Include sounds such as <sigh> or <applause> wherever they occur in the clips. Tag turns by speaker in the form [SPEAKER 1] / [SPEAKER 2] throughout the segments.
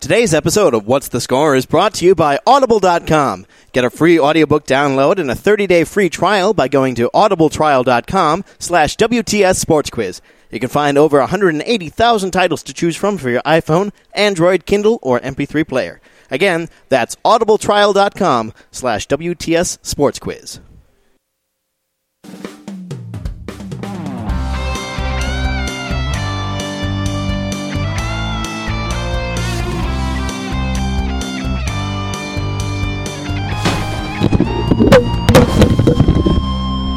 [SPEAKER 1] Today's episode of What's the Score is brought to you by Audible.com. Get a free audiobook download and a 30-day free trial by going to audibletrial.com slash WTS Sports Quiz. You can find over 180,000 titles to choose from for your iPhone, Android, Kindle, or MP3 player. Again, that's audibletrial.com slash WTS Sports Quiz.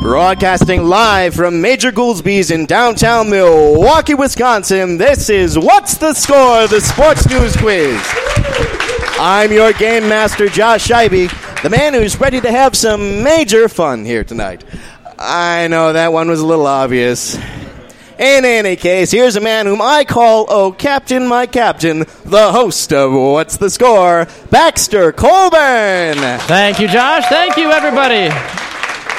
[SPEAKER 1] Broadcasting live from Major Goolsby's in downtown Milwaukee, Wisconsin, this is What's the Score? The Sports News Quiz. I'm your game master, Josh Scheibe, the man who's ready to have some major fun here tonight. I know that one was a little obvious. In any case, here's a man whom I call, oh, Captain, my Captain, the host of What's the Score, Baxter Colburn.
[SPEAKER 2] Thank you, Josh. Thank you, everybody.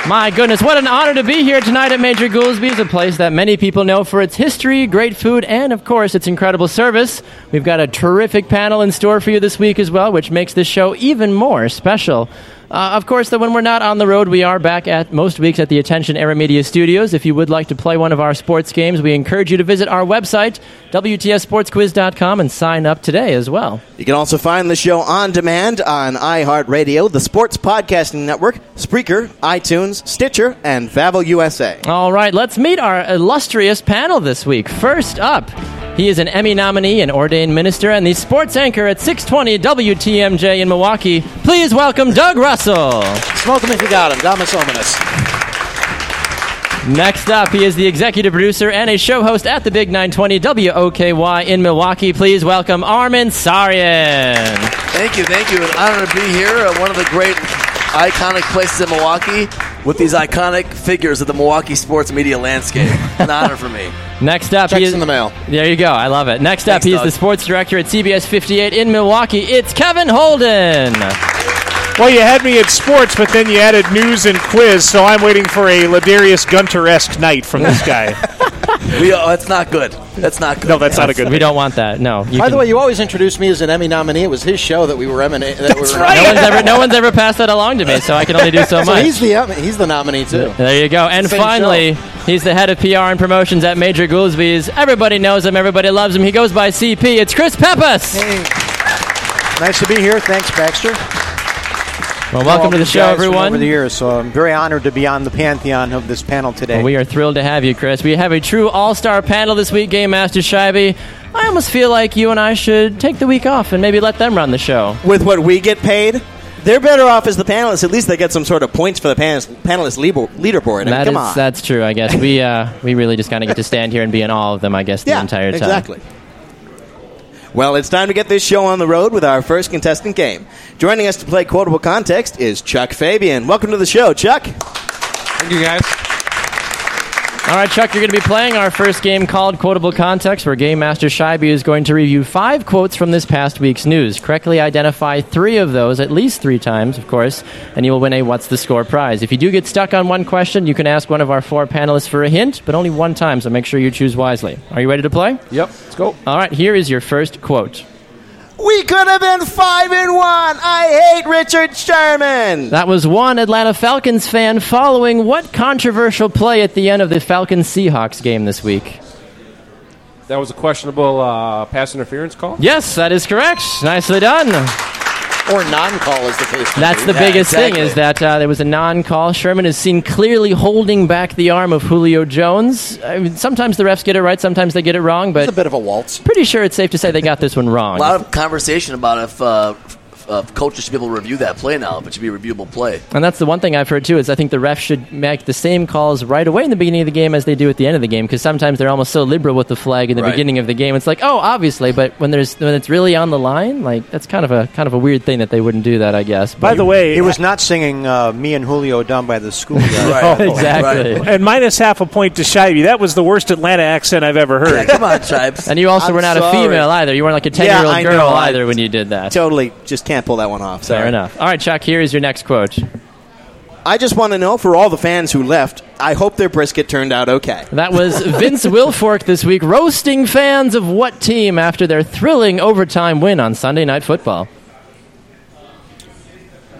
[SPEAKER 2] My goodness, what an honor to be here tonight at Major Goolsby's, a place that many people know for its history, great food, and of course its incredible service. We've got a terrific panel in store for you this week as well, which makes this show even more special. Uh, of course, though, when we're not on the road, we are back at most weeks at the Attention Era Media Studios. If you would like to play one of our sports games, we encourage you to visit our website, WTSSportsQuiz.com, and sign up today as well.
[SPEAKER 1] You can also find the show on demand on iHeartRadio, the Sports Podcasting Network, Spreaker, iTunes, Stitcher, and Vavil USA.
[SPEAKER 2] All right, let's meet our illustrious panel this week. First up, he is an Emmy nominee, an ordained minister, and the sports anchor at 620 WTMJ in Milwaukee. Please welcome Doug Russell.
[SPEAKER 3] Smoke him if you got him. Domus ominous.
[SPEAKER 2] Next up, he is the executive producer and a show host at the Big 920 WOKY in Milwaukee. Please welcome Armin Sarian.
[SPEAKER 3] Thank you, thank you. An honor to be here at one of the great iconic places in Milwaukee with these iconic figures of the Milwaukee sports media landscape. An honor
[SPEAKER 4] <laughs>
[SPEAKER 3] for me.
[SPEAKER 2] Next up, he
[SPEAKER 3] Checks
[SPEAKER 2] is
[SPEAKER 3] in the mail.
[SPEAKER 2] There you go. I love it. Next up,
[SPEAKER 3] Thanks,
[SPEAKER 2] he is
[SPEAKER 3] Doug.
[SPEAKER 2] the sports director at CBS 58 in Milwaukee. It's Kevin Holden.
[SPEAKER 5] Well, you had me at sports, but then you added news and quiz, so I'm waiting for a Ladarius Gunter-esque night from this
[SPEAKER 2] <laughs>
[SPEAKER 5] guy.
[SPEAKER 3] We, oh, that's not good. That's not good.
[SPEAKER 5] No, that's not a good.
[SPEAKER 2] We don't want that. No. You
[SPEAKER 6] By
[SPEAKER 2] can-
[SPEAKER 6] the way, you always introduced me as an Emmy nominee. It was his show that we were emanating. That we were
[SPEAKER 2] no one's ever <laughs> no one's ever passed that along to me, so I can only do so
[SPEAKER 6] So
[SPEAKER 2] much.
[SPEAKER 6] he's the Emmy- he's the nominee too.
[SPEAKER 2] There you go. And
[SPEAKER 6] Same
[SPEAKER 2] finally, he's the head of PR and promotions at Major Goolsby's. Everybody knows him. Everybody loves him. He goes by CP. It's Chris Peppas.
[SPEAKER 4] Nice to be here. Thanks, Baxter.
[SPEAKER 2] well, welcome to the show, everyone.
[SPEAKER 4] Over the years, so I'm very honored to be on the pantheon of this panel today.
[SPEAKER 2] Well, we are thrilled to have you, Chris. We have a true all-star panel this week. Game Master Shibe. I almost feel like you and I should take the week off and maybe let them run the show.
[SPEAKER 1] With what we get paid, they're better off as the panelists. At least they get some sort of points for the panelist, panelist leader- leaderboard. I mean,
[SPEAKER 2] That
[SPEAKER 1] come
[SPEAKER 2] is-
[SPEAKER 1] on.
[SPEAKER 2] that's true. I guess we uh, we really just kind of get to stand here and be in all of them. I guess the
[SPEAKER 1] yeah,
[SPEAKER 2] entire time.
[SPEAKER 1] exactly. Well, it's time to get this show on the road with our first contestant game. Joining us to play Quotable Context is Chuck Fabian. Welcome to the show, Chuck.
[SPEAKER 7] Thank you guys.
[SPEAKER 2] All right, Chuck, you're going to be playing our first game called Quotable Context, where Game Master Shibe is going to review five quotes from this past week's news. Correctly identify three of those, at least three times, of course, and you will win a What's the Score prize. If you do get stuck on one question, you can ask one of our four panelists for a hint, but only one time, so make sure you choose wisely. Are you ready to play?
[SPEAKER 7] Yep, let's go.
[SPEAKER 2] All right, here is your first quote.
[SPEAKER 1] We could have been five and one. I hate Richard Sherman.
[SPEAKER 2] That was one Atlanta Falcons fan following what controversial play at the end of the Falcons Seahawks game this week?
[SPEAKER 7] That was a questionable uh, pass interference call.
[SPEAKER 2] Yes, that is correct. Nicely done.
[SPEAKER 6] Or non-call is the case. may
[SPEAKER 2] That's
[SPEAKER 6] be.
[SPEAKER 2] the
[SPEAKER 3] Yeah,
[SPEAKER 2] biggest thing
[SPEAKER 3] exactly.
[SPEAKER 2] is that uh, there was a non-call. Sherman is seen clearly holding back the arm of Julio Jones. I mean, sometimes the refs get it right, sometimes they get it wrong,
[SPEAKER 6] It's a
[SPEAKER 2] but
[SPEAKER 6] bit of a waltz.
[SPEAKER 2] pretty sure it's safe to say they got this one wrong.
[SPEAKER 3] A lot of conversation about if uh, f- uh, coaches should be able to review that play now, if it should be a reviewable play.
[SPEAKER 2] and that's the one thing I've heard too is I think the refs should make the same calls right away in the beginning of the game as they do at the end of the game because sometimes they're almost so liberal with the flag in the
[SPEAKER 3] Right.
[SPEAKER 2] beginning of the game. It's like, "Oh, obviously," but when there's when it's really on the line, like that's kind of a kind of a weird thing that they wouldn't do that, I guess.
[SPEAKER 5] By
[SPEAKER 2] But
[SPEAKER 5] the way,
[SPEAKER 4] he was not singing uh, "Me and Julio" down by the
[SPEAKER 2] <laughs>
[SPEAKER 4] school.
[SPEAKER 3] Right.
[SPEAKER 2] Oh, exactly.
[SPEAKER 3] Right.
[SPEAKER 5] and minus half a point to Shivey. That was the worst Atlanta accent I've ever
[SPEAKER 3] Yeah,
[SPEAKER 5] heard.
[SPEAKER 3] come on, Tribes.
[SPEAKER 2] And you also
[SPEAKER 1] I'm
[SPEAKER 2] were not a
[SPEAKER 1] sorry.
[SPEAKER 2] female either. You weren't like a
[SPEAKER 1] Yeah,
[SPEAKER 2] ten-year-old
[SPEAKER 1] I
[SPEAKER 2] girl
[SPEAKER 1] know. I-
[SPEAKER 2] either when you did that.
[SPEAKER 1] Totally, just can't pull that one off. Sorry.
[SPEAKER 2] Fair enough. All right, Chuck, here is your next quote.
[SPEAKER 1] I just want to know for all the fans who left, I hope their brisket turned out okay.
[SPEAKER 2] That
[SPEAKER 1] <laughs>
[SPEAKER 2] was Vince Wilfork this week roasting fans of what team after their thrilling overtime win on Sunday Night Football.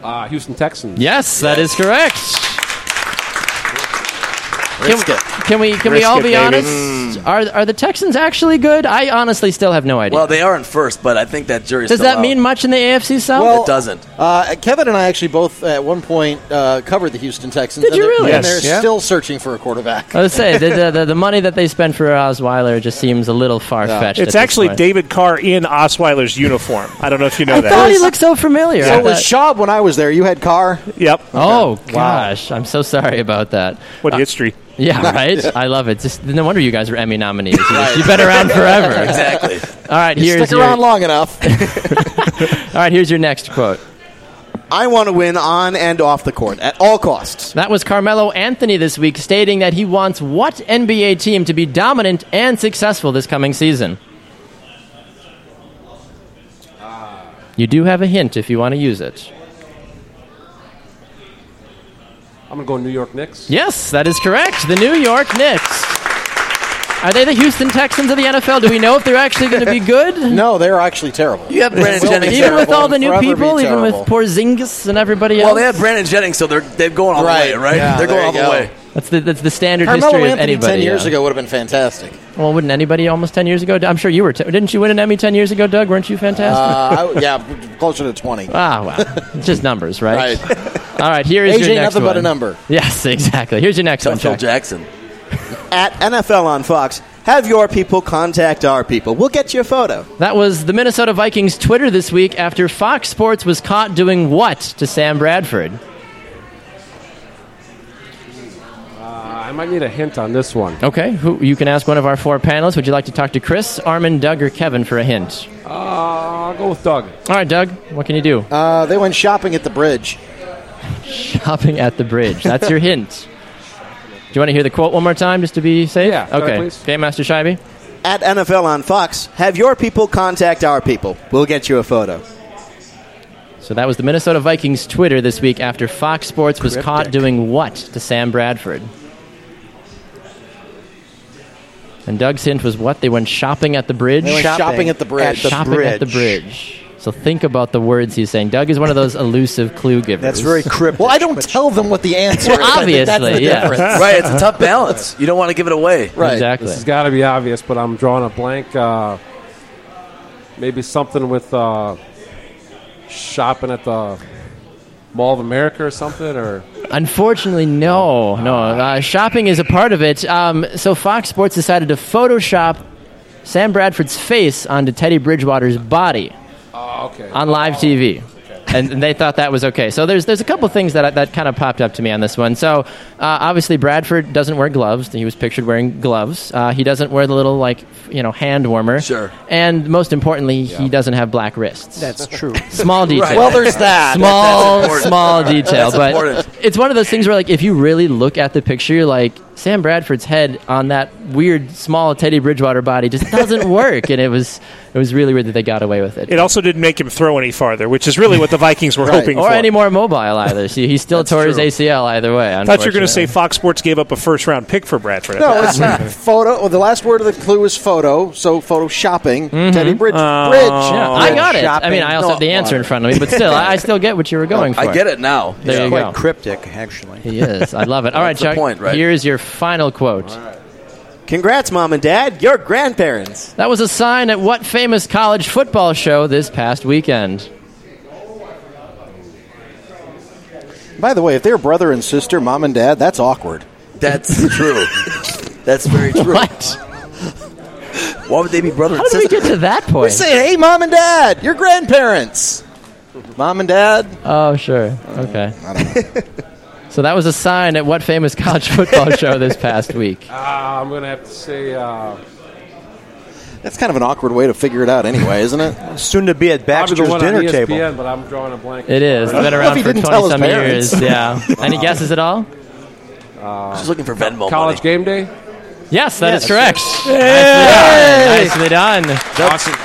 [SPEAKER 7] Uh, Houston Texans.
[SPEAKER 2] Yes, that is correct.
[SPEAKER 1] Brisket.
[SPEAKER 2] Can we can we all be
[SPEAKER 1] Brisket, baby. Mm.
[SPEAKER 2] honest? Are are the Texans actually good? I honestly still have no idea.
[SPEAKER 3] Well, they are in first, but I think that jury's
[SPEAKER 2] Does
[SPEAKER 3] still
[SPEAKER 2] that
[SPEAKER 3] out.
[SPEAKER 2] mean much in the AFC South?
[SPEAKER 3] it doesn't.
[SPEAKER 6] Uh, Kevin and I actually both at one point uh, covered the Houston Texans.
[SPEAKER 2] Did
[SPEAKER 6] and
[SPEAKER 2] you
[SPEAKER 6] they're-
[SPEAKER 2] really?
[SPEAKER 6] And
[SPEAKER 5] Yes.
[SPEAKER 6] they're
[SPEAKER 5] Yeah.
[SPEAKER 6] still searching for a quarterback.
[SPEAKER 2] I would say uh, the,
[SPEAKER 6] <laughs>
[SPEAKER 2] the, the, the money that they spend for Osweiler just seems a little far fetched.
[SPEAKER 5] It's actually David Carr in Osweiler's uniform. I don't know if you know
[SPEAKER 2] I
[SPEAKER 5] that.
[SPEAKER 2] thought he looked so familiar.
[SPEAKER 5] So
[SPEAKER 2] I
[SPEAKER 5] it
[SPEAKER 2] thought-
[SPEAKER 4] was Schaub when I was there. You had Carr.
[SPEAKER 5] Yep.
[SPEAKER 2] Oh gosh, I'm so sorry about that.
[SPEAKER 5] What history?
[SPEAKER 6] <laughs>
[SPEAKER 2] Yeah, right. I love it. Just no wonder you guys were Emmy nominees. You just- You've been around
[SPEAKER 6] <laughs>
[SPEAKER 2] forever.
[SPEAKER 3] Exactly.
[SPEAKER 2] All right, here's
[SPEAKER 6] Stick
[SPEAKER 2] your, all
[SPEAKER 6] around
[SPEAKER 2] <laughs>
[SPEAKER 6] long enough. <laughs>
[SPEAKER 2] right. Here's your next quote.
[SPEAKER 1] I want to win on and off the court at all costs.
[SPEAKER 2] That was Carmelo Anthony this week stating that he wants what NBA team to be dominant and successful this coming season. You do have a hint if you want to use it.
[SPEAKER 7] I'm going to go New York Knicks.
[SPEAKER 2] Yes, that is correct. The New York Knicks. Are they the Houston Texans of the NFL? Do we know if they're actually going to be good?
[SPEAKER 6] <laughs> No, they're actually terrible.
[SPEAKER 3] You have Brandon
[SPEAKER 6] Will be
[SPEAKER 3] Jennings.
[SPEAKER 2] Even
[SPEAKER 6] terrible
[SPEAKER 2] with all the
[SPEAKER 6] and
[SPEAKER 2] new
[SPEAKER 6] forever be
[SPEAKER 2] people, even with
[SPEAKER 6] terrible.
[SPEAKER 2] Porzingis and everybody else.
[SPEAKER 3] Well, they had Brandon Jennings, so they're they're going all
[SPEAKER 6] Right.
[SPEAKER 3] the way, right?
[SPEAKER 6] Yeah,
[SPEAKER 3] they're going
[SPEAKER 6] there
[SPEAKER 3] all
[SPEAKER 6] you
[SPEAKER 3] the
[SPEAKER 2] <laughs>
[SPEAKER 6] go.
[SPEAKER 3] way.
[SPEAKER 2] That's the, that's the standard
[SPEAKER 6] Carmelo
[SPEAKER 2] history
[SPEAKER 6] Anthony
[SPEAKER 2] of anybody.
[SPEAKER 6] ten years
[SPEAKER 2] yeah.
[SPEAKER 6] ago would have been fantastic.
[SPEAKER 2] Well, wouldn't anybody almost 10 years ago? I'm sure you were. T- didn't you win an Emmy 10 years ago, Doug? Weren't you fantastic?
[SPEAKER 6] Uh, I, yeah, closer to twenty.
[SPEAKER 2] ah, wow. It's just numbers, right?
[SPEAKER 6] Right.
[SPEAKER 2] <laughs> All right, <laughs> here is
[SPEAKER 6] Age
[SPEAKER 2] your
[SPEAKER 6] ain't
[SPEAKER 2] next
[SPEAKER 6] nothing
[SPEAKER 2] one.
[SPEAKER 6] but a number.
[SPEAKER 2] Yes, <laughs> exactly. Here's your next
[SPEAKER 3] Tell
[SPEAKER 2] one,
[SPEAKER 3] Phil
[SPEAKER 2] Chuck.
[SPEAKER 3] Jackson.
[SPEAKER 1] At NFL on Fox, have your people contact our people. We'll get you a photo.
[SPEAKER 2] That was the Minnesota Vikings Twitter this week after Fox Sports was caught doing what to Sam Bradford?
[SPEAKER 7] Uh, I might need a hint on this one.
[SPEAKER 2] Okay, who you can ask one of our four panelists. Would you like to talk to Chris, Armin, Doug, or Kevin for a hint?
[SPEAKER 7] Uh, I'll go with Doug.
[SPEAKER 2] All right, Doug, what can you do?
[SPEAKER 6] Uh, they went shopping at the bridge.
[SPEAKER 2] Shopping at the bridge. That's your hint. Do you want to hear the quote one more time just to be safe?
[SPEAKER 7] Yeah, could I
[SPEAKER 2] Okay.
[SPEAKER 7] please?
[SPEAKER 2] Game Master Shibe.
[SPEAKER 1] At NFL on Fox, have your people contact our people. We'll get you a photo.
[SPEAKER 2] So that was the Minnesota Vikings Twitter this week after Fox Sports was caught doing what to Sam Bradford? And Doug's hint was what? They went shopping at the bridge?
[SPEAKER 6] They went shopping, at the bridge.
[SPEAKER 4] the
[SPEAKER 2] shopping at the
[SPEAKER 4] bridge.
[SPEAKER 2] bridge. So think about the words he's saying. Doug is one of those elusive clue givers.
[SPEAKER 4] That's very cryptic.
[SPEAKER 6] well, I don't tell them what the answer is. I think that's
[SPEAKER 2] Obviously,
[SPEAKER 6] the
[SPEAKER 2] yeah.
[SPEAKER 3] <laughs>
[SPEAKER 6] difference.
[SPEAKER 3] right, it's a tough balance. You don't want to give it away.
[SPEAKER 6] Right.
[SPEAKER 2] Exactly.
[SPEAKER 7] This has got to be obvious, but I'm drawing a blank. Uh, maybe something with uh, shopping at the Mall of America or something, or
[SPEAKER 2] Unfortunately, no, no. Uh, shopping is a part of it. Um, so Fox Sports decided to Photoshop Sam Bradford's face onto Teddy Bridgewater's body Uh,
[SPEAKER 7] oh, okay.
[SPEAKER 2] on live TV. And and they thought that was okay. So there's there's a couple things that that kind of popped up to me on this one. So uh, obviously Bradford doesn't wear gloves. He was pictured wearing gloves. Uh, he doesn't wear the little like you know hand warmer.
[SPEAKER 3] Sure.
[SPEAKER 2] And most importantly, he doesn't have black wrists.
[SPEAKER 4] That's true.
[SPEAKER 6] <laughs>
[SPEAKER 1] <laughs>
[SPEAKER 2] Small detail
[SPEAKER 6] Well, there's that.
[SPEAKER 2] small,
[SPEAKER 3] important.
[SPEAKER 2] small detail,
[SPEAKER 3] That's
[SPEAKER 2] but
[SPEAKER 3] important.
[SPEAKER 2] it's one of those things where, like, if you really look at the picture, you're like, Sam Bradford's head on that weird, small Teddy Bridgewater body just
[SPEAKER 6] <laughs>
[SPEAKER 2] doesn't work, and it was, it was really weird that they got away with it,
[SPEAKER 5] It also didn't make him throw any farther, which is really what the Vikings were hoping
[SPEAKER 2] or
[SPEAKER 5] for.
[SPEAKER 2] any more mobile either. See, he still tore his ACL either way.
[SPEAKER 5] I thought you were going to say
[SPEAKER 2] unfortunately.
[SPEAKER 5] Fox Sports gave up a first round pick for Bradford. I
[SPEAKER 6] <laughs> No,
[SPEAKER 2] <laughs>
[SPEAKER 6] it's not. photo. Well, the last word of the clue is photo. So photo shopping. Teddy Bridge. Bridge.
[SPEAKER 2] Mm-hmm. Yeah, I got it. I mean, I also
[SPEAKER 6] No,
[SPEAKER 2] have the answer in front of me, but still, I, I still get what you were going for.
[SPEAKER 3] I get it now.
[SPEAKER 2] There you
[SPEAKER 4] Quite
[SPEAKER 2] go.
[SPEAKER 4] cryptic, actually.
[SPEAKER 2] He is. I
[SPEAKER 3] <laughs>
[SPEAKER 2] love it. All right,
[SPEAKER 3] That's the
[SPEAKER 2] Chuck.
[SPEAKER 3] point, right?
[SPEAKER 2] Here's your final quote.
[SPEAKER 1] Congrats, Mom and Dad. Your grandparents.
[SPEAKER 2] That was a sign at what famous college football show this past weekend?
[SPEAKER 6] By the way, if they're brother and sister, mom and dad, that's awkward.
[SPEAKER 3] That's true. That's very true.
[SPEAKER 2] What?
[SPEAKER 3] Why would they be brother and
[SPEAKER 2] How did we
[SPEAKER 3] sister?
[SPEAKER 2] get to that point?
[SPEAKER 6] Say, hey, mom and dad, your grandparents. Mom and dad.
[SPEAKER 2] Oh, sure. Okay. <laughs> so that was a sign at what famous college football show this
[SPEAKER 7] <laughs>
[SPEAKER 2] past
[SPEAKER 3] <laughs>
[SPEAKER 2] week?
[SPEAKER 7] Uh, I'm going to have to say uh,
[SPEAKER 6] That's kind of an awkward way to figure it out, anyway, isn't
[SPEAKER 2] <laughs>
[SPEAKER 6] it?
[SPEAKER 4] Soon to be at
[SPEAKER 7] probably the
[SPEAKER 4] Baxter's
[SPEAKER 7] one
[SPEAKER 1] E
[SPEAKER 4] dinner
[SPEAKER 7] on E ESPN,
[SPEAKER 4] table.
[SPEAKER 7] but I'm drawing a blank.
[SPEAKER 2] It is. It's been
[SPEAKER 6] if
[SPEAKER 2] around
[SPEAKER 6] he
[SPEAKER 2] for
[SPEAKER 6] didn't
[SPEAKER 2] 20
[SPEAKER 6] tell his
[SPEAKER 2] some
[SPEAKER 6] parents.
[SPEAKER 2] years. Yeah.
[SPEAKER 3] <laughs>
[SPEAKER 2] Any guesses at all?
[SPEAKER 3] She's Uh, looking for Venmo
[SPEAKER 7] College game
[SPEAKER 3] money.
[SPEAKER 7] day.
[SPEAKER 2] Yes, that is correct. Nicely done. Nicely done.
[SPEAKER 1] <laughs>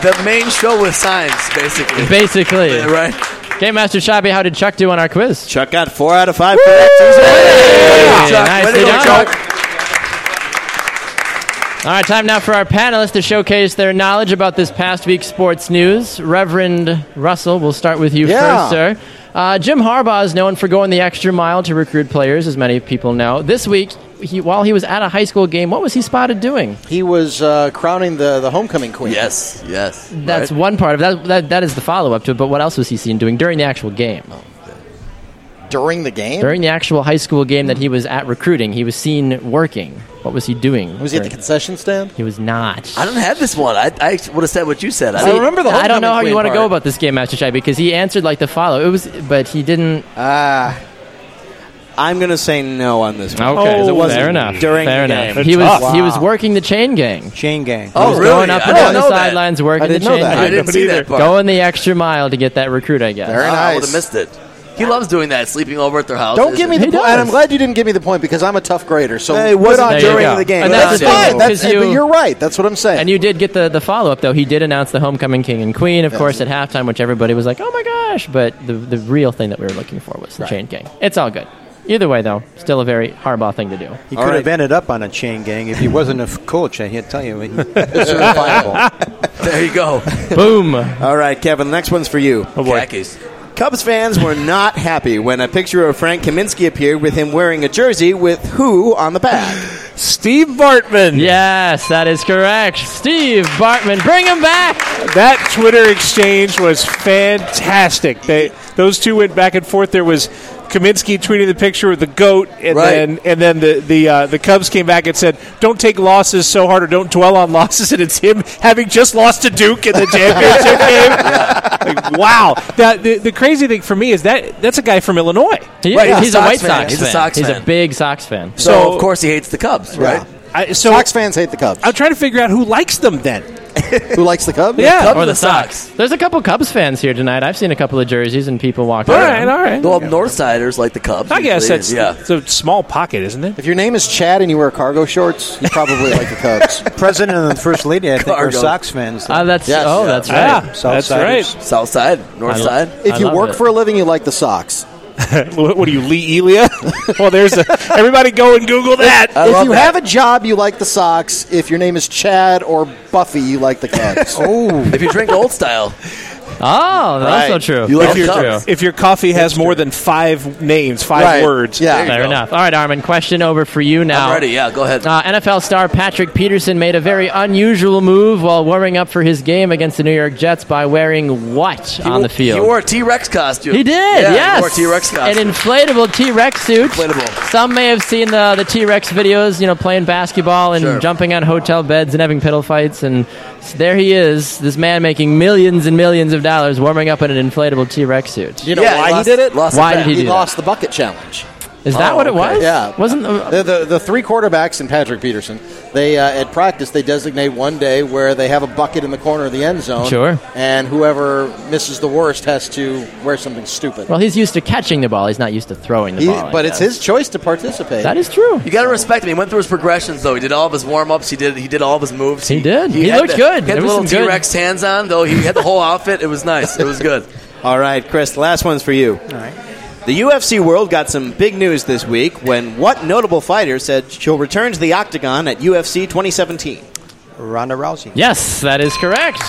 [SPEAKER 3] The, the main show with signs, basically.
[SPEAKER 2] Basically.
[SPEAKER 3] right?
[SPEAKER 2] Game Master Shabby, how did Chuck do on our quiz?
[SPEAKER 1] Chuck got four out of five correct. Tuesday.
[SPEAKER 2] Hey,
[SPEAKER 3] Chuck,
[SPEAKER 2] nicely
[SPEAKER 3] way to go,
[SPEAKER 2] done.
[SPEAKER 3] Chuck.
[SPEAKER 2] All right, time now for our panelists to showcase their knowledge about this past week's sports news. Reverend Russell, we'll start with you
[SPEAKER 6] Yeah.
[SPEAKER 2] first, sir. Uh, Jim Harbaugh is known for going the extra mile to recruit players, as many people know. This week, he, while he was at a high school game, what was he spotted doing?
[SPEAKER 6] He was uh, crowning the, the homecoming queen.
[SPEAKER 3] Yes, yes.
[SPEAKER 2] That's
[SPEAKER 3] right?
[SPEAKER 2] one part of that, that. That is the follow up to it. But what else was he seen doing during the actual game?
[SPEAKER 6] During the game?
[SPEAKER 2] During the actual high school game that he was at recruiting, he was seen working. What was he doing?
[SPEAKER 6] was he at the
[SPEAKER 2] during-
[SPEAKER 6] concession stand?
[SPEAKER 2] He was not.
[SPEAKER 3] I don't have this one. I, I would have said what you said.
[SPEAKER 6] I remember the
[SPEAKER 2] I don't know
[SPEAKER 6] homecoming
[SPEAKER 2] how you
[SPEAKER 6] queen
[SPEAKER 2] want to go
[SPEAKER 6] part.
[SPEAKER 2] about this game, Master Shy, because he answered like the follow. It was, but he didn't.
[SPEAKER 1] I'm gonna say no on this one.
[SPEAKER 2] Okay,
[SPEAKER 5] Oh,
[SPEAKER 2] so it wasn't
[SPEAKER 5] fair
[SPEAKER 1] enough.
[SPEAKER 2] During fair
[SPEAKER 1] the
[SPEAKER 2] enough.
[SPEAKER 1] game.
[SPEAKER 2] He was
[SPEAKER 5] Tough.
[SPEAKER 2] he was working the chain gang.
[SPEAKER 4] Chain gang.
[SPEAKER 3] Oh,
[SPEAKER 2] He was
[SPEAKER 3] really?
[SPEAKER 2] Going up
[SPEAKER 3] I
[SPEAKER 2] and
[SPEAKER 3] didn't
[SPEAKER 2] down the
[SPEAKER 3] know that.
[SPEAKER 2] sidelines, working the
[SPEAKER 6] didn't know
[SPEAKER 2] chain
[SPEAKER 6] that.
[SPEAKER 3] I
[SPEAKER 2] gang,
[SPEAKER 3] didn't see that part.
[SPEAKER 2] going the extra mile to get that recruit. I guess.
[SPEAKER 6] Very
[SPEAKER 3] I
[SPEAKER 6] nice.
[SPEAKER 3] would have missed it. He loves doing that, sleeping over at their house.
[SPEAKER 6] Don't give me the
[SPEAKER 2] He
[SPEAKER 6] point.
[SPEAKER 2] does.
[SPEAKER 6] And I'm glad you didn't give me the point because I'm a tough grader. So
[SPEAKER 1] Hey, it wasn't
[SPEAKER 6] good on
[SPEAKER 2] There
[SPEAKER 6] you.
[SPEAKER 2] you
[SPEAKER 1] during
[SPEAKER 2] go.
[SPEAKER 1] the game.
[SPEAKER 2] And that's
[SPEAKER 6] That's
[SPEAKER 2] the thing,
[SPEAKER 6] fine. That's,
[SPEAKER 2] because
[SPEAKER 6] but
[SPEAKER 2] you-
[SPEAKER 6] you're right. That's what I'm saying.
[SPEAKER 2] And you did get the, the follow up, though. He did announce the homecoming king and queen, of course, at halftime, which everybody was like, oh my gosh. But the, the real thing that we were looking for was the chain gang. It's all good. Either way, though, still a very Harbaugh thing to do.
[SPEAKER 4] He
[SPEAKER 1] All
[SPEAKER 4] could
[SPEAKER 1] right.
[SPEAKER 4] have ended up on a chain gang if he wasn't a f- coach. I can't tell you.
[SPEAKER 3] <laughs>
[SPEAKER 4] He- <laughs>
[SPEAKER 3] There you go.
[SPEAKER 2] Boom.
[SPEAKER 1] All right, Kevin. Next one's for you.
[SPEAKER 3] Khakis.
[SPEAKER 1] Cubs fans were not happy when a picture of Frank Kaminsky appeared with him wearing a jersey with who on the back.
[SPEAKER 2] <laughs>
[SPEAKER 5] Steve Bartman.
[SPEAKER 2] Yes, that is correct. Steve Bartman, bring him back.
[SPEAKER 5] That Twitter exchange was fantastic. They those two went back and forth. There was Kaminsky tweeting the picture of the goat, and
[SPEAKER 3] Right.
[SPEAKER 5] then and then the the uh, the Cubs came back and said, "Don't take losses so hard, or don't dwell on losses." <laughs> And it's him having just lost to Duke in the
[SPEAKER 3] <laughs>
[SPEAKER 5] championship game. Like, wow! That the, the crazy thing for me is that that's a guy from Illinois.
[SPEAKER 2] He-
[SPEAKER 3] Right, he's a
[SPEAKER 2] he's a
[SPEAKER 3] Sox
[SPEAKER 2] White
[SPEAKER 3] fan.
[SPEAKER 2] Sox
[SPEAKER 3] He's a
[SPEAKER 2] fan.
[SPEAKER 3] Sox
[SPEAKER 2] he's a
[SPEAKER 3] fan.
[SPEAKER 2] big Sox fan.
[SPEAKER 3] So,
[SPEAKER 5] So-
[SPEAKER 3] of course he hates the Cubs, right?
[SPEAKER 5] I, so
[SPEAKER 6] Sox fans hate the Cubs.
[SPEAKER 5] I'm trying to figure out who likes them then.
[SPEAKER 6] <laughs> Who likes the Cubs?
[SPEAKER 5] Yeah.
[SPEAKER 3] Cubs
[SPEAKER 2] Or
[SPEAKER 3] and
[SPEAKER 2] the Sox. There's a couple Cubs fans here tonight. I've seen a couple of jerseys and people walking
[SPEAKER 5] All
[SPEAKER 2] around.
[SPEAKER 5] right, all right.
[SPEAKER 3] The up north siders like the Cubs.
[SPEAKER 5] I guess
[SPEAKER 3] usually,
[SPEAKER 5] that's
[SPEAKER 3] yeah.
[SPEAKER 5] it's a small pocket, isn't it?
[SPEAKER 6] If your name is Chad and you wear cargo shorts, you probably like the Cubs.
[SPEAKER 4] <laughs> President and the first lady, I think, are
[SPEAKER 3] Cargo.
[SPEAKER 4] Sox fans.
[SPEAKER 2] Ah, that's
[SPEAKER 6] Yes.
[SPEAKER 2] oh,
[SPEAKER 6] Yeah.
[SPEAKER 2] that's
[SPEAKER 5] Yeah,
[SPEAKER 2] right.
[SPEAKER 5] that's
[SPEAKER 4] Southsiders.
[SPEAKER 5] right.
[SPEAKER 3] South side, north
[SPEAKER 2] I lo-
[SPEAKER 3] side.
[SPEAKER 6] If
[SPEAKER 2] I
[SPEAKER 6] you
[SPEAKER 2] love
[SPEAKER 6] work
[SPEAKER 2] it.
[SPEAKER 6] for a living, you like the Sox.
[SPEAKER 5] <laughs> what what are you, Lee Elia? <laughs> well, there's a, everybody go and Google that.
[SPEAKER 3] I
[SPEAKER 6] if
[SPEAKER 3] love
[SPEAKER 6] you
[SPEAKER 3] that.
[SPEAKER 6] have a job, you like the Sox. If your name is Chad or Buffy, you
[SPEAKER 2] <laughs>
[SPEAKER 6] like the Cubs. oh,
[SPEAKER 3] If you drink old style,
[SPEAKER 2] Oh, that's also true.
[SPEAKER 3] You like
[SPEAKER 2] That's
[SPEAKER 3] your
[SPEAKER 2] true.
[SPEAKER 3] Cubs.
[SPEAKER 5] If your coffee has more than five names, five words,
[SPEAKER 6] Yeah.
[SPEAKER 2] Fair
[SPEAKER 3] go.
[SPEAKER 2] enough. All right, Armin. Question over for you now.
[SPEAKER 3] I'm ready. Yeah, go ahead.
[SPEAKER 2] Uh, NFL star Patrick Peterson made a very unusual move while warming up for his game against the New York Jets by wearing what on the
[SPEAKER 3] He
[SPEAKER 2] field?
[SPEAKER 3] wore a T Rex costume.
[SPEAKER 2] He did,
[SPEAKER 3] yeah,
[SPEAKER 2] yes.
[SPEAKER 3] He wore a T Rex costume.
[SPEAKER 2] An inflatable T Rex suit.
[SPEAKER 3] Inflatable.
[SPEAKER 2] Some may have seen the, the T Rex videos, you know, playing basketball and
[SPEAKER 3] Sure.
[SPEAKER 2] jumping on hotel beds and having pedal fights. And s- there he is, this man making millions and millions of dollars warming up in an inflatable T Rex suit.
[SPEAKER 6] you know
[SPEAKER 3] Yeah,
[SPEAKER 6] why he,
[SPEAKER 3] lost-
[SPEAKER 6] did it?
[SPEAKER 3] lost
[SPEAKER 2] Why
[SPEAKER 3] the bet.
[SPEAKER 2] did
[SPEAKER 6] he
[SPEAKER 2] do
[SPEAKER 6] lost the bucket challenge.
[SPEAKER 2] Is that
[SPEAKER 3] Oh,
[SPEAKER 2] what it
[SPEAKER 3] okay.
[SPEAKER 2] was?
[SPEAKER 6] Yeah.
[SPEAKER 2] Wasn't the, uh,
[SPEAKER 6] The, the, the three quarterbacks and Patrick Peterson, they uh, at practice they designate one day where they have a bucket in the corner of the end zone.
[SPEAKER 2] Sure.
[SPEAKER 6] And whoever misses the worst has to wear something stupid.
[SPEAKER 2] well, he's used to catching the ball. He's not used to throwing the
[SPEAKER 6] He-
[SPEAKER 2] ball. I
[SPEAKER 6] but it's
[SPEAKER 2] guess.
[SPEAKER 6] his choice to participate.
[SPEAKER 2] That is true.
[SPEAKER 3] You gotta respect him. He went through his progressions though. He did all of his warm ups. He did. He did all of his moves.
[SPEAKER 2] He did. He
[SPEAKER 3] had
[SPEAKER 2] looked
[SPEAKER 3] the-
[SPEAKER 2] good.
[SPEAKER 3] He
[SPEAKER 2] There
[SPEAKER 3] had the
[SPEAKER 2] was
[SPEAKER 3] little
[SPEAKER 2] some
[SPEAKER 3] T
[SPEAKER 2] good-
[SPEAKER 3] Rex hands on though. He had the whole outfit. It was nice. It was good.
[SPEAKER 1] All right, Chris. Last one's for you. All right. The UFC world got some big news this week when what notable fighter said she'll return to the octagon at UFC 2017?
[SPEAKER 4] Ronda Rousey.
[SPEAKER 2] Yes, that is correct.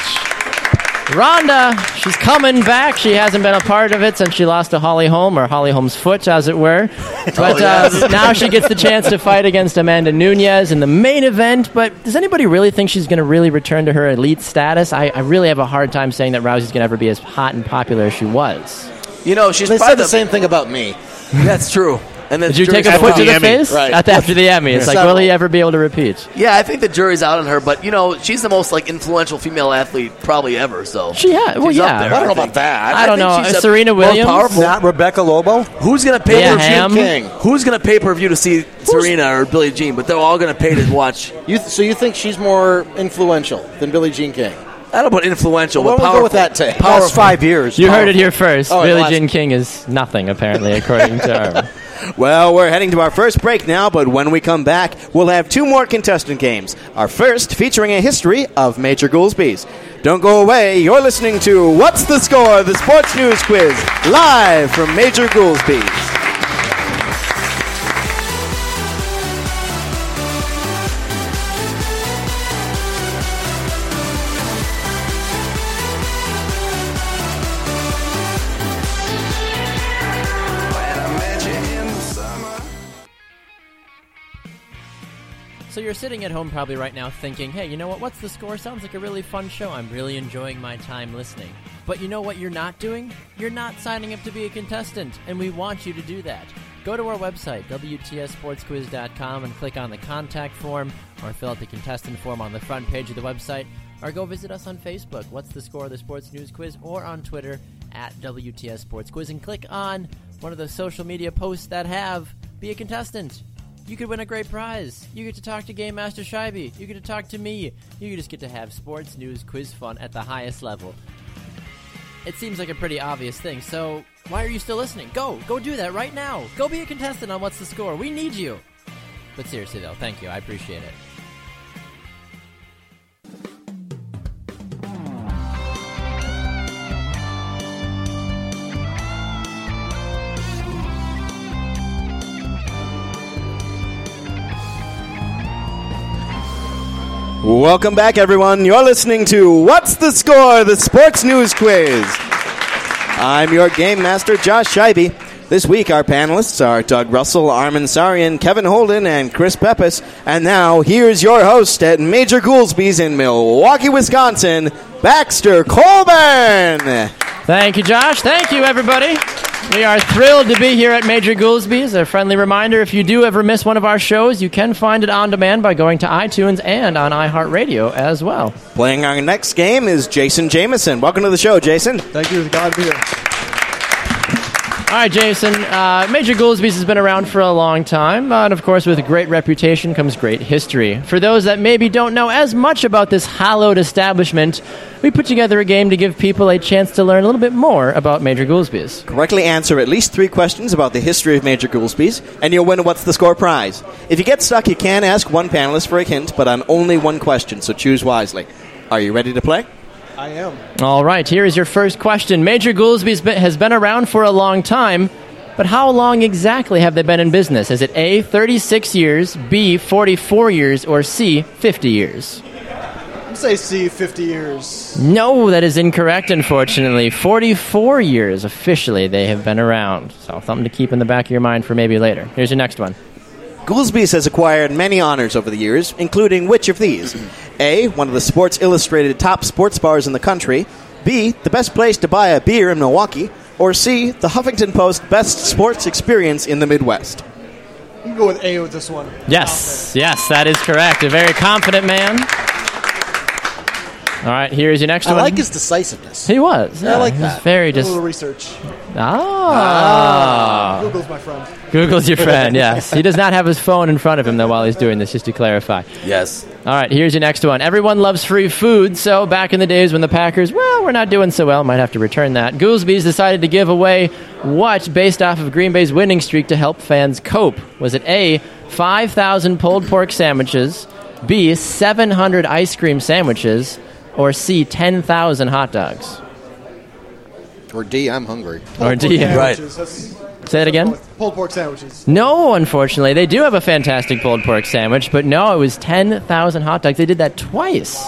[SPEAKER 2] Rhonda, she's coming back. She hasn't been a part of it since she lost to Holly Holm, or Holly Holm's foot, as it were. But uh, now she gets the chance to fight against Amanda Nunez in the main event. But does anybody really think she's going to really return to her elite status? I, I really have a hard time saying that Rousey's going to ever be as hot and popular as she was.
[SPEAKER 3] You know, she's
[SPEAKER 6] they
[SPEAKER 3] probably
[SPEAKER 6] said the same thing about me.
[SPEAKER 3] That's true. And then
[SPEAKER 2] Did you
[SPEAKER 3] jury's
[SPEAKER 2] take a
[SPEAKER 3] out
[SPEAKER 2] foot
[SPEAKER 3] on-
[SPEAKER 2] to the
[SPEAKER 5] Emmy,
[SPEAKER 2] face
[SPEAKER 6] right.
[SPEAKER 2] At- after the Emmy? It's like, will he ever be able to repeat?
[SPEAKER 3] Yeah, I think the jury's out on her, but you know, she's the most like influential female athlete probably ever. So
[SPEAKER 2] She had. Well,
[SPEAKER 3] She's up
[SPEAKER 2] yeah.
[SPEAKER 3] there,
[SPEAKER 2] I
[SPEAKER 6] don't know
[SPEAKER 3] think.
[SPEAKER 6] about that.
[SPEAKER 2] I don't
[SPEAKER 3] think
[SPEAKER 2] know.
[SPEAKER 3] she's the
[SPEAKER 2] Serena
[SPEAKER 3] most
[SPEAKER 2] Williams?
[SPEAKER 3] powerful.
[SPEAKER 4] Not Rebecca Lobo.
[SPEAKER 3] Who's gonna pay
[SPEAKER 2] Yeah,
[SPEAKER 3] per
[SPEAKER 2] Ham.
[SPEAKER 6] King.
[SPEAKER 3] Who's gonna pay per view to see Serena or Billie Jean? But they're all gonna pay to watch.
[SPEAKER 6] You th- so you think she's more influential than Billie Jean King?
[SPEAKER 3] I don't know about influential,
[SPEAKER 6] Well,
[SPEAKER 3] but
[SPEAKER 6] we'll
[SPEAKER 3] powerful.
[SPEAKER 6] go with that take.
[SPEAKER 3] Powerful.
[SPEAKER 4] Last five years.
[SPEAKER 2] You heard it here first.
[SPEAKER 6] Oh, it
[SPEAKER 2] Billie
[SPEAKER 6] was.
[SPEAKER 2] Jean King is nothing, apparently, according to her.
[SPEAKER 1] <laughs> Well, we're heading to our first break now, but when we come back, we'll have two more contestant games. Our first featuring a history of Major Goolsby's. Don't go away. You're listening to What's the Score? The Sports News Quiz, live from Major Goolsby's.
[SPEAKER 2] So you're sitting at home probably right now thinking, hey, you know what? What's the score? Sounds like a really fun show. I'm really enjoying my time listening. But you know what you're not doing? You're not signing up to be a contestant, and we want you to do that. Go to our website, WTSSportsQuiz.com, and click on the contact form or fill out the contestant form on the front page of the website or go visit us on Facebook, What's the Score of the Sports News Quiz, or on Twitter at WTS Sports Quiz, and click on one of the social media posts that have Be a Contestant. You could win a great prize. You get to talk to Game Master Shibe. You get to talk to me. You just get to have sports news quiz fun at the highest level. It seems like a pretty obvious thing, so why are you still listening? Go, go do that right now. Go be a contestant on What's the Score. We need you. But seriously, though, thank you. I appreciate it.
[SPEAKER 1] Welcome back, everyone. You're listening to What's the Score? The Sports News Quiz. I'm your game master, Josh Scheibe. This week, our panelists are Doug Russell, Armin Sarian, Kevin Holden, and Chris Pepis. And now, here's your host at Major Goolsby's in Milwaukee, Wisconsin, Baxter Colburn.
[SPEAKER 2] Thank you, Josh. Thank you, everybody. We are thrilled to be here at Major Goolsby's. A friendly reminder if you do ever miss one of our shows, you can find it on demand by going to iTunes and on iHeartRadio as well.
[SPEAKER 1] Playing our next game is Jason Jameson. Welcome to the show, Jason.
[SPEAKER 6] Thank you. God be here.
[SPEAKER 2] All right, Jason. Uh, Major Goolsby's has been around for a long time, uh, and of course, with great reputation comes great history. For those that maybe don't know as much about this hallowed establishment, we put together a game to give people a chance to learn a little bit more about Major Goolsby's.
[SPEAKER 1] Correctly answer at least three questions about the history of Major Goolsby's, and you'll win a What's the Score prize. If you get stuck, you can ask one panelist for a hint, but on only one question, so choose wisely. Are you ready to play?
[SPEAKER 6] I am.
[SPEAKER 2] All right, here is your first question. Major Goolsby's be- has been around for a long time, but how long exactly have they been in business? Is it A, 36 years, B, 44 years, or C, 50 years?
[SPEAKER 6] I'm say C, 50 years.
[SPEAKER 2] No, that is incorrect, unfortunately. 44 years officially they have been around. So, something to keep in the back of your mind for maybe later. Here's your next one.
[SPEAKER 1] Goolsby's has acquired many honors over the years, including which of these? A. One of the Sports Illustrated top sports bars in the country. B. The best place to buy a beer in Milwaukee. Or C. The Huffington Post best sports experience in the Midwest.
[SPEAKER 6] You can go with A with this one.
[SPEAKER 2] Yes, yes, that is correct. A very confident man. All right, here's your next
[SPEAKER 6] I
[SPEAKER 2] one.
[SPEAKER 6] like his decisiveness.
[SPEAKER 2] He was.
[SPEAKER 6] I like
[SPEAKER 2] he was
[SPEAKER 6] that.
[SPEAKER 2] Very
[SPEAKER 6] Did a
[SPEAKER 2] just.
[SPEAKER 6] little research.
[SPEAKER 2] Ah.
[SPEAKER 6] Google's my friend.
[SPEAKER 2] Google's
[SPEAKER 8] <laughs>
[SPEAKER 2] your friend,
[SPEAKER 6] <laughs>
[SPEAKER 2] yes. He does not have his phone in front of him, though, while he's doing this, just to clarify.
[SPEAKER 3] Yes.
[SPEAKER 2] All right, here's your next one. Everyone loves free food, so back in the days when the Packers, well, we're not doing so well, might have to return that. Goolsby's decided to give away what based off of Green Bay's winning streak to help fans cope? Was it A, 5,000 pulled pork sandwiches, B, 700 ice cream sandwiches, or C, 10,000 hot dogs?
[SPEAKER 6] Or D, I'm hungry.
[SPEAKER 2] Or D,
[SPEAKER 3] Right.
[SPEAKER 2] say that again.
[SPEAKER 6] Pulled pork sandwiches.
[SPEAKER 2] No, unfortunately, they do have a fantastic pulled pork sandwich, but no, it was ten thousand hot dogs. They did that twice,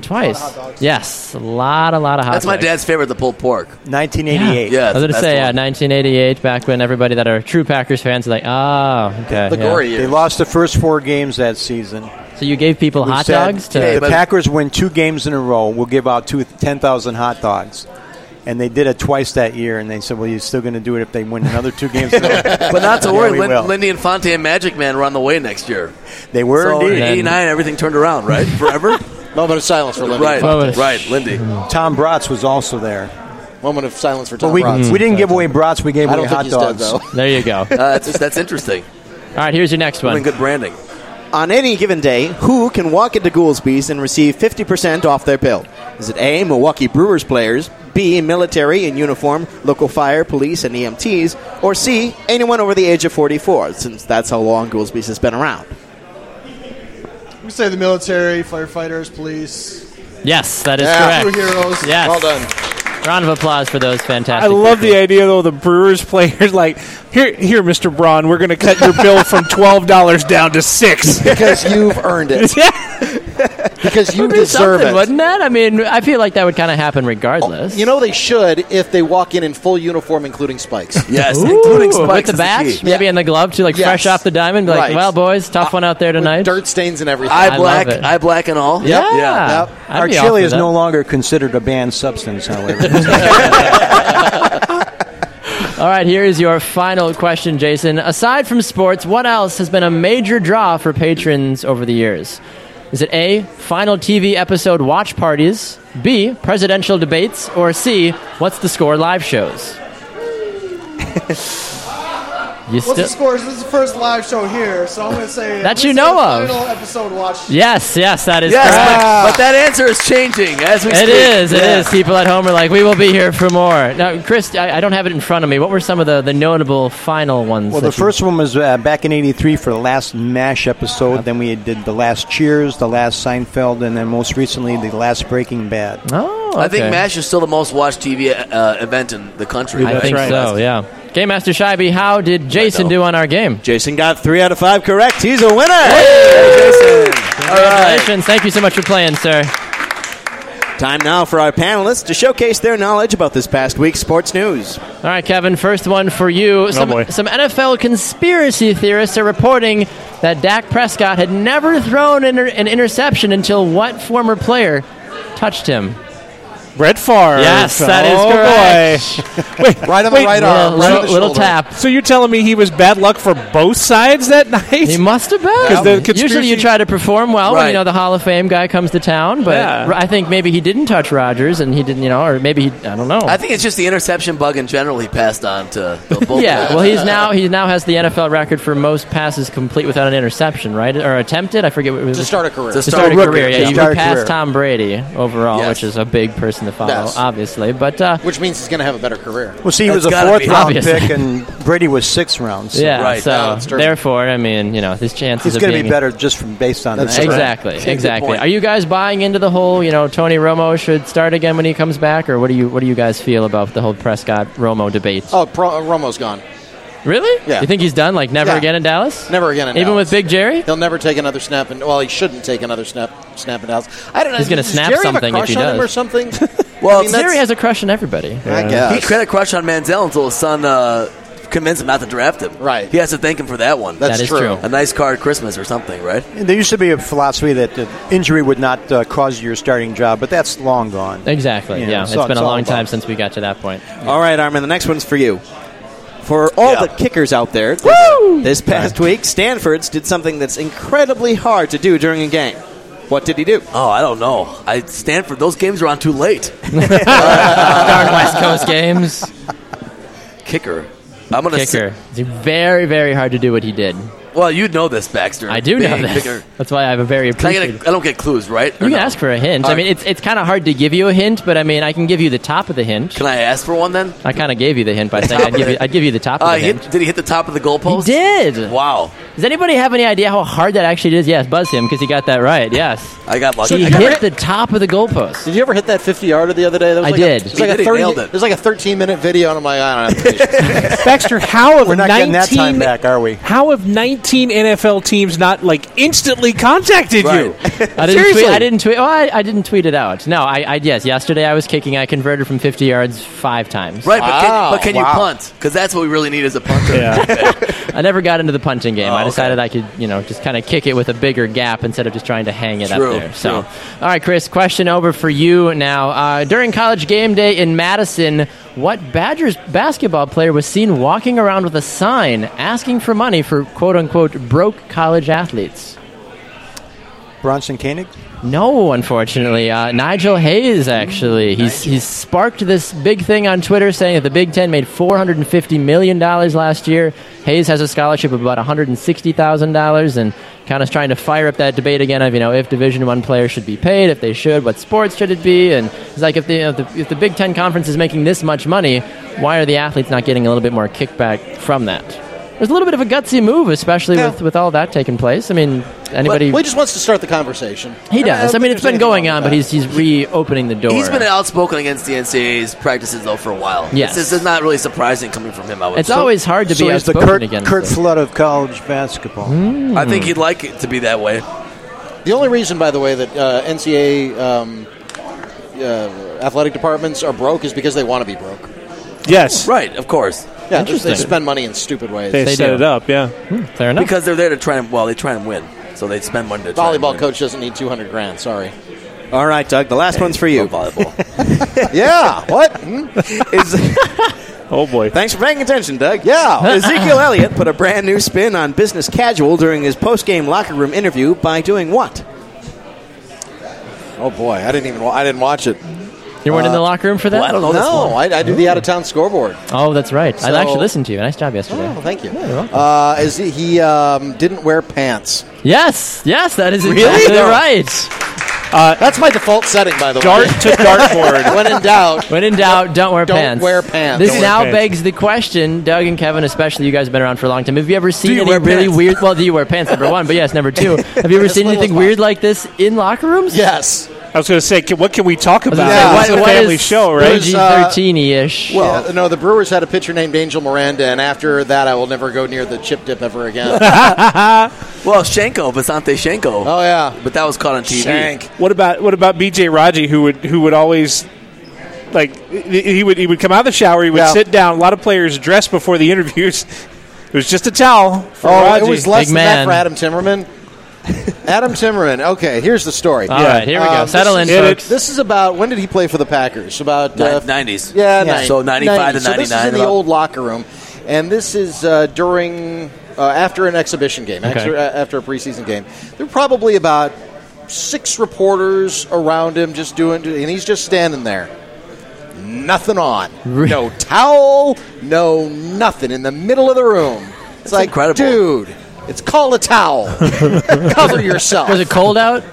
[SPEAKER 2] twice. yes, a lot, a lot of hot.
[SPEAKER 3] That's my
[SPEAKER 2] dogs.
[SPEAKER 3] dad's favorite, the pulled pork.
[SPEAKER 4] 1988.
[SPEAKER 3] Yeah.
[SPEAKER 2] I was
[SPEAKER 3] it's
[SPEAKER 2] gonna
[SPEAKER 3] the
[SPEAKER 2] say uh,
[SPEAKER 3] best one.
[SPEAKER 2] 1988, back when everybody that are true Packers fans are like, oh, okay.
[SPEAKER 3] The
[SPEAKER 2] yeah."
[SPEAKER 3] gory
[SPEAKER 4] They
[SPEAKER 3] years.
[SPEAKER 4] lost the first four games that season.
[SPEAKER 2] So you gave people
[SPEAKER 4] We
[SPEAKER 2] hot
[SPEAKER 4] said,
[SPEAKER 2] dogs to.
[SPEAKER 3] Yeah,
[SPEAKER 4] the
[SPEAKER 3] but-
[SPEAKER 4] Packers win two games in a row. We'll give out two, 10,000 hot dogs. And they did it twice that year, and they said, well, you're still going to do it if they win another two games in a <laughs> row.
[SPEAKER 3] But
[SPEAKER 6] <laughs>
[SPEAKER 3] not to
[SPEAKER 4] Yeah,
[SPEAKER 3] worry,
[SPEAKER 4] we
[SPEAKER 3] Lin-
[SPEAKER 4] will.
[SPEAKER 3] Lindy and Fonte and Magic Man were on the way next year.
[SPEAKER 4] They were
[SPEAKER 3] So in
[SPEAKER 4] indeed.
[SPEAKER 3] '89, everything turned around,
[SPEAKER 6] <laughs>
[SPEAKER 3] right? Forever.
[SPEAKER 6] Moment of silence for Lindy.
[SPEAKER 3] right.
[SPEAKER 2] Well, it's-
[SPEAKER 3] Right. Lindy.
[SPEAKER 4] Tom Bratz was also there.
[SPEAKER 6] Moment of silence for
[SPEAKER 4] But
[SPEAKER 6] Tom
[SPEAKER 4] we,
[SPEAKER 6] Bratz.
[SPEAKER 4] we didn't give away Bratz, we gave
[SPEAKER 6] I
[SPEAKER 4] away
[SPEAKER 6] don't think
[SPEAKER 4] hot
[SPEAKER 6] he's
[SPEAKER 4] dogs.
[SPEAKER 6] dead, though.
[SPEAKER 4] <laughs>
[SPEAKER 2] There you go. All
[SPEAKER 3] Uh, that's, that's interesting.
[SPEAKER 2] right, here's your next
[SPEAKER 3] Doing
[SPEAKER 2] one.
[SPEAKER 3] good branding.
[SPEAKER 1] On any given day, who can walk into Goolsby's and receive 50% off their bill? Is it A, Milwaukee Brewers players, B. Military in uniform, local fire, police, and EMTs. Or C. Anyone over the age of 44, since that's how long Goolsby's has been around.
[SPEAKER 9] We say the military, firefighters, police,
[SPEAKER 2] Yes, that is
[SPEAKER 6] Yeah.
[SPEAKER 9] true
[SPEAKER 2] correct.
[SPEAKER 9] heroes.
[SPEAKER 2] Yes.
[SPEAKER 6] Well done.
[SPEAKER 2] Round of applause for those fantastic.
[SPEAKER 5] I love the
[SPEAKER 2] people.
[SPEAKER 5] idea though. The Brewers players like here, here, Mister Braun. We're going to cut your bill from twelve dollars down to six. <laughs>
[SPEAKER 6] Because you've earned it. Because you
[SPEAKER 2] Would be
[SPEAKER 6] deserve
[SPEAKER 2] something,
[SPEAKER 6] it.
[SPEAKER 2] wouldn't that? I mean, I feel like that would kind of happen regardless.
[SPEAKER 6] You know they should if they walk in in full uniform, including spikes.
[SPEAKER 3] Yes,
[SPEAKER 2] Ooh,
[SPEAKER 3] including
[SPEAKER 2] with
[SPEAKER 3] spikes
[SPEAKER 2] the
[SPEAKER 3] is
[SPEAKER 2] badge,
[SPEAKER 3] key.
[SPEAKER 2] maybe in the glove to like
[SPEAKER 6] Yes.
[SPEAKER 2] fresh off the diamond. Be like,
[SPEAKER 6] Right.
[SPEAKER 2] well, boys, tough one out there
[SPEAKER 6] With
[SPEAKER 2] tonight.
[SPEAKER 6] dirt stains and everything.
[SPEAKER 3] Eye
[SPEAKER 2] love
[SPEAKER 3] black,
[SPEAKER 2] it.
[SPEAKER 3] eye black, and all.
[SPEAKER 2] Yeah,
[SPEAKER 3] yeah.
[SPEAKER 6] Yep.
[SPEAKER 2] I'd
[SPEAKER 4] Our
[SPEAKER 2] be all
[SPEAKER 4] chili
[SPEAKER 2] for
[SPEAKER 4] is
[SPEAKER 2] that.
[SPEAKER 4] no longer considered a banned substance, however.
[SPEAKER 2] All right, here is your final question, Jason. Aside from sports, what else has been a major draw for patrons over the years? Is it A, final TV episode watch parties, B, presidential debates, or C, what's the score live shows? you
[SPEAKER 9] What's
[SPEAKER 2] still
[SPEAKER 9] the scores? This is the first live show here, so I'm going to say
[SPEAKER 2] That
[SPEAKER 9] let's
[SPEAKER 2] you
[SPEAKER 9] say
[SPEAKER 2] know
[SPEAKER 9] the
[SPEAKER 2] of.
[SPEAKER 9] Final episode watch.
[SPEAKER 2] Yes, yes, that is
[SPEAKER 3] Yes,
[SPEAKER 2] correct.
[SPEAKER 3] but, but that answer is changing as we
[SPEAKER 2] It
[SPEAKER 3] speak.
[SPEAKER 2] is. It is.
[SPEAKER 3] Yeah.
[SPEAKER 2] People at home are like, we will be here for more. Now, Chris, I, I don't have it in front of me. What were some of the, the notable final ones?
[SPEAKER 4] <laughs> Well,
[SPEAKER 2] that
[SPEAKER 4] the
[SPEAKER 2] you-
[SPEAKER 4] first one was uh, back in '83 for the last MASH episode. Then we did the last Cheers, the last Seinfeld, and then most recently the last Breaking Bad.
[SPEAKER 2] Oh,
[SPEAKER 3] I think
[SPEAKER 2] okay.
[SPEAKER 3] MASH is still the most watched TV uh, event in the country.
[SPEAKER 2] I think so. Yeah. Game Master Shibe, how did Jason do on our game?
[SPEAKER 1] Jason got three out of five correct. He's a winner.
[SPEAKER 2] Congratulations! Thank you so much for playing, sir.
[SPEAKER 1] Time now for our panelists to showcase their knowledge about this past week's sports news.
[SPEAKER 2] All right, Kevin. First one for you. Some,
[SPEAKER 5] Oh, boy.
[SPEAKER 2] some NFL conspiracy theorists are reporting that Dak Prescott had never thrown an, an interception until what former player touched him?
[SPEAKER 5] Brett Favre.
[SPEAKER 2] Yes, that is
[SPEAKER 5] Oh,
[SPEAKER 2] correct.
[SPEAKER 5] boy. Wait,
[SPEAKER 6] <laughs> Right on the
[SPEAKER 5] wait,
[SPEAKER 6] right
[SPEAKER 2] little
[SPEAKER 6] arm. right on
[SPEAKER 2] little,
[SPEAKER 6] the
[SPEAKER 2] little
[SPEAKER 6] shoulder.
[SPEAKER 2] tap.
[SPEAKER 5] So you're telling me he was bad luck for both sides that night?
[SPEAKER 2] He must have
[SPEAKER 5] Because the
[SPEAKER 2] been. Usually,
[SPEAKER 5] conspiracy-
[SPEAKER 2] you try to perform well when you
[SPEAKER 3] Right.
[SPEAKER 2] know the Hall of Fame guy comes to town. But
[SPEAKER 5] Yeah.
[SPEAKER 2] I think maybe he didn't touch Rogers, and he didn't, you know, or maybe he, I don't know.
[SPEAKER 3] I think it's just the interception bug in general he passed on
[SPEAKER 2] <laughs>
[SPEAKER 3] to the bullpen.
[SPEAKER 2] yeah, well, he's now he now has the NFL record for most passes complete without an interception, right? Or attempted? I forget what it was.
[SPEAKER 6] To start a career.
[SPEAKER 3] To
[SPEAKER 2] To start a
[SPEAKER 3] Rooker.
[SPEAKER 2] career, yeah.
[SPEAKER 4] To
[SPEAKER 2] You
[SPEAKER 4] start a
[SPEAKER 2] passed
[SPEAKER 4] career.
[SPEAKER 2] Tom Brady overall,
[SPEAKER 3] Yes.
[SPEAKER 2] which is a big person to follow,
[SPEAKER 6] Yes.
[SPEAKER 2] obviously. But uh,
[SPEAKER 6] Which means he's going to have a better career.
[SPEAKER 4] Well, see, he
[SPEAKER 3] That's
[SPEAKER 4] was a
[SPEAKER 3] gotta
[SPEAKER 4] fourth
[SPEAKER 3] be.
[SPEAKER 4] round
[SPEAKER 2] Obviously.
[SPEAKER 4] pick, and Brady was sixth round. So
[SPEAKER 2] yeah,
[SPEAKER 3] right,
[SPEAKER 2] so
[SPEAKER 6] that's true.
[SPEAKER 2] therefore, I mean, you know, his chances
[SPEAKER 4] he's
[SPEAKER 2] of
[SPEAKER 4] going to
[SPEAKER 2] being-
[SPEAKER 4] be better just from based on
[SPEAKER 6] That's
[SPEAKER 4] that.
[SPEAKER 6] right.
[SPEAKER 2] Exactly,
[SPEAKER 3] That's a good
[SPEAKER 2] exactly.
[SPEAKER 3] point.
[SPEAKER 2] Are you guys buying into the whole, you know, Tony Romo should start again when he comes back, or what do you what do you guys feel about the whole Prescott Romo debate?
[SPEAKER 6] Oh, Pro- Romo's gone.
[SPEAKER 2] really?
[SPEAKER 6] yeah.
[SPEAKER 2] You think he's done? Like never
[SPEAKER 6] Yeah.
[SPEAKER 2] again in Dallas?
[SPEAKER 6] Never again in
[SPEAKER 2] Even
[SPEAKER 6] Dallas.
[SPEAKER 2] with Big Jerry?
[SPEAKER 6] He'll never take another snap, and well, he shouldn't take another snap. Snap and out. I don't know.
[SPEAKER 2] He's gonna
[SPEAKER 6] does
[SPEAKER 2] snap
[SPEAKER 6] Jerry have a
[SPEAKER 2] something if
[SPEAKER 6] crush
[SPEAKER 2] he
[SPEAKER 6] on him
[SPEAKER 2] does.
[SPEAKER 6] or something.
[SPEAKER 2] <laughs>
[SPEAKER 3] Well,
[SPEAKER 6] I mean,
[SPEAKER 2] Jerry
[SPEAKER 6] that's-
[SPEAKER 2] has a crush on everybody.
[SPEAKER 6] I
[SPEAKER 3] He
[SPEAKER 6] guess.
[SPEAKER 3] credit crush on Manziel until his son uh, convinced him not to draft him.
[SPEAKER 6] Right.
[SPEAKER 3] He has to thank him for that one.
[SPEAKER 6] That's
[SPEAKER 2] That is
[SPEAKER 6] true.
[SPEAKER 2] true.
[SPEAKER 3] a nice card Christmas or something, right?
[SPEAKER 4] And there used to be a philosophy that uh, injury would not uh, cause your starting job, but that's long gone.
[SPEAKER 2] Exactly.
[SPEAKER 4] You
[SPEAKER 2] Yeah,
[SPEAKER 4] know,
[SPEAKER 2] it's
[SPEAKER 4] so
[SPEAKER 2] been a
[SPEAKER 4] all
[SPEAKER 2] long
[SPEAKER 4] about-
[SPEAKER 2] time since we got to that point.
[SPEAKER 1] All right, Armin, the next one's for you. For all the kickers out there, this past week, Stanford's did something that's incredibly hard to do during a game. What did he do?
[SPEAKER 3] Oh, I don't know. I Stanford. Those games were on
[SPEAKER 2] <laughs>
[SPEAKER 3] too late. <laughs>
[SPEAKER 2] Darn West Coast games.
[SPEAKER 3] Kicker. I'm gonna.
[SPEAKER 2] Kicker.
[SPEAKER 3] Say,
[SPEAKER 2] It's very, very hard to do what he did.
[SPEAKER 3] well, you know this, Baxter.
[SPEAKER 2] I do
[SPEAKER 3] Big
[SPEAKER 2] know this.
[SPEAKER 3] Kicker.
[SPEAKER 2] That's why I have a very
[SPEAKER 3] Can I,
[SPEAKER 2] appreciative.
[SPEAKER 3] get a, I don't get clues, right? Or
[SPEAKER 2] You can
[SPEAKER 3] no?
[SPEAKER 2] ask for a hint. I
[SPEAKER 3] All
[SPEAKER 2] mean, it's it's kind of hard to give you a hint, but I mean, I can give you the top of the hint.
[SPEAKER 3] Can I ask for one then?
[SPEAKER 2] I kind of gave you the hint by saying I'd give you, I'd give you the top of
[SPEAKER 3] Uh,
[SPEAKER 2] the
[SPEAKER 3] he
[SPEAKER 2] hint.
[SPEAKER 3] hit, did he hit the top of the
[SPEAKER 2] He
[SPEAKER 3] goalpost?
[SPEAKER 2] did.
[SPEAKER 3] Wow.
[SPEAKER 2] Does anybody have any idea how hard that actually is? Yes, buzz him because he got that right. Yes,
[SPEAKER 3] I got lucky.
[SPEAKER 2] he hit the top of the goalpost.
[SPEAKER 6] Did you ever hit that 50 yarder the other day? That was
[SPEAKER 2] I
[SPEAKER 6] like
[SPEAKER 2] did.
[SPEAKER 6] A, it was
[SPEAKER 2] He
[SPEAKER 6] like
[SPEAKER 3] did,
[SPEAKER 6] a
[SPEAKER 3] he
[SPEAKER 6] 30,
[SPEAKER 3] nailed it.
[SPEAKER 6] was like a 13 minute video, and I'm like, I
[SPEAKER 3] <laughs>
[SPEAKER 6] don't have patience.
[SPEAKER 5] Baxter, how of
[SPEAKER 4] We're not getting
[SPEAKER 5] 19,
[SPEAKER 4] that time back, are we?
[SPEAKER 5] How have 19 NFL teams not like instantly contacted
[SPEAKER 2] <laughs>
[SPEAKER 5] you?
[SPEAKER 2] I didn't
[SPEAKER 5] Seriously.
[SPEAKER 2] tweet. I didn't tweet. Oh, I, I didn't tweet it out. No, I, I yes. Yesterday I was kicking. I converted from 50 yards five times.
[SPEAKER 3] Right, but
[SPEAKER 6] Wow,
[SPEAKER 3] can, but can
[SPEAKER 6] wow.
[SPEAKER 3] you punt? Because that's what we really need is a punter. <laughs>
[SPEAKER 2] I never got into the punting game.
[SPEAKER 3] Oh,
[SPEAKER 2] I
[SPEAKER 3] okay.
[SPEAKER 2] decided I could, you know, just kind of kick it with a bigger gap instead of just trying to hang it
[SPEAKER 3] True,
[SPEAKER 2] up there. So,
[SPEAKER 3] true.
[SPEAKER 2] all right, Chris, question over for you now. Uh, during college game day in Madison, what Badgers basketball player was seen walking around with a sign asking for money for quote unquote broke college athletes?
[SPEAKER 4] Bronson Koenig?
[SPEAKER 2] No, unfortunately. Uh, Nigel Hayes, actually. He's, he's sparked this big thing on Twitter saying that the Big Ten made $450 million last year. Hayes has a scholarship of about $160,000, and kind of trying to fire up that debate again of you know if Division One players should be paid, if they should, what sports should it be, and it's like if the, if the if the Big Ten conference is making this much money, why are the athletes not getting a little bit more kickback from that? There's a little bit of a gutsy move, especially
[SPEAKER 6] Yeah.
[SPEAKER 2] with, with all that taking place. I mean, anybody
[SPEAKER 6] Well, he just wants to start the conversation.
[SPEAKER 2] he
[SPEAKER 6] And I
[SPEAKER 2] does.
[SPEAKER 6] don't
[SPEAKER 2] I mean,
[SPEAKER 6] think
[SPEAKER 2] it's
[SPEAKER 6] there's
[SPEAKER 2] been
[SPEAKER 6] anything
[SPEAKER 2] going
[SPEAKER 6] wrong
[SPEAKER 2] on,
[SPEAKER 6] with
[SPEAKER 2] but he's he's reopening the door.
[SPEAKER 3] He's been outspoken against the NCAA's practices though for a while.
[SPEAKER 2] Yes.
[SPEAKER 3] this, this is not really surprising coming from him. I would.
[SPEAKER 2] it's
[SPEAKER 3] say.
[SPEAKER 2] always hard to
[SPEAKER 4] So
[SPEAKER 2] be
[SPEAKER 4] he's the
[SPEAKER 2] outspoken
[SPEAKER 4] Kurt,
[SPEAKER 2] against Hmm.
[SPEAKER 4] Kurt
[SPEAKER 2] it.
[SPEAKER 4] Flood of college basketball.
[SPEAKER 3] I think he'd like it to be that way.
[SPEAKER 6] that. The only reason, by the way, that uh, NCAA um, uh, athletic departments are broke is because they want to be broke.
[SPEAKER 5] Yes,
[SPEAKER 3] Right, of course,
[SPEAKER 6] Yeah, they
[SPEAKER 2] Interesting.
[SPEAKER 6] spend money in stupid ways.
[SPEAKER 5] they,
[SPEAKER 2] They
[SPEAKER 5] set
[SPEAKER 2] do.
[SPEAKER 5] it up. Yeah, Hmm,
[SPEAKER 2] Fair enough.
[SPEAKER 3] because they're there to try and well, they try and win, so they
[SPEAKER 2] <laughs>
[SPEAKER 3] spend money to try and
[SPEAKER 6] Volleyball
[SPEAKER 3] win.
[SPEAKER 6] coach doesn't need 200 grand, sorry.
[SPEAKER 1] All right, Doug. The last one's for
[SPEAKER 3] Oh,
[SPEAKER 1] you.
[SPEAKER 3] volleyball.
[SPEAKER 1] <laughs>
[SPEAKER 6] yeah, what? Hmm?
[SPEAKER 1] Is-
[SPEAKER 5] oh boy.
[SPEAKER 1] Thanks for paying attention,
[SPEAKER 5] <laughs>
[SPEAKER 1] Doug.
[SPEAKER 6] Yeah.
[SPEAKER 1] Ezekiel Elliott put a brand new spin on business casual during his post-game locker room interview by doing what?
[SPEAKER 6] Oh boy, I didn't even wa- I didn't watch it.
[SPEAKER 2] you weren't in the locker room for that.
[SPEAKER 3] well, I don't know. This
[SPEAKER 6] no,
[SPEAKER 3] one.
[SPEAKER 6] Uh, I, I do the out of town scoreboard.
[SPEAKER 2] Oh, that's right.
[SPEAKER 6] So-
[SPEAKER 2] I actually listened to you. Nice job yesterday.
[SPEAKER 6] Oh, thank you. Uh, is he he um, didn't wear pants?
[SPEAKER 2] Yes, yes, that is exactly
[SPEAKER 6] No. Uh,
[SPEAKER 2] right.
[SPEAKER 6] That's my default setting, by the
[SPEAKER 5] Dart
[SPEAKER 6] way. <laughs>
[SPEAKER 5] to dartboard.
[SPEAKER 6] when in doubt,
[SPEAKER 2] When in doubt, don't wear
[SPEAKER 6] Don't
[SPEAKER 2] pants.
[SPEAKER 6] wear pants.
[SPEAKER 2] This
[SPEAKER 6] Don't wear
[SPEAKER 2] now
[SPEAKER 5] pants.
[SPEAKER 2] begs the question, Doug and Kevin, especially you guys have been around for a long time. Have you ever seen
[SPEAKER 3] you
[SPEAKER 2] any
[SPEAKER 3] wear
[SPEAKER 2] really
[SPEAKER 3] pants?
[SPEAKER 2] weird? Well, do you wear pants? Number one, but yes, number
[SPEAKER 6] <laughs>
[SPEAKER 2] two. Have you ever seen
[SPEAKER 6] little
[SPEAKER 2] anything
[SPEAKER 6] as
[SPEAKER 2] weird like this in locker rooms?
[SPEAKER 6] yes.
[SPEAKER 5] I was going to say, can, what can we talk
[SPEAKER 2] I was
[SPEAKER 5] about?
[SPEAKER 2] gonna
[SPEAKER 6] Yeah.
[SPEAKER 2] say,
[SPEAKER 5] It's
[SPEAKER 2] what,
[SPEAKER 5] a
[SPEAKER 2] what
[SPEAKER 5] family
[SPEAKER 2] is
[SPEAKER 5] show, right?
[SPEAKER 6] There's, uh,
[SPEAKER 2] PG-13ish.
[SPEAKER 6] Well, no, the Brewers had a pitcher named Angel Miranda, and after that, I will never go near the chip dip ever <laughs> again.
[SPEAKER 3] well, Shenko, Vasante Shenko.
[SPEAKER 6] oh yeah,
[SPEAKER 3] But that was caught on TV.
[SPEAKER 6] Shank.
[SPEAKER 5] What about what about B.J. Raji, who would who would always like he he would he would come out of the shower, he would
[SPEAKER 6] Yeah.
[SPEAKER 5] sit down. A lot of players dress before the <laughs> interviews. It was just a towel for
[SPEAKER 6] Oh,
[SPEAKER 5] Raji.
[SPEAKER 6] it was less
[SPEAKER 2] Big
[SPEAKER 6] than that
[SPEAKER 2] man.
[SPEAKER 6] for Adam Timmerman. Adam Timmerman. Okay, here's the story.
[SPEAKER 2] All right, here we go.
[SPEAKER 6] Um,
[SPEAKER 2] Settle in,
[SPEAKER 6] this
[SPEAKER 5] Hit it.
[SPEAKER 2] folks.
[SPEAKER 6] This is about when did he play for the Packers? About uh,
[SPEAKER 3] Nin- 90s.
[SPEAKER 6] Yeah,
[SPEAKER 3] Yeah.
[SPEAKER 6] nine-
[SPEAKER 3] So 95 to
[SPEAKER 6] So this is
[SPEAKER 3] 99,
[SPEAKER 6] in the
[SPEAKER 3] about-
[SPEAKER 6] old locker room, and this is uh, during uh, after an exhibition game, after, uh, after a preseason game. There were probably about six reporters around him, just doing, and he's just standing there, nothing on, no towel, no nothing, in the middle of the room. It's like,
[SPEAKER 3] incredible.
[SPEAKER 6] dude. It's called
[SPEAKER 2] <laughs>
[SPEAKER 6] a towel.
[SPEAKER 3] <laughs>
[SPEAKER 6] Cover yourself.
[SPEAKER 2] Was it cold out?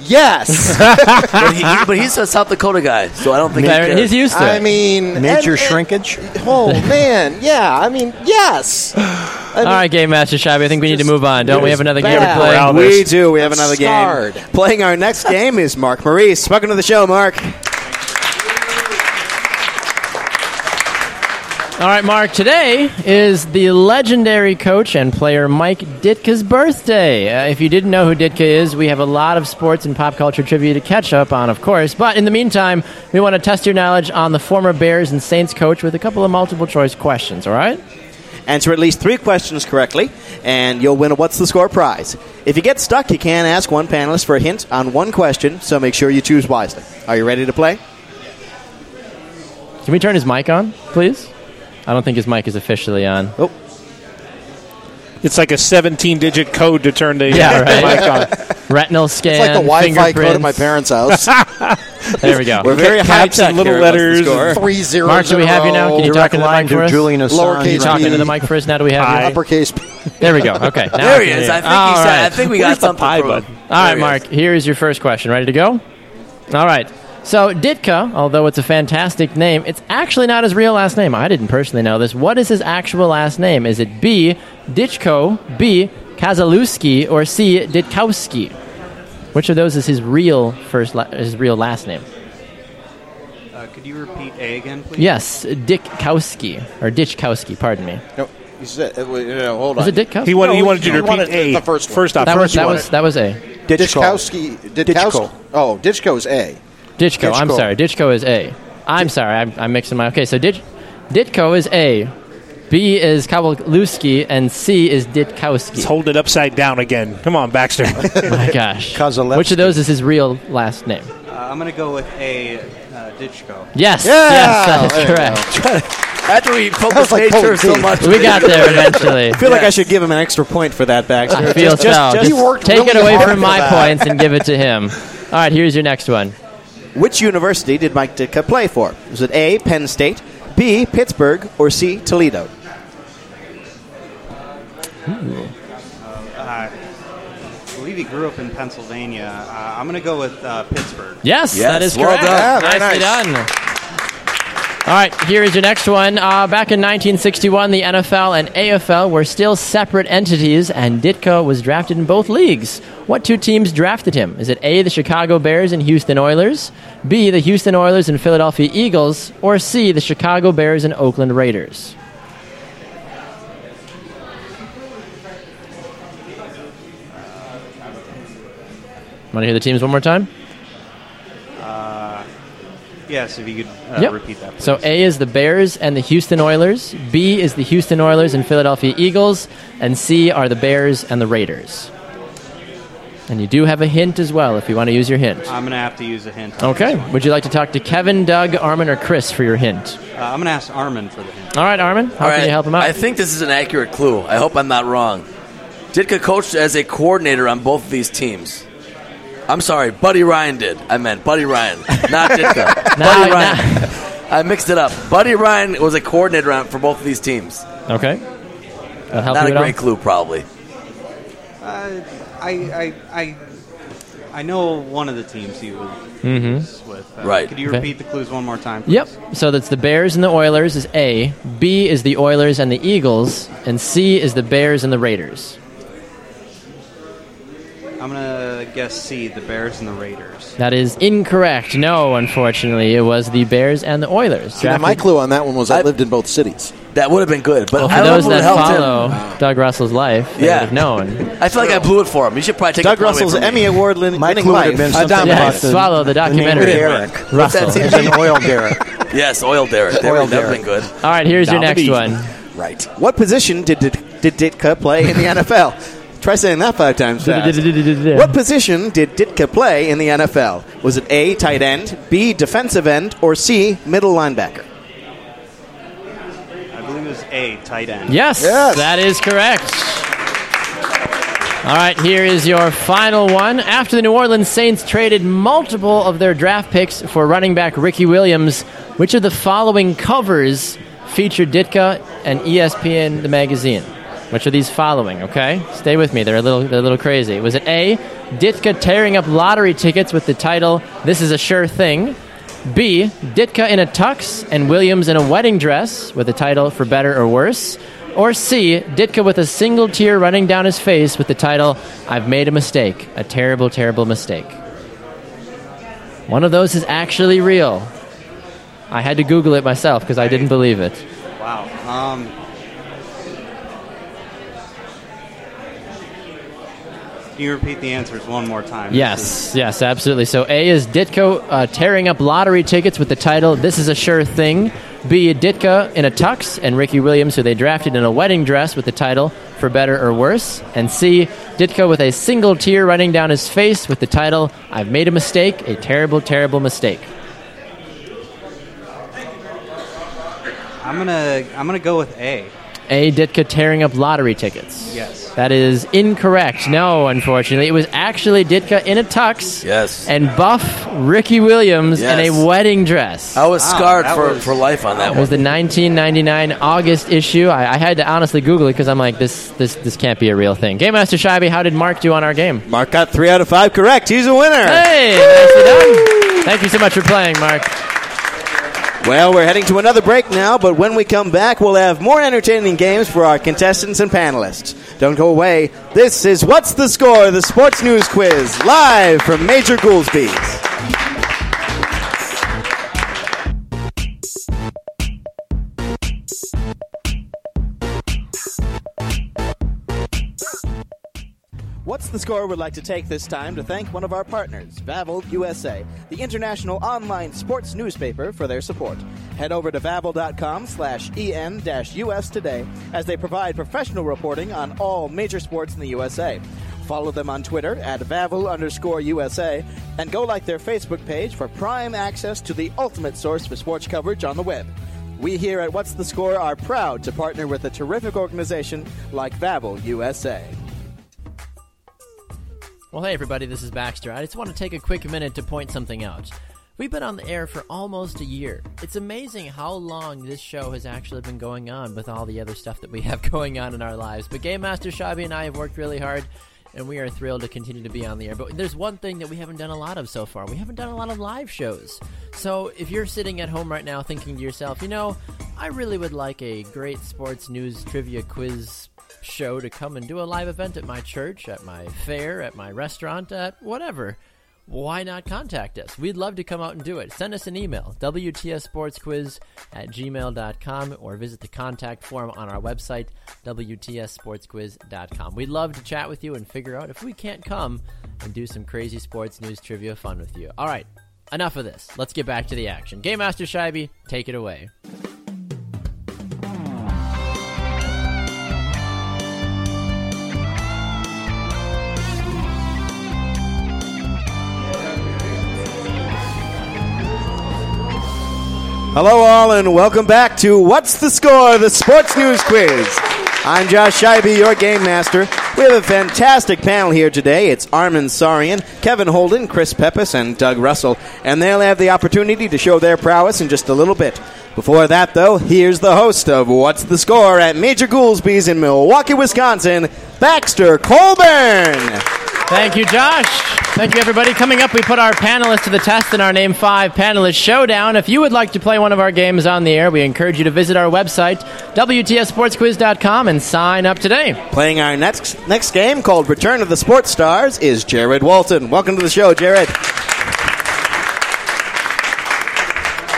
[SPEAKER 6] Yes.
[SPEAKER 3] but, he, he- but he's a South Dakota guy, so I don't think he
[SPEAKER 2] He's
[SPEAKER 3] cares.
[SPEAKER 2] used to
[SPEAKER 6] I
[SPEAKER 2] it.
[SPEAKER 6] mean,
[SPEAKER 4] Nature
[SPEAKER 6] and- and-
[SPEAKER 4] shrinkage.
[SPEAKER 5] <laughs>
[SPEAKER 6] Oh man, yeah. I mean, yes. I mean,
[SPEAKER 2] All right, Game Master Shabby, I think we need to
[SPEAKER 6] Just-
[SPEAKER 2] move on, don't we? Have another game to
[SPEAKER 6] bad.
[SPEAKER 2] play.
[SPEAKER 5] Corral
[SPEAKER 1] we
[SPEAKER 5] this.
[SPEAKER 1] do. We have another
[SPEAKER 6] Scarred.
[SPEAKER 1] game. Playing our next game is Mark Maurice. Welcome to the show, Mark.
[SPEAKER 2] All right, Mark, today is the legendary coach and player Mike Ditka's birthday. Uh, if you didn't know who Ditka is, we have a lot of sports and pop culture trivia to catch up on, of course. But in the meantime, we want to test your knowledge on the former Bears and Saints coach with a couple of multiple choice questions, all right?
[SPEAKER 1] Answer at least three questions correctly, and you'll win a What's the Score prize. If you get stuck, you can ask one panelist for a hint on one question, so make sure you choose wisely. Are you ready to play?
[SPEAKER 2] Can we turn his mic on, please? I don't think his mic is officially on.
[SPEAKER 5] It's like a 17-digit code to turn the
[SPEAKER 2] Yeah, right.
[SPEAKER 5] <laughs> mic on.
[SPEAKER 2] Retinal scan.
[SPEAKER 6] it's like the Wi-Fi code
[SPEAKER 2] fingerprints.
[SPEAKER 6] at my
[SPEAKER 2] <laughs>
[SPEAKER 6] parents' house.
[SPEAKER 2] There we go.
[SPEAKER 1] We're very high
[SPEAKER 5] Caps
[SPEAKER 1] tech
[SPEAKER 5] and little
[SPEAKER 1] here at What's the
[SPEAKER 5] letters.
[SPEAKER 1] Score.
[SPEAKER 6] Three zeros.
[SPEAKER 2] Mark, do
[SPEAKER 6] in
[SPEAKER 2] we
[SPEAKER 6] a
[SPEAKER 2] have you
[SPEAKER 6] row,
[SPEAKER 2] now? Can you talk
[SPEAKER 4] Direct
[SPEAKER 2] into the
[SPEAKER 4] line
[SPEAKER 2] mic for
[SPEAKER 4] to
[SPEAKER 2] us?
[SPEAKER 4] Julian
[SPEAKER 6] Lowercase
[SPEAKER 4] Assange.
[SPEAKER 6] d.
[SPEAKER 2] Talk into the mic for us. Now do we have you?
[SPEAKER 5] Hi.
[SPEAKER 6] uppercase. P.
[SPEAKER 2] There we go.
[SPEAKER 5] <laughs>
[SPEAKER 2] Okay. Now
[SPEAKER 3] There
[SPEAKER 2] I
[SPEAKER 3] he
[SPEAKER 2] can
[SPEAKER 3] is.
[SPEAKER 2] hear you.
[SPEAKER 3] I think, he
[SPEAKER 2] All
[SPEAKER 3] said,
[SPEAKER 2] right.
[SPEAKER 3] I think we
[SPEAKER 5] Where's
[SPEAKER 3] got
[SPEAKER 5] the
[SPEAKER 3] something.
[SPEAKER 5] pie
[SPEAKER 3] for him.
[SPEAKER 5] button?
[SPEAKER 2] All
[SPEAKER 3] There
[SPEAKER 2] right,
[SPEAKER 3] he
[SPEAKER 2] Mark,
[SPEAKER 3] is.
[SPEAKER 2] here is your first question. Ready to go? All right. So, Ditka, although it's a fantastic name, it's actually not his real last name. I didn't personally know this. What is his actual last name? Is it B, Ditchko, B, Kazalewski, or C, Ditkowski? Which of those is his real first la- his real last name?
[SPEAKER 10] Uh, could you repeat A again, please?
[SPEAKER 2] Yes, Dickowski or Ditchkowski, pardon me.
[SPEAKER 6] No, you said, uh, wait, no, no, hold on.
[SPEAKER 2] Was it Ditkowski?
[SPEAKER 5] He wanted, he wanted you to
[SPEAKER 6] He
[SPEAKER 5] repeat
[SPEAKER 6] wanted
[SPEAKER 5] A.
[SPEAKER 6] the first one.
[SPEAKER 5] First off,
[SPEAKER 2] that was
[SPEAKER 5] first
[SPEAKER 2] that
[SPEAKER 5] one.
[SPEAKER 2] was that was A.
[SPEAKER 6] Ditchkowski.
[SPEAKER 4] Ditchko.
[SPEAKER 6] Ditchkowski. Oh, Ditchko is A.
[SPEAKER 2] Ditchko. I'm
[SPEAKER 6] Ditchko.
[SPEAKER 2] sorry. Ditchko is A. I'm sorry. I'm, I'm mixing my. Okay, so Ditch, Ditko is A. B is Kowalewski, and C is
[SPEAKER 5] Let's
[SPEAKER 2] Ditkowski.
[SPEAKER 5] hold it upside down again. Come on, Baxter.
[SPEAKER 2] Oh <laughs> my gosh.
[SPEAKER 4] Kozalewski.
[SPEAKER 2] Which of those is his real last name?
[SPEAKER 10] Uh, I'm going to go with A, uh, Ditchko.
[SPEAKER 2] Yes.
[SPEAKER 6] Yeah,
[SPEAKER 2] Yes, that
[SPEAKER 6] there
[SPEAKER 2] is
[SPEAKER 6] you
[SPEAKER 10] <laughs>
[SPEAKER 2] correct.
[SPEAKER 3] After we focused
[SPEAKER 6] like
[SPEAKER 3] nature
[SPEAKER 6] pulling
[SPEAKER 3] so
[SPEAKER 6] teeth.
[SPEAKER 3] much,
[SPEAKER 2] We got there eventually.
[SPEAKER 1] I feel like I should give him an extra point for that, Baxter.
[SPEAKER 2] I feel so. Just
[SPEAKER 6] You worked
[SPEAKER 2] take it
[SPEAKER 6] really
[SPEAKER 2] away
[SPEAKER 6] hard
[SPEAKER 2] from
[SPEAKER 6] for
[SPEAKER 2] my
[SPEAKER 6] that.
[SPEAKER 2] points and give it to <laughs> him. All right, here's your next one.
[SPEAKER 1] Which university did Mike Ditka play for? Was it A, Penn State, B, Pittsburgh, or C, Toledo?
[SPEAKER 10] Uh, believe he grew up in Pennsylvania. Uh, I'm going to go with uh, Pittsburgh.
[SPEAKER 2] Yes,
[SPEAKER 3] Yes,
[SPEAKER 2] that is
[SPEAKER 3] well
[SPEAKER 2] correct.
[SPEAKER 3] done. Yeah,
[SPEAKER 1] very
[SPEAKER 2] Nicely done. All right, here is your next one. Uh, back in 1961, the NFL and AFL were still separate entities, and Ditko was drafted in both leagues. What two teams drafted him? Is it A, the Chicago Bears and Houston Oilers, B, the Houston Oilers and Philadelphia Eagles, or C, the Chicago Bears and Oakland Raiders? Want to hear the teams one more time?
[SPEAKER 10] Uh, Yes, if you could uh,
[SPEAKER 2] Yep.
[SPEAKER 10] repeat that. Please.
[SPEAKER 2] So A is the Bears and the Houston Oilers. B is the Houston Oilers and Philadelphia Eagles. And C are the Bears and the Raiders. And you do have a hint as well if you want to use your hint.
[SPEAKER 10] I'm going to have to use a hint. on
[SPEAKER 2] Okay.
[SPEAKER 10] this one.
[SPEAKER 2] Would you like to talk to Kevin, Doug, Armin, or Chris for your hint?
[SPEAKER 10] Uh, I'm going to ask Armin for the hint.
[SPEAKER 2] All right, Armin. How
[SPEAKER 3] All
[SPEAKER 2] can
[SPEAKER 3] right,
[SPEAKER 2] you help him out?
[SPEAKER 3] I think this is an accurate clue. I hope I'm not wrong. Ditka coached as a coordinator on both of these teams. I'm sorry, Buddy Ryan did. I meant Buddy Ryan,
[SPEAKER 2] <laughs>
[SPEAKER 3] not Ditka. Buddy
[SPEAKER 2] Nah,
[SPEAKER 3] Ryan. I mixed it up. Buddy Ryan was a coordinator on, for both of these teams.
[SPEAKER 2] okay. That'll help
[SPEAKER 3] not
[SPEAKER 2] you
[SPEAKER 3] a
[SPEAKER 2] at all?
[SPEAKER 3] great clue, probably.
[SPEAKER 10] Uh, I, I, I, I know one of the teams he was with. Uh,
[SPEAKER 3] Right.
[SPEAKER 10] Could you
[SPEAKER 2] Mm-hmm. Okay.
[SPEAKER 10] repeat the clues one more time? please?
[SPEAKER 2] Yep. So that's the Bears and the Oilers is A. B is the Oilers and the Eagles. And C is the Bears and the Raiders.
[SPEAKER 10] I'm going to guess C, the Bears and the Raiders.
[SPEAKER 2] That is incorrect. No, unfortunately, it was the Bears and the Oilers.
[SPEAKER 6] See, now my clue on that one was I,
[SPEAKER 3] I-
[SPEAKER 6] lived in both cities.
[SPEAKER 3] That would have been good, but
[SPEAKER 2] Well,
[SPEAKER 3] I
[SPEAKER 2] for
[SPEAKER 3] don't
[SPEAKER 2] those
[SPEAKER 3] know who
[SPEAKER 2] that
[SPEAKER 3] helped him.
[SPEAKER 2] follow Doug Russell's life, they
[SPEAKER 3] Yeah.
[SPEAKER 2] would have known.
[SPEAKER 3] I feel like I blew it for him. You should probably take
[SPEAKER 1] Doug
[SPEAKER 3] a point away
[SPEAKER 1] Russell's
[SPEAKER 3] from me.
[SPEAKER 1] Emmy Award lin-
[SPEAKER 4] My
[SPEAKER 1] winning
[SPEAKER 4] clue would
[SPEAKER 1] life.
[SPEAKER 4] have been
[SPEAKER 1] Uh,
[SPEAKER 4] something
[SPEAKER 1] Dom-
[SPEAKER 2] Yeah,
[SPEAKER 4] about the,
[SPEAKER 2] swallow the documentary.
[SPEAKER 4] name Derek.
[SPEAKER 2] Russell.
[SPEAKER 3] What's that
[SPEAKER 4] It's an oil
[SPEAKER 3] <laughs>
[SPEAKER 4] Derek.
[SPEAKER 3] Yes, oil Derek. That
[SPEAKER 4] Oil
[SPEAKER 3] would have been
[SPEAKER 4] Derrick.
[SPEAKER 3] good.
[SPEAKER 2] All right, here's your
[SPEAKER 1] Down
[SPEAKER 2] next
[SPEAKER 1] the beach.
[SPEAKER 2] one.
[SPEAKER 1] Right. What position did, did, did Ditka play in the <laughs> NFL? Try saying that five times fast. What position did Ditka play in the NFL? Was it A, tight end, B, defensive end, or C, middle linebacker?
[SPEAKER 10] I believe it was A, tight end.
[SPEAKER 2] Yes,
[SPEAKER 6] Yes.
[SPEAKER 2] that is correct. All right, here is your final one. After the New Orleans Saints traded multiple of their draft picks for running back Ricky Williams, which of the following covers featured Ditka and E ESPN the magazine? Which of these following? Okay, stay with me. They're a little, they're a little crazy. Was it A. Ditka tearing up lottery tickets with the title "This is a sure thing"? B. Ditka in a tux and Williams in a wedding dress with the title For Better or Worse. Or C. Ditka with a single tear running down his face with the title I've Made a Mistake, a Terrible, Terrible Mistake. One of those is actually real. I had to Google it myself because I didn't believe it.
[SPEAKER 10] Wow. Um, can you repeat the answers one more time? This
[SPEAKER 2] Yes,
[SPEAKER 10] is-
[SPEAKER 2] yes, absolutely. So A is Ditko uh, tearing up lottery tickets with the title "This is a sure thing." B Ditka in a tux and Ricky Williams, who they drafted in a wedding dress, with the title "For Better or Worse." And C Ditko with a single tear running down his face with the title "I've Made a Mistake, a Terrible, Terrible Mistake."
[SPEAKER 10] I'm gonna I'm gonna go with A.
[SPEAKER 2] A Ditka tearing up lottery tickets.
[SPEAKER 10] Yes.
[SPEAKER 2] that is incorrect. No, unfortunately, it was actually Ditka in a tux.
[SPEAKER 3] Yes.
[SPEAKER 2] and buff Ricky Williams in
[SPEAKER 3] Yes.
[SPEAKER 2] a wedding dress.
[SPEAKER 3] I was
[SPEAKER 6] Ah,
[SPEAKER 10] Wow,
[SPEAKER 3] scarred
[SPEAKER 10] that
[SPEAKER 3] for,
[SPEAKER 10] was-
[SPEAKER 3] for life on that
[SPEAKER 2] It was the
[SPEAKER 3] one.
[SPEAKER 2] 1999 August issue. I, I had to honestly Google it because I'm like, this, this, this can't be a real thing. Game Master Shabby, how did Mark do on our game?
[SPEAKER 1] Mark got three out of five correct. He's a winner.
[SPEAKER 2] Hey, nicely done. Thank you so much for playing, Mark.
[SPEAKER 1] Well, we're heading to another break now, but when we come back, we'll have more entertaining games for our contestants and panelists. Don't go away. This is What's the Score? The Sports News Quiz, live from Major Goolsby's. What's the score would like to take this time to thank one of our partners, Vavel USA, the international online sports newspaper, for their support. Head over to vavel.com slash E en us today as they provide professional reporting on all major sports in the USA. Follow them on Twitter at Vavel underscore USA and go like their Facebook page for prime access to the ultimate source for sports coverage on the web. We here at What's the Score are proud to partner with a terrific organization like Vavel USA.
[SPEAKER 2] Well, hey, everybody, this is Baxter. I just want to take a quick minute to point something out. We've been on the air for almost a year. It's amazing how long this show has actually been <laughs> going on with all the other stuff that we have going on in our lives. But Game Master Shabby and I have worked really hard and we are thrilled to continue to be on the air. But there's one thing that we haven't done a lot of so far. We haven't done a lot of live shows. So if you're sitting at home right now thinking to yourself, you know, I really would like a great sports news trivia quiz show to come and do a live event at my church, at my fair, at my restaurant, at whatever why not contact us? We'd love to come out and do it. Send us an email, WTSSportsQuiz at gmail.com, or visit the contact form on our website, WTSSportsQuiz.com. We'd love to chat with you and figure out if we can't come and do some crazy sports news trivia fun with you. All right, enough of this. Let's get back to the action. Game Master Shibe, take it away.
[SPEAKER 1] Hello, all, and welcome back to What's the Score, the Sports News Quiz. I'm Josh Scheibe, your game master. We have a fantastic panel here today. It's Armin Sarian, Kevin Holden, Chris Peppis, and Doug Russell, and they'll have the opportunity to show their prowess in just a little bit. Before that, though, here's the host of What's the Score at Major Goolsby's in Milwaukee, Wisconsin, Baxter Colburn.
[SPEAKER 2] Thank you, Josh. Thank you, everybody. Coming up, we put our panelists to the test in our Name 5 Panelist Showdown. If you would like to play one of our games on the air, we encourage you to visit our website, WTSSportsQuiz.com, and sign up today.
[SPEAKER 1] Playing our next next game called Return of the Sports Stars is Jared Walton. Welcome to the show, Jared.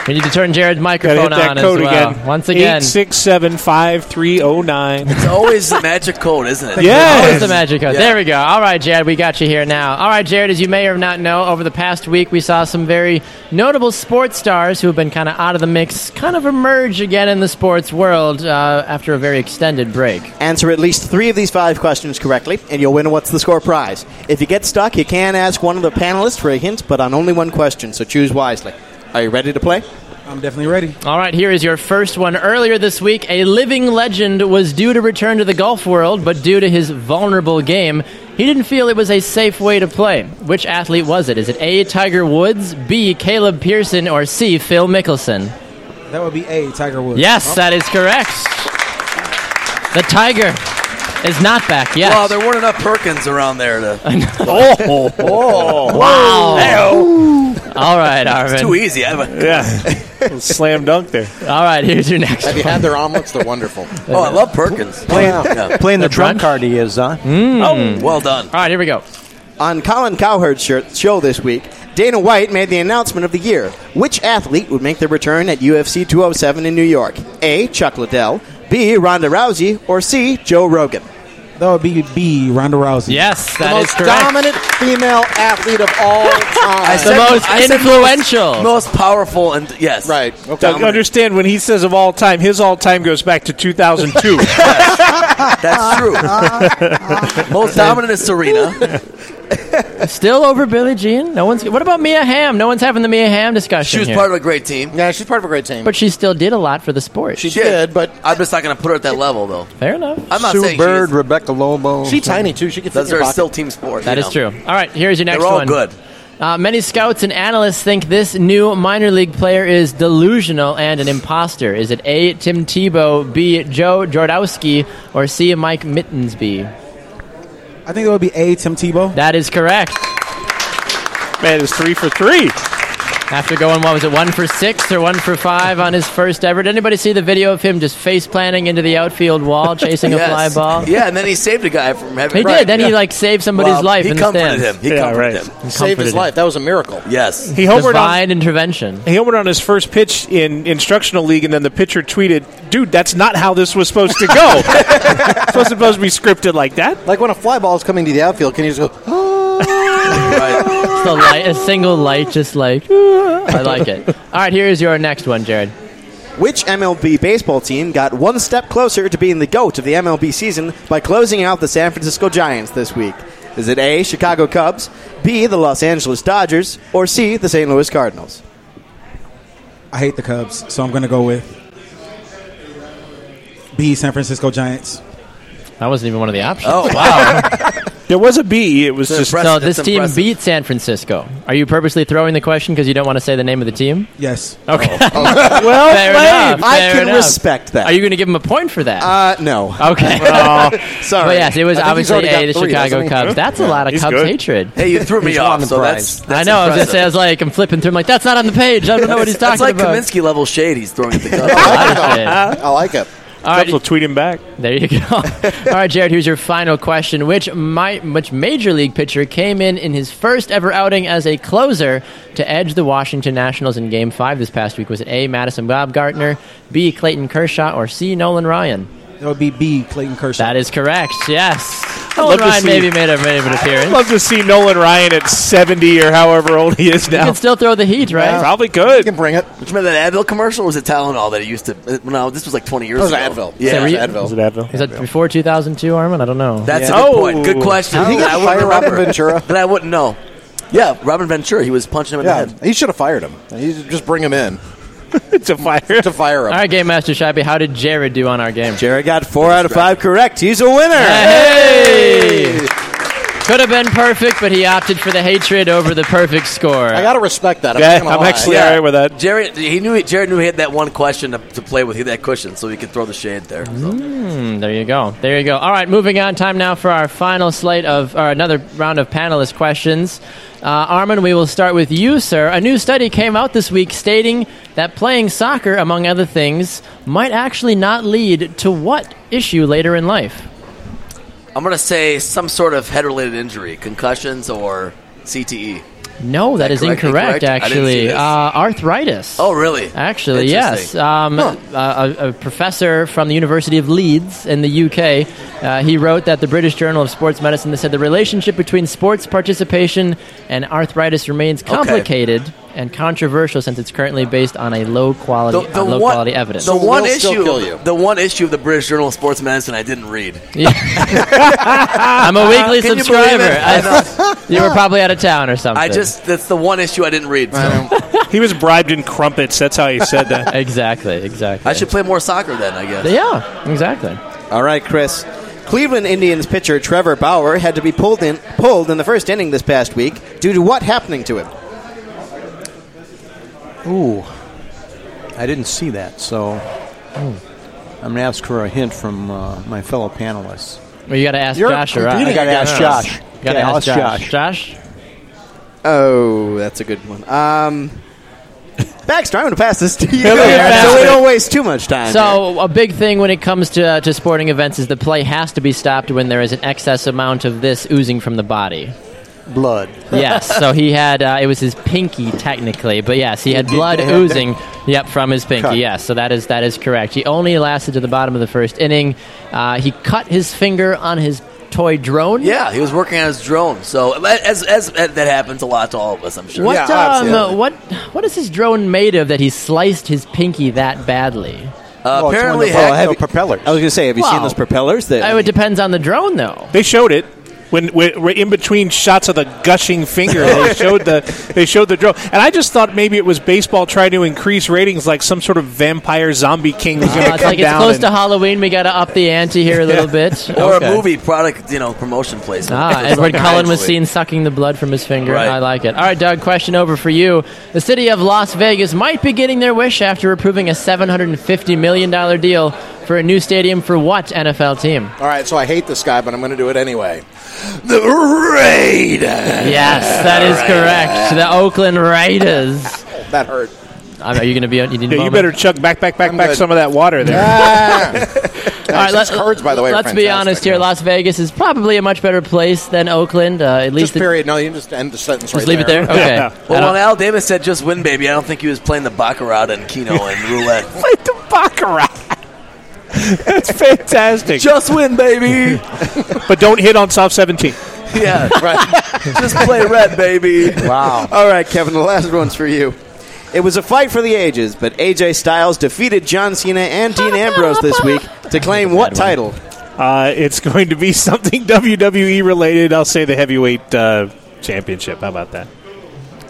[SPEAKER 2] We need to turn Jared's
[SPEAKER 5] Gotta
[SPEAKER 2] microphone
[SPEAKER 5] hit that
[SPEAKER 2] on
[SPEAKER 5] code
[SPEAKER 2] as well.
[SPEAKER 5] again.
[SPEAKER 2] Once again,
[SPEAKER 5] eight six seven five three zero nine.
[SPEAKER 3] It's always the magic code,
[SPEAKER 6] <laughs>
[SPEAKER 3] isn't it?
[SPEAKER 2] Always
[SPEAKER 5] Yes.
[SPEAKER 2] the magic code.
[SPEAKER 3] Yeah.
[SPEAKER 2] There we go. All right, Jared, we got you here now. All right, Jared, as you may or not know, over the past week we saw some very notable sports stars who have been kind of out of the mix, kind of emerge again in the sports world uh, after a very extended break.
[SPEAKER 1] Answer at least three of these five questions correctly, and you'll win a What's the Score prize. If you get stuck, you can ask one of the panelists for a hint, but on only one question, so choose wisely. Are you ready to play?
[SPEAKER 4] I'm definitely ready.
[SPEAKER 2] All right, here is your first one. Earlier this week, a living legend was due to return to the golf world, but due to his vulnerable game, he didn't feel it was a safe way to play. Which athlete was it? Is it A. Tiger Woods, B. Caleb Pearson, or C. Phil Mickelson?
[SPEAKER 4] That would be A, Tiger Woods.
[SPEAKER 2] Yes, that is correct. The Tiger is not back yet. <laughs>
[SPEAKER 3] Well, there weren't enough Perkins around there to. <laughs> Oh.
[SPEAKER 6] Oh.
[SPEAKER 2] All right,
[SPEAKER 3] Too
[SPEAKER 2] Arvin.
[SPEAKER 3] easy. I have a,
[SPEAKER 5] Yeah. Slam dunk there.
[SPEAKER 2] All right, here's your next
[SPEAKER 6] Have you had their omelets?
[SPEAKER 2] <laughs>
[SPEAKER 6] They're wonderful.
[SPEAKER 3] oh, I love Perkins. Yeah.
[SPEAKER 4] uh, Playing the trump
[SPEAKER 2] brunch?
[SPEAKER 4] card he is, huh?
[SPEAKER 3] Oh, Well done.
[SPEAKER 2] All right, here we go.
[SPEAKER 1] On Colin Cowherd's shirt- show this week, Dana White made the announcement of the year. Which athlete would make their return at UFC 207 in New York? A. Chuck Liddell, B. Ronda Rousey, or C. Joe Rogan?
[SPEAKER 4] That would be B, Ronda Rousey.
[SPEAKER 2] Yes,
[SPEAKER 1] the
[SPEAKER 2] that is
[SPEAKER 1] most
[SPEAKER 2] correct.
[SPEAKER 1] dominant female athlete of
[SPEAKER 6] <laughs>
[SPEAKER 1] all time.
[SPEAKER 2] The most
[SPEAKER 3] I said
[SPEAKER 2] influential.
[SPEAKER 3] Most powerful and yes.
[SPEAKER 6] right.
[SPEAKER 5] Doug, understand when he says of all time, his all time goes back to
[SPEAKER 6] <laughs>
[SPEAKER 5] 2002.
[SPEAKER 3] That's true.
[SPEAKER 5] <laughs>
[SPEAKER 3] Most dominant is Serena.
[SPEAKER 2] Still over Billie Jean. No one's. What about Mia Hamm? No one's having the Mia Hamm discussion
[SPEAKER 3] She was
[SPEAKER 2] here.
[SPEAKER 3] part of a great team.
[SPEAKER 6] Yeah, she's part of a great team.
[SPEAKER 2] but she still did a lot for the sport.
[SPEAKER 6] she did, but
[SPEAKER 3] I'm just not going to put her at that level, though.
[SPEAKER 2] Fair enough.
[SPEAKER 3] I'm not
[SPEAKER 4] Sue
[SPEAKER 3] saying
[SPEAKER 4] Bird,
[SPEAKER 3] she is.
[SPEAKER 4] Rebecca Lobo.
[SPEAKER 6] she's tiny too. She could fit
[SPEAKER 3] Those
[SPEAKER 6] in your
[SPEAKER 3] are
[SPEAKER 6] pocket.
[SPEAKER 3] still team sport.
[SPEAKER 2] That
[SPEAKER 3] you
[SPEAKER 2] is
[SPEAKER 3] know.
[SPEAKER 2] true. All right, here's your next
[SPEAKER 3] They're all
[SPEAKER 2] one.
[SPEAKER 3] good.
[SPEAKER 2] Uh, many scouts and analysts think this new minor league player is delusional and an imposter. Is it A. Tim Tebow, B. Joe Jordowski, or C. Mike Mittensby?
[SPEAKER 4] I think that would be A, Tim Tebow.
[SPEAKER 2] That is correct.
[SPEAKER 5] Man, it's three for three.
[SPEAKER 2] After going, what was it, one for six or one for five on his first ever? Did anybody see the video of him just face planting into the outfield wall, chasing a fly
[SPEAKER 3] <laughs> Yes.
[SPEAKER 2] ball?
[SPEAKER 3] Yeah, and then he saved a guy from having.
[SPEAKER 2] He did. Then he like saved somebody's
[SPEAKER 3] Well,
[SPEAKER 2] life
[SPEAKER 3] He
[SPEAKER 2] in the
[SPEAKER 3] comforted
[SPEAKER 2] stands.
[SPEAKER 3] him. He
[SPEAKER 5] Yeah,
[SPEAKER 3] comforted
[SPEAKER 5] right.
[SPEAKER 3] him.
[SPEAKER 6] saved his life. That was a miracle.
[SPEAKER 3] Yes.
[SPEAKER 5] He homered on,
[SPEAKER 2] Divine intervention.
[SPEAKER 5] he homered on his first pitch in instructional league, and then the pitcher tweeted, Dude, that's not how this was supposed to go. <laughs> It's supposed, supposed to be scripted like that.
[SPEAKER 6] Like when a fly ball is coming to the outfield, can you just go? <gasps>
[SPEAKER 3] Right.
[SPEAKER 2] <laughs>
[SPEAKER 3] <laughs>
[SPEAKER 2] Just a, light, a single light, just like I like it. All right, here is your next one, Jared.
[SPEAKER 1] Which MLB baseball team got one step closer to being the GOAT of the MLB season by closing out the San Francisco Giants this week? Is it A, Chicago Cubs, B, the Los Angeles Dodgers, or C, the St. Louis Cardinals?
[SPEAKER 11] I hate the Cubs, so I'm going to go with B, San Francisco Giants.
[SPEAKER 2] <laughs> That wasn't even one of the options.
[SPEAKER 3] Oh wow.
[SPEAKER 5] There was a B. <laughs> E. It was
[SPEAKER 3] It's
[SPEAKER 5] just
[SPEAKER 3] impressive.
[SPEAKER 2] So this
[SPEAKER 3] That's
[SPEAKER 2] team
[SPEAKER 3] impressive.
[SPEAKER 2] beat San Francisco. Are you purposely throwing the question because you don't want to say the name of the team?
[SPEAKER 11] Yes.
[SPEAKER 2] Okay. <laughs>
[SPEAKER 5] well
[SPEAKER 2] Fair
[SPEAKER 5] played.
[SPEAKER 2] enough.
[SPEAKER 1] I
[SPEAKER 2] Fair
[SPEAKER 1] can
[SPEAKER 2] enough.
[SPEAKER 1] respect that.
[SPEAKER 2] Are you going to give him a point for that?
[SPEAKER 1] uh, no.
[SPEAKER 2] okay.
[SPEAKER 1] Sorry.
[SPEAKER 2] but yes, it was
[SPEAKER 1] I think he's
[SPEAKER 2] obviously
[SPEAKER 1] already
[SPEAKER 2] a the
[SPEAKER 1] got three,
[SPEAKER 2] Chicago
[SPEAKER 1] doesn't he?
[SPEAKER 2] Cubs. That's a lot of
[SPEAKER 1] He's
[SPEAKER 2] Cubs
[SPEAKER 1] good.
[SPEAKER 2] hatred.
[SPEAKER 3] Hey, you threw me off, so that's,
[SPEAKER 2] I
[SPEAKER 3] that's
[SPEAKER 2] know. I was gonna
[SPEAKER 3] Impressive.
[SPEAKER 2] say, I was like, I'm flipping through. I'm like, that's not on the page. I don't know what he's talking
[SPEAKER 3] <laughs> that's like
[SPEAKER 2] about.
[SPEAKER 3] Kaminsky level shade he's throwing
[SPEAKER 2] <laughs>
[SPEAKER 3] at the
[SPEAKER 1] I
[SPEAKER 3] Cubs.
[SPEAKER 1] like it. I like it.
[SPEAKER 2] All
[SPEAKER 5] Cubs
[SPEAKER 2] right,
[SPEAKER 5] will tweet him back.
[SPEAKER 2] There you go. All right, Jared, here's your final question. Which my, which major league pitcher came in in his first ever outing as a closer to edge the Washington Nationals in Game 5 this past week? Was it A, Madison Baumgartner, B, Clayton Kershaw, or C, Nolan Ryan?
[SPEAKER 11] That would be B, Clayton Kershaw.
[SPEAKER 2] That is correct, yes.
[SPEAKER 5] love
[SPEAKER 2] Nolan
[SPEAKER 5] to
[SPEAKER 2] Ryan
[SPEAKER 5] see-
[SPEAKER 2] maybe made, a, made an
[SPEAKER 5] I'd
[SPEAKER 2] appearance.
[SPEAKER 5] love to see Nolan Ryan at 70 or however old he is
[SPEAKER 2] You
[SPEAKER 5] now.
[SPEAKER 2] can still throw the heat, right?
[SPEAKER 5] Probably
[SPEAKER 6] You
[SPEAKER 5] could.
[SPEAKER 6] can bring it.
[SPEAKER 3] Which remember that Advil commercial? Or was it Tylenol that it used to? uh, No, this was like 20 years
[SPEAKER 6] That was
[SPEAKER 3] ago.
[SPEAKER 6] Advil.
[SPEAKER 3] Yeah,
[SPEAKER 2] Is that
[SPEAKER 6] Advil.
[SPEAKER 5] Was it Advil?
[SPEAKER 2] Is that before 2002, Armin? I don't know.
[SPEAKER 3] that's
[SPEAKER 5] Yeah.
[SPEAKER 3] a good
[SPEAKER 5] Oh.
[SPEAKER 3] point. Good question.
[SPEAKER 6] Did he get
[SPEAKER 3] I wouldn't
[SPEAKER 6] fired, Robin
[SPEAKER 3] remember.
[SPEAKER 6] Ventura?
[SPEAKER 3] But I wouldn't know. Yeah, Robin Ventura. He was punching him in
[SPEAKER 6] Yeah,
[SPEAKER 3] the head.
[SPEAKER 6] he should have fired him. He should just bring him in
[SPEAKER 5] <laughs> It's a fire.
[SPEAKER 6] to fire him.
[SPEAKER 2] All right, Game Master Shabby, how did Jared do on our game?
[SPEAKER 1] Jared got four out of five correct. He's a winner.
[SPEAKER 2] Hey! Could have been perfect, but he opted for the hatred over the perfect score.
[SPEAKER 6] I gotta respect that. I'm,
[SPEAKER 5] Yeah,
[SPEAKER 6] not gonna
[SPEAKER 5] I'm
[SPEAKER 6] lie.
[SPEAKER 5] actually all right with that.
[SPEAKER 3] Jerry, he knew Jared knew he had that one question to, to play with. He had that cushion, so he could throw the shade there. So.
[SPEAKER 2] Hmm, there you go. There you go. All right, moving on. Time now for our final slate of, or another round of panelist questions. Uh, Armin, we will start with you, sir. A new study came out this week stating that playing soccer, among other things, might actually not lead to what issue later in life?
[SPEAKER 3] I'm gonna say some sort of head-related injury, concussions or E. CTE.
[SPEAKER 2] No, that is
[SPEAKER 3] correct?
[SPEAKER 2] incorrect,
[SPEAKER 3] Incorrect? I didn't see
[SPEAKER 2] actually.
[SPEAKER 3] this.
[SPEAKER 2] Uh, arthritis.
[SPEAKER 3] Oh, really?
[SPEAKER 2] Actually, yes.
[SPEAKER 3] Interesting.
[SPEAKER 2] Um, a- a, a professor from the University of Leeds in the UK, uh, he wrote that the British Journal of Sports Medicine that said the relationship between sports participation and arthritis remains complicated and controversial since it's currently based on a low quality,
[SPEAKER 3] The, the
[SPEAKER 2] on low
[SPEAKER 3] one,
[SPEAKER 2] quality evidence.
[SPEAKER 3] the
[SPEAKER 6] So
[SPEAKER 3] one
[SPEAKER 6] we'll still
[SPEAKER 3] issue,
[SPEAKER 6] kill you.
[SPEAKER 3] the one issue of the British Journal of Sports Medicine I didn't read.
[SPEAKER 2] Yeah. <laughs> I'm a weekly
[SPEAKER 3] Can you believe
[SPEAKER 2] subscriber.
[SPEAKER 3] it? I,
[SPEAKER 2] I,
[SPEAKER 3] know.
[SPEAKER 2] you were probably out of town or something.
[SPEAKER 3] I just that's the one issue I didn't read. So. I,
[SPEAKER 5] He was bribed in crumpets. That's how he said
[SPEAKER 2] <laughs>
[SPEAKER 5] that.
[SPEAKER 2] exactly, exactly.
[SPEAKER 3] should play more soccer then. I guess.
[SPEAKER 2] Yeah, exactly.
[SPEAKER 1] All right, Chris. Cleveland Indians pitcher Trevor Bauer had to be pulled in pulled in the first inning this past week due to what happening to him.
[SPEAKER 4] Ooh, I didn't see that, so
[SPEAKER 2] Hmm.
[SPEAKER 4] I'm gonna ask for a hint from uh, my fellow panelists.
[SPEAKER 2] Well, you got to ask
[SPEAKER 1] You're
[SPEAKER 2] Josh or I.
[SPEAKER 1] completely-
[SPEAKER 4] I gotta ask Josh.
[SPEAKER 2] Got to ask
[SPEAKER 4] Yeah, I'll ask
[SPEAKER 2] Josh. Josh.
[SPEAKER 1] Oh, that's a good one. Um, Baxter, I'm going to pass this to you so
[SPEAKER 2] Baxter.
[SPEAKER 1] we don't waste too much time. here.
[SPEAKER 2] So a big thing when it comes to uh, to sporting events is the play has to be stopped when there is an excess amount of this oozing from the body.
[SPEAKER 4] Blood.
[SPEAKER 2] Yes, so he had uh, it was his pinky technically, but yes, he had
[SPEAKER 4] did
[SPEAKER 3] <laughs>
[SPEAKER 2] blood
[SPEAKER 4] have that.
[SPEAKER 2] oozing. Yep, from his pinky.
[SPEAKER 4] Cut.
[SPEAKER 2] Yes, so that is that is correct. He only lasted to the bottom of the first inning. Uh, he cut his finger on his toy drone.
[SPEAKER 3] Yeah, he was working on his drone. So as as, as that happens a lot to all of us, I'm sure.
[SPEAKER 2] What
[SPEAKER 6] Yeah,
[SPEAKER 2] um,
[SPEAKER 6] absolutely.
[SPEAKER 2] what what is his drone made of that he sliced his pinky that badly?
[SPEAKER 3] Uh,
[SPEAKER 4] Oh, it's one of
[SPEAKER 3] apparently,
[SPEAKER 4] the
[SPEAKER 3] heck,
[SPEAKER 4] Hector propellers.
[SPEAKER 1] I was going to say, have you seen
[SPEAKER 2] Wow.
[SPEAKER 1] those propellers? That
[SPEAKER 2] Oh, it depends on the drone though.
[SPEAKER 5] They showed it when when- we're in between shots of the gushing finger.
[SPEAKER 1] <laughs>
[SPEAKER 5] They showed the they showed the drone, and I just thought maybe it was baseball trying to increase ratings, like some sort of vampire zombie king was going
[SPEAKER 2] Uh,
[SPEAKER 5] to
[SPEAKER 2] it's
[SPEAKER 5] come
[SPEAKER 2] like it's
[SPEAKER 5] down.
[SPEAKER 2] close
[SPEAKER 5] and-
[SPEAKER 2] to Halloween. We got to up the ante here a little bit.
[SPEAKER 3] <laughs> or
[SPEAKER 2] Okay.
[SPEAKER 3] a movie product, you know, promotion placement.
[SPEAKER 2] Ah,
[SPEAKER 3] It's
[SPEAKER 2] Edward
[SPEAKER 3] like-
[SPEAKER 2] Cullen was
[SPEAKER 3] Actually.
[SPEAKER 2] seen sucking the blood from his finger.
[SPEAKER 3] Right.
[SPEAKER 2] I like it. All right, Doug, question over for you. The city of Las Vegas might be getting their wish after approving a $750 million deal for a new stadium for what NFL team?
[SPEAKER 6] All right, so I hate this guy, but I'm going to do it anyway. The Raiders.
[SPEAKER 2] Yes, that is correct. The Oakland Raiders.
[SPEAKER 6] That hurt.
[SPEAKER 2] Um, Are you going to be on? You, need a
[SPEAKER 5] Yeah, you
[SPEAKER 2] moment?
[SPEAKER 5] better chuck back, back, back,
[SPEAKER 6] I'm
[SPEAKER 5] back
[SPEAKER 6] good.
[SPEAKER 5] some of
[SPEAKER 3] <laughs>
[SPEAKER 5] that
[SPEAKER 1] <laughs>
[SPEAKER 5] water there.
[SPEAKER 2] All right,
[SPEAKER 6] Six cards, by the way, are
[SPEAKER 2] Let's be
[SPEAKER 6] fantastic.
[SPEAKER 2] honest here. Las Vegas is probably a much better place than Oakland. Uh, at least
[SPEAKER 6] Just
[SPEAKER 2] it-
[SPEAKER 6] period. No, you can just end the sentence
[SPEAKER 2] just
[SPEAKER 6] right
[SPEAKER 2] leave it there. Okay.
[SPEAKER 5] Yeah.
[SPEAKER 2] I
[SPEAKER 3] <laughs> Well,
[SPEAKER 2] don't-
[SPEAKER 3] when Al Davis said "just win, baby," I don't think he was playing the baccarat and Keno
[SPEAKER 5] <laughs>
[SPEAKER 3] and roulette.
[SPEAKER 5] Play the baccarat. That's fantastic.
[SPEAKER 3] just win, baby.
[SPEAKER 5] but don't hit on soft seventeen.
[SPEAKER 3] <laughs> yeah, just play red, baby. Wow.
[SPEAKER 1] All right, Kevin, the last one's for you. It was a fight for the ages, but AJ Styles defeated John Cena and Dean Ambrose this week to claim what title?
[SPEAKER 2] Oh,
[SPEAKER 5] Uh, it's going to be <laughs> something WWE related. I'll say the heavyweight uh, championship. How about that?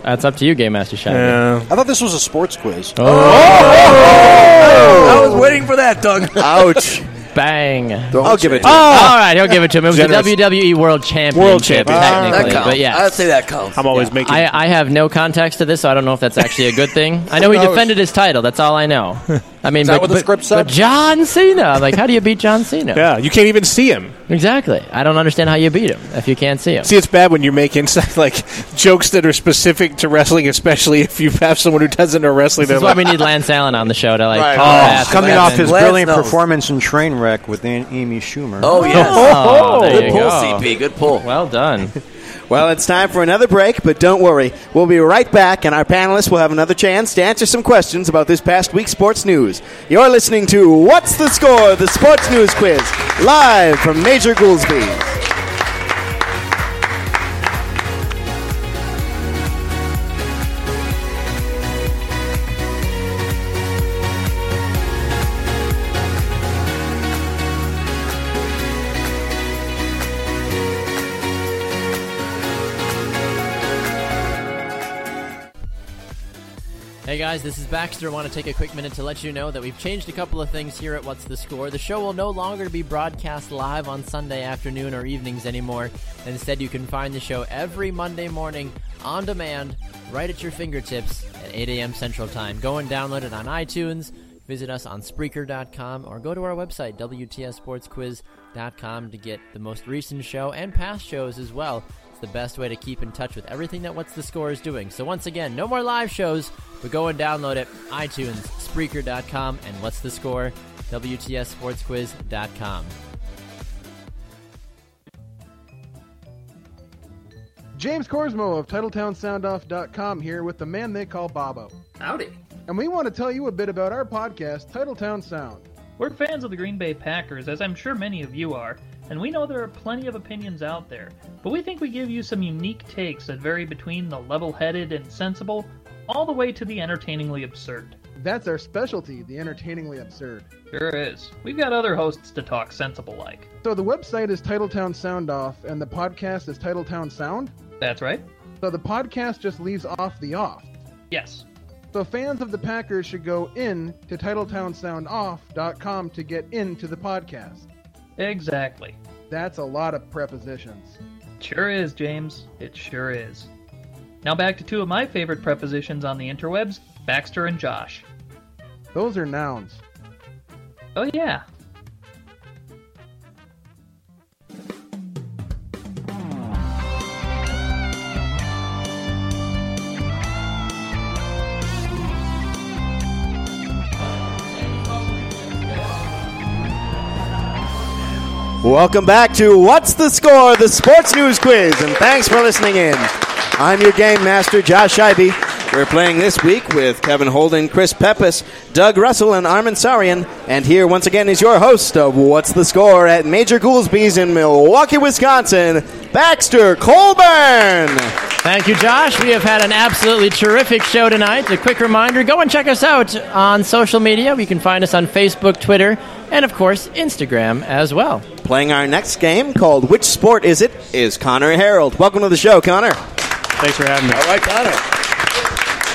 [SPEAKER 2] That's up to you, Game Master Shaggy.
[SPEAKER 6] I thought this was
[SPEAKER 2] Oh.
[SPEAKER 6] <laughs> a sports quiz.
[SPEAKER 1] Oh!
[SPEAKER 3] I was waiting for that, Doug.
[SPEAKER 1] Ouch.
[SPEAKER 2] Bang.
[SPEAKER 1] I'll give it to
[SPEAKER 2] oh,
[SPEAKER 1] him.
[SPEAKER 2] all right, he'll give it to him. It was
[SPEAKER 1] Generous.
[SPEAKER 2] the WWE World Championship,
[SPEAKER 1] World champion.
[SPEAKER 2] technically,
[SPEAKER 6] Ah,
[SPEAKER 3] that counts.
[SPEAKER 2] but yeah.
[SPEAKER 3] I'd say that counts.
[SPEAKER 5] I'm always making.
[SPEAKER 2] I, I have no context to this, so I don't know if that's actually a good
[SPEAKER 6] <laughs>
[SPEAKER 2] thing. I know he
[SPEAKER 6] knows?
[SPEAKER 2] defended his title. That's all I know. I mean,
[SPEAKER 6] that
[SPEAKER 2] but,
[SPEAKER 6] what the
[SPEAKER 2] but-
[SPEAKER 6] script said?
[SPEAKER 2] but John Cena. Like, how do you beat John Cena?
[SPEAKER 5] <laughs> yeah, you can't even see him.
[SPEAKER 2] Exactly. I don't understand how you beat him if you can't see him.
[SPEAKER 5] See, it's bad when you make inside <laughs> like jokes that are specific to wrestling, especially if you have someone who doesn't know wrestling.
[SPEAKER 2] This
[SPEAKER 5] They're
[SPEAKER 2] is why
[SPEAKER 5] like,
[SPEAKER 2] we need Lance Allen on the show to like.
[SPEAKER 6] Right.
[SPEAKER 2] call
[SPEAKER 6] Oh,
[SPEAKER 2] fast.
[SPEAKER 4] Ah, Coming off his
[SPEAKER 3] Lance
[SPEAKER 4] brilliant
[SPEAKER 3] knows.
[SPEAKER 4] performance in Trainwreck with An- Amy Schumer.
[SPEAKER 3] Oh yes.
[SPEAKER 2] Oh, there
[SPEAKER 3] good
[SPEAKER 2] you
[SPEAKER 3] pull,
[SPEAKER 2] go.
[SPEAKER 3] CP. Good pull.
[SPEAKER 2] Well done.
[SPEAKER 1] <laughs> Well, it's time for another break, but don't worry. We'll be right back, and our panelists will have another chance to answer some questions about this past week's sports news. You're listening to What's the Score? The Sports News Quiz, live from Major Goolsby.
[SPEAKER 2] Hey guys, this is Baxter. I want to take a quick minute to let you know that we've changed a couple of things here at What's the Score. The show will no longer be broadcast live on Sunday afternoon or evenings anymore. Instead, you can find the show every Monday morning on demand, right at your fingertips at 8 a.m. Central Time. Go and download it on iTunes, visit us on Spreaker.com, or go to our website, WTSSportsQuiz.com, to get the most recent show and past shows as well. It's the best way to keep in touch with everything that What's the Score is doing. So once again, no more live shows, but go and download it. iTunes, Spreaker.com, and What's the Score? WTSSportsQuiz.com.
[SPEAKER 9] <laughs> James Corsmo of TitletownSoundoff.com here with the man they call Bobo.
[SPEAKER 8] Howdy.
[SPEAKER 9] And we want to tell you a bit about our podcast, Titletown Sound.
[SPEAKER 8] We're fans of the Green Bay Packers, as I'm sure many of you are, and we know there are plenty of opinions out there, but we think we give you some unique takes that vary between the level headed and sensible all the way to the entertainingly absurd.
[SPEAKER 9] That's our specialty, the entertainingly absurd.
[SPEAKER 8] Sure is. We've got other hosts to talk sensible like.
[SPEAKER 9] So the website is Titletown Sound Off, and the podcast is Titletown Sound.
[SPEAKER 8] That's right.
[SPEAKER 9] So the podcast just leaves off the off.
[SPEAKER 8] Yes.
[SPEAKER 9] So fans of the Packers should go in to TitletownSoundOff.com to get into the podcast.
[SPEAKER 8] Exactly.
[SPEAKER 9] That's a lot of prepositions.
[SPEAKER 8] Sure is, James. It sure is. Now back to two of my favorite prepositions on the interwebs Baxter and Josh.
[SPEAKER 9] Those are nouns.
[SPEAKER 8] Oh, yeah.
[SPEAKER 1] Welcome back to What's the Score, the sports news quiz, and thanks for listening in. I'm your game master, Josh Scheibe. We're playing this week with Kevin Holden, Chris Pepis, Doug Russell, and Armin Sarian. And here once again is your host of What's the Score at Major Goolsby's in Milwaukee, Wisconsin, Baxter Colburn.
[SPEAKER 2] Thank you, Josh. We have had an absolutely terrific show tonight. A quick reminder go and check us out on social media. You can find us on Facebook, Twitter, and of course, Instagram as well.
[SPEAKER 1] Playing our next game called Which Sport Is It? is Connor Harold. Welcome to the show, Connor.
[SPEAKER 5] Thanks for having me.
[SPEAKER 3] All right, Connor.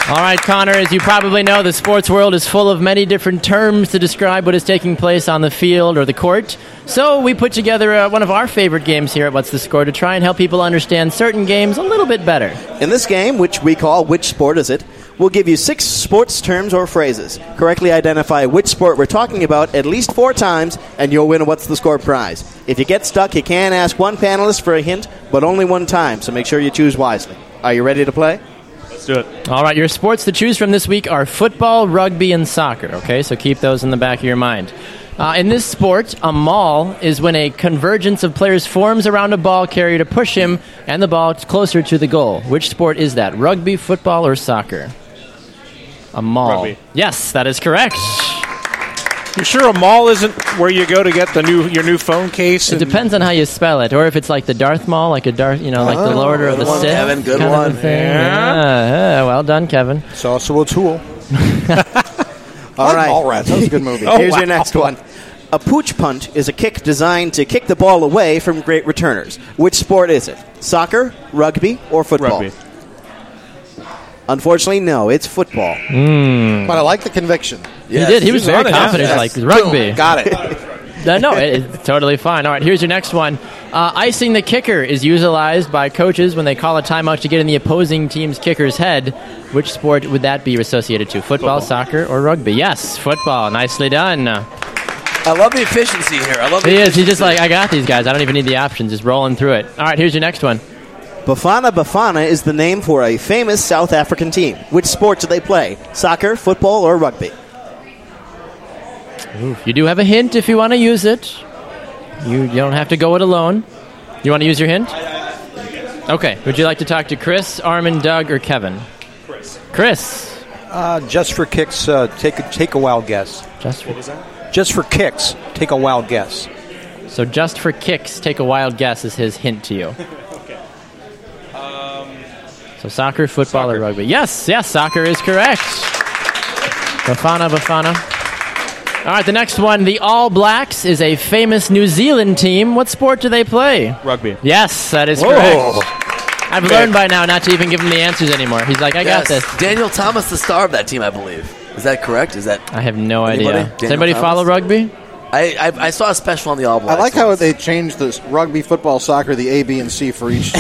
[SPEAKER 2] All right, Connor, as you probably know, the sports world is full of many different terms to describe what is taking place on the field or the court. So we put together uh, one of our favorite games here at What's the Score to try and help people understand certain games a little bit better.
[SPEAKER 1] In this game, which we call Which Sport Is It? We'll give you six sports terms or phrases. Correctly identify which sport we're talking about at least four times, and you'll win a What's the Score prize. If you get stuck, you can ask one panelist for a hint, but only one time, so make sure you choose wisely. Are you ready to play?
[SPEAKER 5] Let's do it.
[SPEAKER 2] All right, your sports to choose from this week are football, rugby, and soccer. Okay, so keep those in the back of your mind. Uh, in this sport, a maul is when a convergence of players forms around a ball carrier to push him and the ball closer to the goal. Which sport is that? Rugby, football, or soccer? A maul.
[SPEAKER 5] Rugby.
[SPEAKER 2] Yes, that is correct.
[SPEAKER 5] You sure a mall isn't where you go to get the new your new phone case?
[SPEAKER 2] It
[SPEAKER 5] and-
[SPEAKER 2] depends on how you spell it, or if it's like the Darth Maul, like a Darth, you know, like the Lord or the
[SPEAKER 3] one,
[SPEAKER 2] Sith.
[SPEAKER 3] Kevin. Good
[SPEAKER 2] kind of a
[SPEAKER 3] one.
[SPEAKER 2] thing. Yeah, yeah, well done, Kevin.
[SPEAKER 4] It's also a tool.
[SPEAKER 1] All right.
[SPEAKER 6] All right, that was a good movie.
[SPEAKER 1] Here's your next one. A pooch punt is a kick designed to kick the ball away from great returners. Which sport is it? Soccer, rugby, or football?
[SPEAKER 5] Rugby.
[SPEAKER 1] Unfortunately, no, it's football.
[SPEAKER 6] But I like the conviction.
[SPEAKER 3] Yes.
[SPEAKER 2] he did. He was very
[SPEAKER 5] on it, yeah.
[SPEAKER 2] confident.
[SPEAKER 6] Yes.
[SPEAKER 2] Like rugby.
[SPEAKER 6] Boom, got it.
[SPEAKER 2] <laughs> No, no, it, it's totally fine. All right, here's your next one. Uh, icing the kicker is utilized by coaches when they call a timeout to get in the opposing team's kicker's head. Which sport would that be associated to? Football, soccer, or rugby? Yes, football. Nicely done.
[SPEAKER 3] I love the efficiency here. I love the
[SPEAKER 2] He is. He's just
[SPEAKER 3] efficiency.
[SPEAKER 2] like, I got these guys. I don't even need the options. Just rolling through it. All right, here's your next one.
[SPEAKER 1] Bafana Bafana is the name for a famous South African team. Which sport do they play? Soccer, football, or rugby?
[SPEAKER 2] You do have a hint if you want to use it. You, you don't have to go it alone. You want to use your hint? Okay. Would you like to talk to Chris, Armin, Doug, or Kevin? Chris. Chris.
[SPEAKER 4] Uh, just for kicks, uh, take a, take a wild guess.
[SPEAKER 2] Just for,
[SPEAKER 4] just for kicks, take a wild guess.
[SPEAKER 2] So just for kicks, take a wild guess is his hint to you. So soccer, football, or rugby? Yes, yes, soccer is correct. Bafana, Bafana. All right, the next one. The All Blacks is a famous New Zealand team. What sport do they play?
[SPEAKER 12] Rugby.
[SPEAKER 2] Yes, that is
[SPEAKER 12] Whoa.
[SPEAKER 2] correct. I've
[SPEAKER 3] Okay.
[SPEAKER 2] learned by now not to even give him the answers anymore. He's like, I got
[SPEAKER 3] Yes.
[SPEAKER 2] this.
[SPEAKER 3] Daniel Thomas, the star of that team, I believe. Is that correct? Is that
[SPEAKER 2] I have no idea. Does
[SPEAKER 3] Daniel
[SPEAKER 2] anybody
[SPEAKER 3] Thomas?
[SPEAKER 2] follow rugby?
[SPEAKER 3] I, I I saw a special on the All
[SPEAKER 6] I
[SPEAKER 3] Blacks.
[SPEAKER 6] like how they changed this rugby, football, soccer, the A, B, and C for <laughs> each.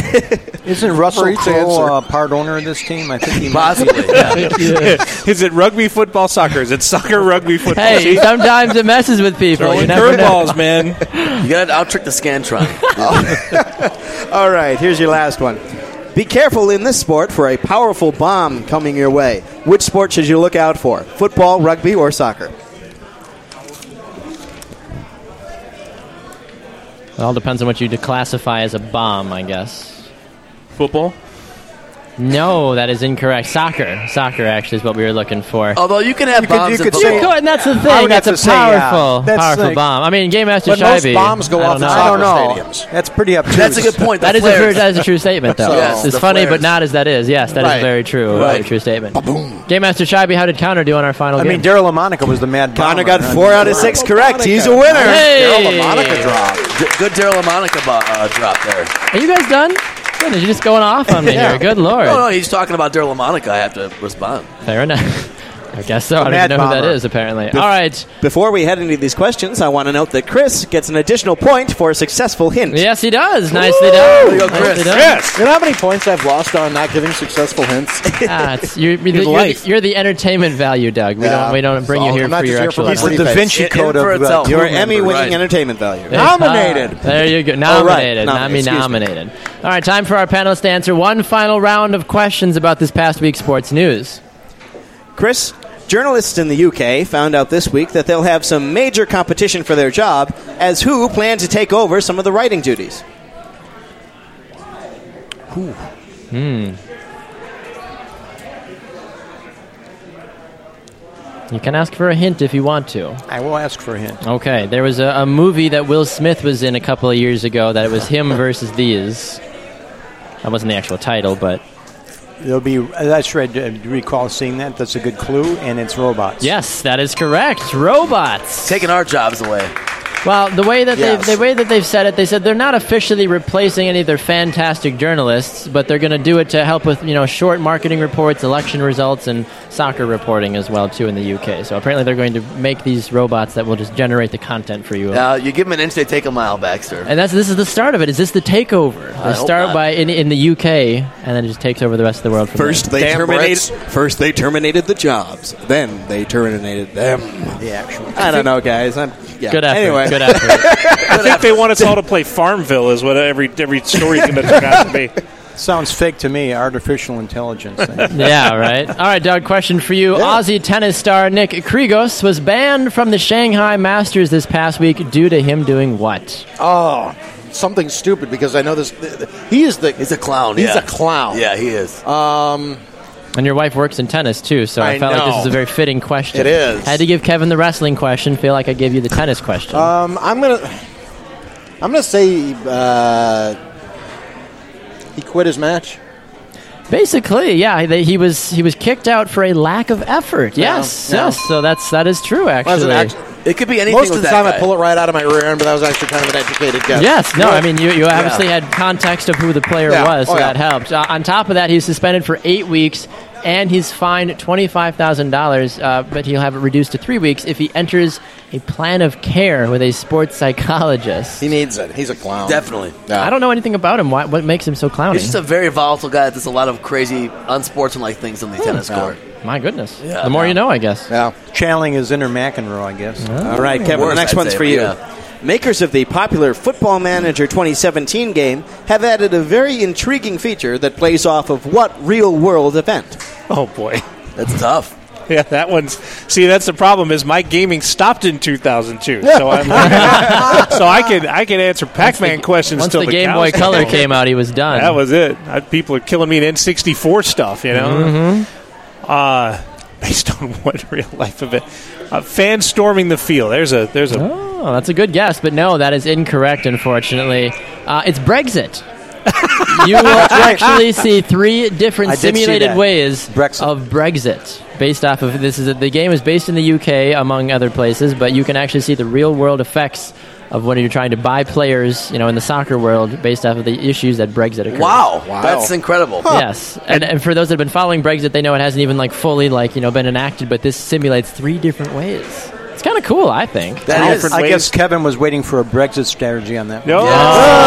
[SPEAKER 4] Isn't
[SPEAKER 6] For
[SPEAKER 4] Russell
[SPEAKER 6] each
[SPEAKER 4] Crowe
[SPEAKER 6] answer.
[SPEAKER 4] uh, part owner of this team? I think he might be.
[SPEAKER 3] Possibly.
[SPEAKER 5] <laughs> Is it rugby, football, soccer? Is it soccer, rugby, football?
[SPEAKER 2] Hey,
[SPEAKER 5] <laughs> See?
[SPEAKER 2] sometimes it messes with people. You
[SPEAKER 5] Throwing
[SPEAKER 2] never know.
[SPEAKER 5] curveballs, man.
[SPEAKER 3] You gotta out trick
[SPEAKER 2] <laughs>
[SPEAKER 3] the Scantron.
[SPEAKER 1] All right, here's your last one. Be careful in this sport for a powerful bomb coming your way. Which sport should you look out for? Football, rugby, or soccer?
[SPEAKER 2] It all depends on what you de- classify as a bomb, I guess.
[SPEAKER 12] Football?
[SPEAKER 2] No, that is incorrect. Soccer. Soccer actually is what we were looking for.
[SPEAKER 3] Although you can have
[SPEAKER 4] You could-
[SPEAKER 3] bombs
[SPEAKER 4] you
[SPEAKER 3] in
[SPEAKER 4] could
[SPEAKER 3] football.
[SPEAKER 4] say-
[SPEAKER 2] Go ahead, and that's the
[SPEAKER 4] I
[SPEAKER 2] thing.
[SPEAKER 4] would
[SPEAKER 2] That's
[SPEAKER 4] have
[SPEAKER 2] a
[SPEAKER 4] to say, yeah.
[SPEAKER 2] powerful,
[SPEAKER 4] That's
[SPEAKER 2] powerful
[SPEAKER 4] like-
[SPEAKER 2] bomb. I mean, Game Master
[SPEAKER 4] But most
[SPEAKER 2] Shibe,
[SPEAKER 4] bombs go
[SPEAKER 2] I
[SPEAKER 4] off
[SPEAKER 2] don't
[SPEAKER 4] in
[SPEAKER 2] know.
[SPEAKER 4] soccer
[SPEAKER 2] I
[SPEAKER 4] I
[SPEAKER 2] don't know.
[SPEAKER 4] stadiums. That's pretty obtuse.
[SPEAKER 3] That's a good point.
[SPEAKER 2] That
[SPEAKER 3] The
[SPEAKER 2] is, a,
[SPEAKER 3] flares.
[SPEAKER 2] very- that is a true statement,
[SPEAKER 4] <laughs>
[SPEAKER 2] though.
[SPEAKER 3] Yes,
[SPEAKER 2] it's
[SPEAKER 3] the
[SPEAKER 2] funny,
[SPEAKER 3] flares.
[SPEAKER 2] but not as that is. Yes, that is
[SPEAKER 3] Right.
[SPEAKER 2] very true.
[SPEAKER 3] Right.
[SPEAKER 2] Very true statement. Game Master Shibe, how did Counter do on our final
[SPEAKER 4] I
[SPEAKER 2] game?
[SPEAKER 4] mean, Daryl LaMonica was the mad bomber.
[SPEAKER 1] Connor got four out of six correct. He's a winner.
[SPEAKER 2] Hey!
[SPEAKER 3] D- good Daryl LaMonica bo- uh, drop there.
[SPEAKER 2] Are you guys done? Goodness, you're just going off
[SPEAKER 3] <laughs>
[SPEAKER 2] on me here. Good lord.
[SPEAKER 3] No, no, he's talking about Daryl LaMonica. I have to respond.
[SPEAKER 2] Fair enough. <laughs> I guess so. I don't even
[SPEAKER 1] Mad
[SPEAKER 2] know who
[SPEAKER 1] bomber.
[SPEAKER 2] that is, apparently. All right.
[SPEAKER 1] Before we head into these questions, I want to note that Chris gets an additional point for a successful hint.
[SPEAKER 2] Yes, he does. Nicely done.
[SPEAKER 3] There you go,
[SPEAKER 2] Nicely
[SPEAKER 3] Chris.
[SPEAKER 2] done.
[SPEAKER 6] You know how many points I've lost on not giving successful hints?
[SPEAKER 2] <laughs> Ah, it's-
[SPEAKER 6] <laughs>
[SPEAKER 2] you're, you're the, you're the-
[SPEAKER 1] life.
[SPEAKER 2] you're the entertainment value, Doug. We
[SPEAKER 6] Yeah.
[SPEAKER 2] don't we don't bring
[SPEAKER 6] So
[SPEAKER 2] you here
[SPEAKER 6] I'm not
[SPEAKER 2] for
[SPEAKER 6] just
[SPEAKER 2] your
[SPEAKER 6] here for
[SPEAKER 2] actual.
[SPEAKER 6] my
[SPEAKER 4] He's the
[SPEAKER 6] pretty
[SPEAKER 4] Da
[SPEAKER 6] face.
[SPEAKER 4] Vinci
[SPEAKER 3] It-
[SPEAKER 4] Code
[SPEAKER 3] it for
[SPEAKER 4] of uh,
[SPEAKER 3] itself.
[SPEAKER 1] Your
[SPEAKER 3] Remember,
[SPEAKER 1] Emmy-winning
[SPEAKER 3] right.
[SPEAKER 1] entertainment value.
[SPEAKER 2] Nominated. Ah, There you go.
[SPEAKER 1] All right.
[SPEAKER 2] Nominated.
[SPEAKER 1] Nominated.
[SPEAKER 2] Nomi-
[SPEAKER 1] Excuse me.
[SPEAKER 2] nominated. All right, time for our panelists to answer one final round of questions about this past week's sports news.
[SPEAKER 1] Chris, journalists in the UK found out this week that they'll have some major competition for their job as who plan to take over some of the writing duties.
[SPEAKER 2] Hmm. You can ask for a hint if you want to.
[SPEAKER 4] I will ask for him.
[SPEAKER 2] Okay, there was a, a movie that Will Smith was in a couple of years ago that it was him versus these. That wasn't the actual title, but
[SPEAKER 4] There'll be. That's right. uh, Do you recall seeing that? That's a good clue, and it's robots.
[SPEAKER 2] yes, that is correct. Robots.
[SPEAKER 3] Taking our jobs away.
[SPEAKER 2] Well, the way that
[SPEAKER 3] Yes.
[SPEAKER 2] they the way that they've said it, they said they're not officially replacing any of their fantastic journalists, but they're going to do it to help with you know short marketing reports, election results, and soccer reporting as well too in the UK. So apparently they're going to make these robots that will just generate the content for you.
[SPEAKER 3] Uh, you give them an inch, they take a mile, Baxter.
[SPEAKER 2] and that's this is the start of it. Is this the takeover?
[SPEAKER 3] I
[SPEAKER 2] They
[SPEAKER 3] hope
[SPEAKER 2] start
[SPEAKER 3] not.
[SPEAKER 2] by in, in the UK, and then it just takes over the rest of the world. From there.
[SPEAKER 1] First they terminated. First they terminated the jobs. Then they terminated them. The actual. I don't know, guys. I'm yeah.
[SPEAKER 2] Good effort.
[SPEAKER 1] Anyway,
[SPEAKER 2] Good
[SPEAKER 4] <laughs>
[SPEAKER 2] effort.
[SPEAKER 1] <laughs>
[SPEAKER 5] I think they want us all to play Farmville, is what every every story's going to turn out to be.
[SPEAKER 4] Sounds fake to me. Artificial intelligence.
[SPEAKER 2] <laughs> yeah, right. All right, Doug, question for you. Aussie tennis star Nick Kyrgios was banned from the Shanghai Masters this past week due to him doing what?
[SPEAKER 6] Oh, something stupid because I know this. He is the.
[SPEAKER 3] He's a clown.
[SPEAKER 6] He's
[SPEAKER 3] yeah.
[SPEAKER 6] a clown.
[SPEAKER 3] Yeah, he is.
[SPEAKER 6] Um,
[SPEAKER 2] And your wife works in tennis too, so I,
[SPEAKER 6] I
[SPEAKER 2] felt like
[SPEAKER 6] know.
[SPEAKER 2] this is a very fitting question.
[SPEAKER 6] It is.
[SPEAKER 2] had to give Kevin the wrestling question. Feel like I gave you the tennis question.
[SPEAKER 6] um, I'm gonna. I'm gonna say uh, he quit his match.
[SPEAKER 2] Basically, yeah, they, he was he was kicked out for a lack of effort. yes,
[SPEAKER 6] yeah.
[SPEAKER 2] yes. So that's that is true
[SPEAKER 6] That was
[SPEAKER 2] actually.
[SPEAKER 6] an act-
[SPEAKER 3] It could be anything.
[SPEAKER 6] most of
[SPEAKER 3] with
[SPEAKER 6] the
[SPEAKER 3] that
[SPEAKER 6] time,
[SPEAKER 3] guy.
[SPEAKER 6] I pull it right out of my rear end, but that was actually kind of an educated guess.
[SPEAKER 2] Yes, no, I mean, you, you obviously had context of who the player
[SPEAKER 6] Yeah.
[SPEAKER 2] was, so
[SPEAKER 6] Oh, yeah.
[SPEAKER 2] that helped. Uh, on top of that, he's suspended for eight weeks and he's fined $25,000, uh, but he'll have it reduced to three weeks if he enters a plan of care with a sports psychologist.
[SPEAKER 6] He needs it. He's a clown.
[SPEAKER 3] Um, Definitely.
[SPEAKER 2] I don't know anything about him. Why, what makes him so clowny?
[SPEAKER 3] He's just a very volatile guy that does a lot of crazy, unsportsmanlike things on the tennis court.
[SPEAKER 2] My goodness.
[SPEAKER 3] Yeah,
[SPEAKER 2] the more
[SPEAKER 3] yeah.
[SPEAKER 2] you know, I guess.
[SPEAKER 6] Yeah.
[SPEAKER 4] Channeling his inner McEnroe, I guess.
[SPEAKER 2] Oh.
[SPEAKER 1] All right, Kevin, the
[SPEAKER 3] Worse,
[SPEAKER 1] next
[SPEAKER 3] I'd
[SPEAKER 1] one's
[SPEAKER 3] say,
[SPEAKER 1] for
[SPEAKER 3] but
[SPEAKER 1] you.
[SPEAKER 3] yeah.
[SPEAKER 1] Makers of the popular Football Manager 2017 game have added a very intriguing feature that plays off of what real world event?
[SPEAKER 5] <laughs> Oh boy.
[SPEAKER 3] That's tough.
[SPEAKER 5] Yeah, that one's. See, that's the problem. Is my gaming stopped in 2002, so I'm <laughs> so I could I could answer Pac-Man questions
[SPEAKER 2] Once
[SPEAKER 5] till
[SPEAKER 2] the
[SPEAKER 5] the,
[SPEAKER 2] Game
[SPEAKER 5] cows
[SPEAKER 2] Boy
[SPEAKER 5] come
[SPEAKER 2] Color
[SPEAKER 5] home.
[SPEAKER 2] came out, he was done.
[SPEAKER 5] That was it. I, people are killing me in N64 stuff, you know?
[SPEAKER 2] Mm-hmm.
[SPEAKER 5] Uh, based on <laughs> what real life event? Uh, fans storming the field. There's a. there's a.
[SPEAKER 2] Oh, that's a good guess, but no, that is incorrect, unfortunately. Uh, it's
[SPEAKER 6] <laughs>
[SPEAKER 2] Brexit. you will actually see three different
[SPEAKER 4] I did see
[SPEAKER 2] simulated
[SPEAKER 4] that.
[SPEAKER 2] ways
[SPEAKER 4] Brexit.
[SPEAKER 2] of Brexit based off of this is the game is based in the UK among other places, but you can actually see the real world effects of when you're trying to buy players, you know, in the soccer world based off of the issues that Brexit occurred.
[SPEAKER 3] Wow. That's incredible.
[SPEAKER 2] Yes, and, and for those that have been following Brexit, they know it hasn't even like fully like you know been enacted, but this simulates three different ways. It's kind of cool, I think.
[SPEAKER 3] That
[SPEAKER 4] I,
[SPEAKER 3] is-
[SPEAKER 4] guess, I guess Kevin was waiting for a Brexit strategy on that. one.
[SPEAKER 5] No.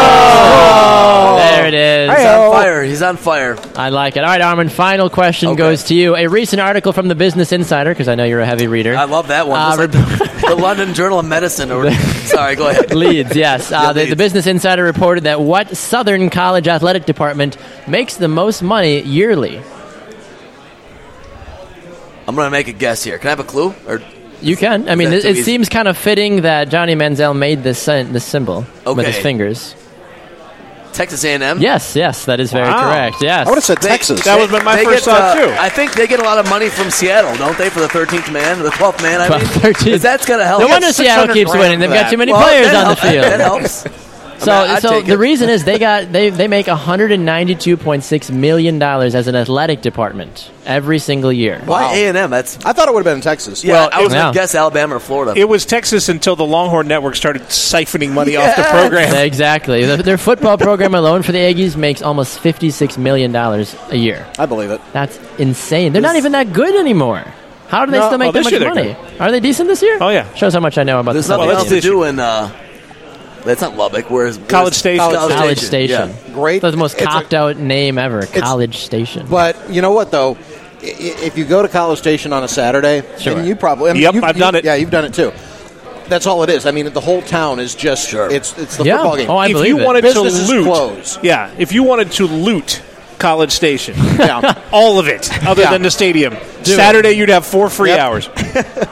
[SPEAKER 5] Oh.
[SPEAKER 2] There it is.
[SPEAKER 3] He's on fire. He's on fire.
[SPEAKER 2] I like it. All right, Armin, final question goes to you. A recent article from the Business Insider, because I know you're a heavy reader.
[SPEAKER 3] I love that one.
[SPEAKER 2] Uh,
[SPEAKER 3] Just like the, the London Journal of Medicine.
[SPEAKER 2] <laughs>
[SPEAKER 3] Or, sorry, go ahead.
[SPEAKER 2] Leeds, yes. Uh,
[SPEAKER 3] Yeah,
[SPEAKER 2] the, the
[SPEAKER 3] Leeds.
[SPEAKER 2] Business Insider reported that what Southern College athletic department makes the most money yearly?
[SPEAKER 3] I'm going to make a guess here. Can I have a clue? Or
[SPEAKER 2] You can. I mean,
[SPEAKER 3] that
[SPEAKER 2] it,
[SPEAKER 3] too
[SPEAKER 2] it
[SPEAKER 3] easy?
[SPEAKER 2] seems kind of fitting that Johnny Manziel made this, syn- this symbol with
[SPEAKER 3] Okay.
[SPEAKER 2] his fingers.
[SPEAKER 3] Texas A&M?
[SPEAKER 2] Yes, yes, that is very
[SPEAKER 5] Wow.
[SPEAKER 2] correct. Yes.
[SPEAKER 6] I would have said Texas.
[SPEAKER 5] That was my- my
[SPEAKER 3] They
[SPEAKER 5] first
[SPEAKER 3] get, uh,
[SPEAKER 5] thought, too.
[SPEAKER 3] I think they get a lot of money from Seattle, don't they, for the 13th man, the 12th man? I mean,
[SPEAKER 2] 13th.
[SPEAKER 3] 'Cause that's going to help.
[SPEAKER 2] No wonder Seattle
[SPEAKER 5] 600
[SPEAKER 2] keeps
[SPEAKER 5] grand
[SPEAKER 2] winning. They've
[SPEAKER 5] for
[SPEAKER 2] got
[SPEAKER 5] that.
[SPEAKER 2] too many
[SPEAKER 3] Well,
[SPEAKER 2] players
[SPEAKER 3] that
[SPEAKER 2] on the
[SPEAKER 3] help-
[SPEAKER 2] field.
[SPEAKER 3] That helps.
[SPEAKER 2] So,
[SPEAKER 3] I mean, I'd
[SPEAKER 2] so
[SPEAKER 3] take
[SPEAKER 2] the
[SPEAKER 3] it.
[SPEAKER 2] reason is they
[SPEAKER 5] <laughs>
[SPEAKER 2] got they, they make 192.6 million dollars as an athletic department every single year.
[SPEAKER 3] Why A&M? That's,
[SPEAKER 6] I thought it would have been in Texas.
[SPEAKER 3] yeah,
[SPEAKER 5] Well,
[SPEAKER 3] I was
[SPEAKER 2] yeah.
[SPEAKER 3] going to guess Alabama or Florida.
[SPEAKER 5] It was Texas until the Longhorn Network started siphoning money off the
[SPEAKER 3] Yes.
[SPEAKER 5] program.
[SPEAKER 2] <laughs> Exactly. Their- Their football program alone for the Aggies makes almost 56 million dollars a year.
[SPEAKER 6] I believe it.
[SPEAKER 2] That's insane. They're not even that good anymore. How do they
[SPEAKER 5] No,
[SPEAKER 2] still
[SPEAKER 5] oh,
[SPEAKER 2] make that
[SPEAKER 5] this
[SPEAKER 2] much
[SPEAKER 5] year they're
[SPEAKER 2] money? Are they decent this year?
[SPEAKER 5] Oh, yeah.
[SPEAKER 2] Shows how much I know about
[SPEAKER 3] There's
[SPEAKER 2] the
[SPEAKER 3] nothing
[SPEAKER 5] Well,
[SPEAKER 2] football
[SPEAKER 5] that's
[SPEAKER 2] team.
[SPEAKER 3] else to
[SPEAKER 5] the issue.
[SPEAKER 3] do in. Uh, that's not Lubbock. Where's, where's
[SPEAKER 5] College Station.
[SPEAKER 2] College Station.
[SPEAKER 3] yeah.
[SPEAKER 6] Great.
[SPEAKER 2] That's the most
[SPEAKER 6] It's a-
[SPEAKER 2] copped out name ever. College Station.
[SPEAKER 6] But you know what though, I- i- if you go to College Station on a Saturday,
[SPEAKER 2] Sure.
[SPEAKER 6] and you probably I mean,
[SPEAKER 5] Yep,
[SPEAKER 6] you've-
[SPEAKER 5] I've done
[SPEAKER 6] you-
[SPEAKER 5] it.
[SPEAKER 6] Yeah, you've done it too. That's all it is. I mean, the whole town is just
[SPEAKER 3] Sure.
[SPEAKER 6] it's it's the
[SPEAKER 2] Yeah.
[SPEAKER 6] football game.
[SPEAKER 2] Oh, I
[SPEAKER 5] if
[SPEAKER 2] believe
[SPEAKER 5] you
[SPEAKER 2] it.
[SPEAKER 5] wanted
[SPEAKER 6] Business is
[SPEAKER 5] to loot,
[SPEAKER 6] closed.
[SPEAKER 5] yeah, if you wanted to loot College Station,
[SPEAKER 2] <laughs>
[SPEAKER 6] yeah.
[SPEAKER 5] all of it, other
[SPEAKER 6] Yeah.
[SPEAKER 5] than the stadium, Saturday you'd have four free
[SPEAKER 6] Yep.
[SPEAKER 5] <laughs> hours.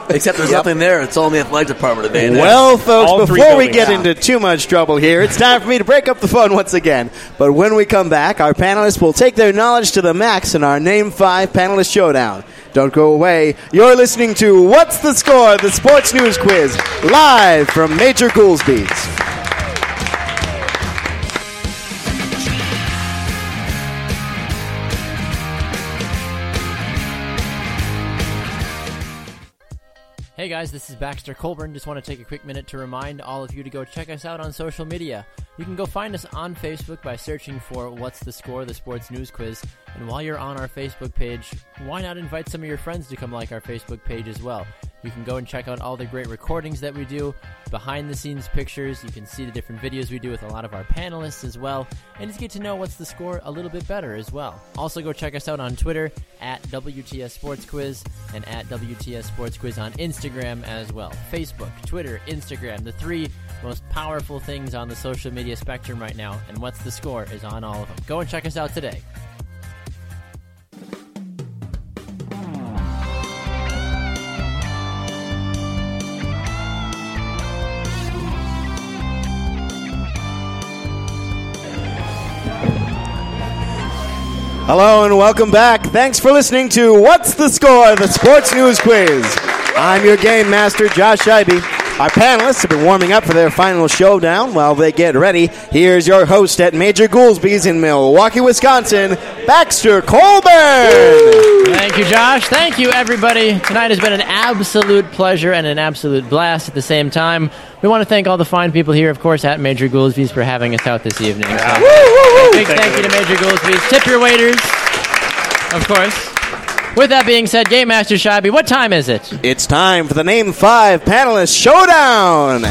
[SPEAKER 3] Except there's nothing there. It's all in the athletic department today. and that's-
[SPEAKER 1] Well, folks,
[SPEAKER 5] All three
[SPEAKER 1] before we
[SPEAKER 5] buildings.
[SPEAKER 1] get
[SPEAKER 5] Yeah.
[SPEAKER 1] into too much trouble here, it's time for me to break up the phone once again. But when we come back, our panelists will take their knowledge to the max in our Name 5 Panelist Showdown. Don't go away. You're listening to What's the Score? The Sports News Quiz, live from Major Goolsbeats.
[SPEAKER 2] Hey guys, this is Baxter Colburn. Just want to take a quick minute to remind all of you to go check us out on social media. You can go find us on Facebook by searching for What's the Score, the Sports News Quiz. And while you're on our Facebook page, why not invite some of your friends to come like our Facebook page as well? You can go and check out all the great recordings that we do, behind the scenes pictures. You can see the different videos we do with a lot of our panelists as well, and just get to know What's the Score a little bit better as well. Also, go check us out on Twitter at WTS Sports Quiz and at WTS Sports Quiz on Instagram as well. Facebook, Twitter, Instagram, the three most powerful things on the social media spectrum right now, and What's the Score is on all of them. Go and check us out today.
[SPEAKER 1] Hello and welcome back. Thanks for listening to What's the Score, the Sports News Quiz. I'm your game master, Josh Scheibe. Our panelists have been warming up for their final showdown while they get ready. Here's your host at Major Goolsby's in Milwaukee, Wisconsin, Baxter Colburn.
[SPEAKER 2] Thank you, Josh. Thank you, everybody. Tonight has been an absolute pleasure and an absolute blast at the same time. We want to thank all the fine people here, of course, at Major Goolsby's for having us out this evening. So, Big thank you to Major Goolsby's. Tip your waiters, of course. With that being said, Game Master Shabby, what time is it?
[SPEAKER 1] It's time for the Name 5 Panelist Showdown.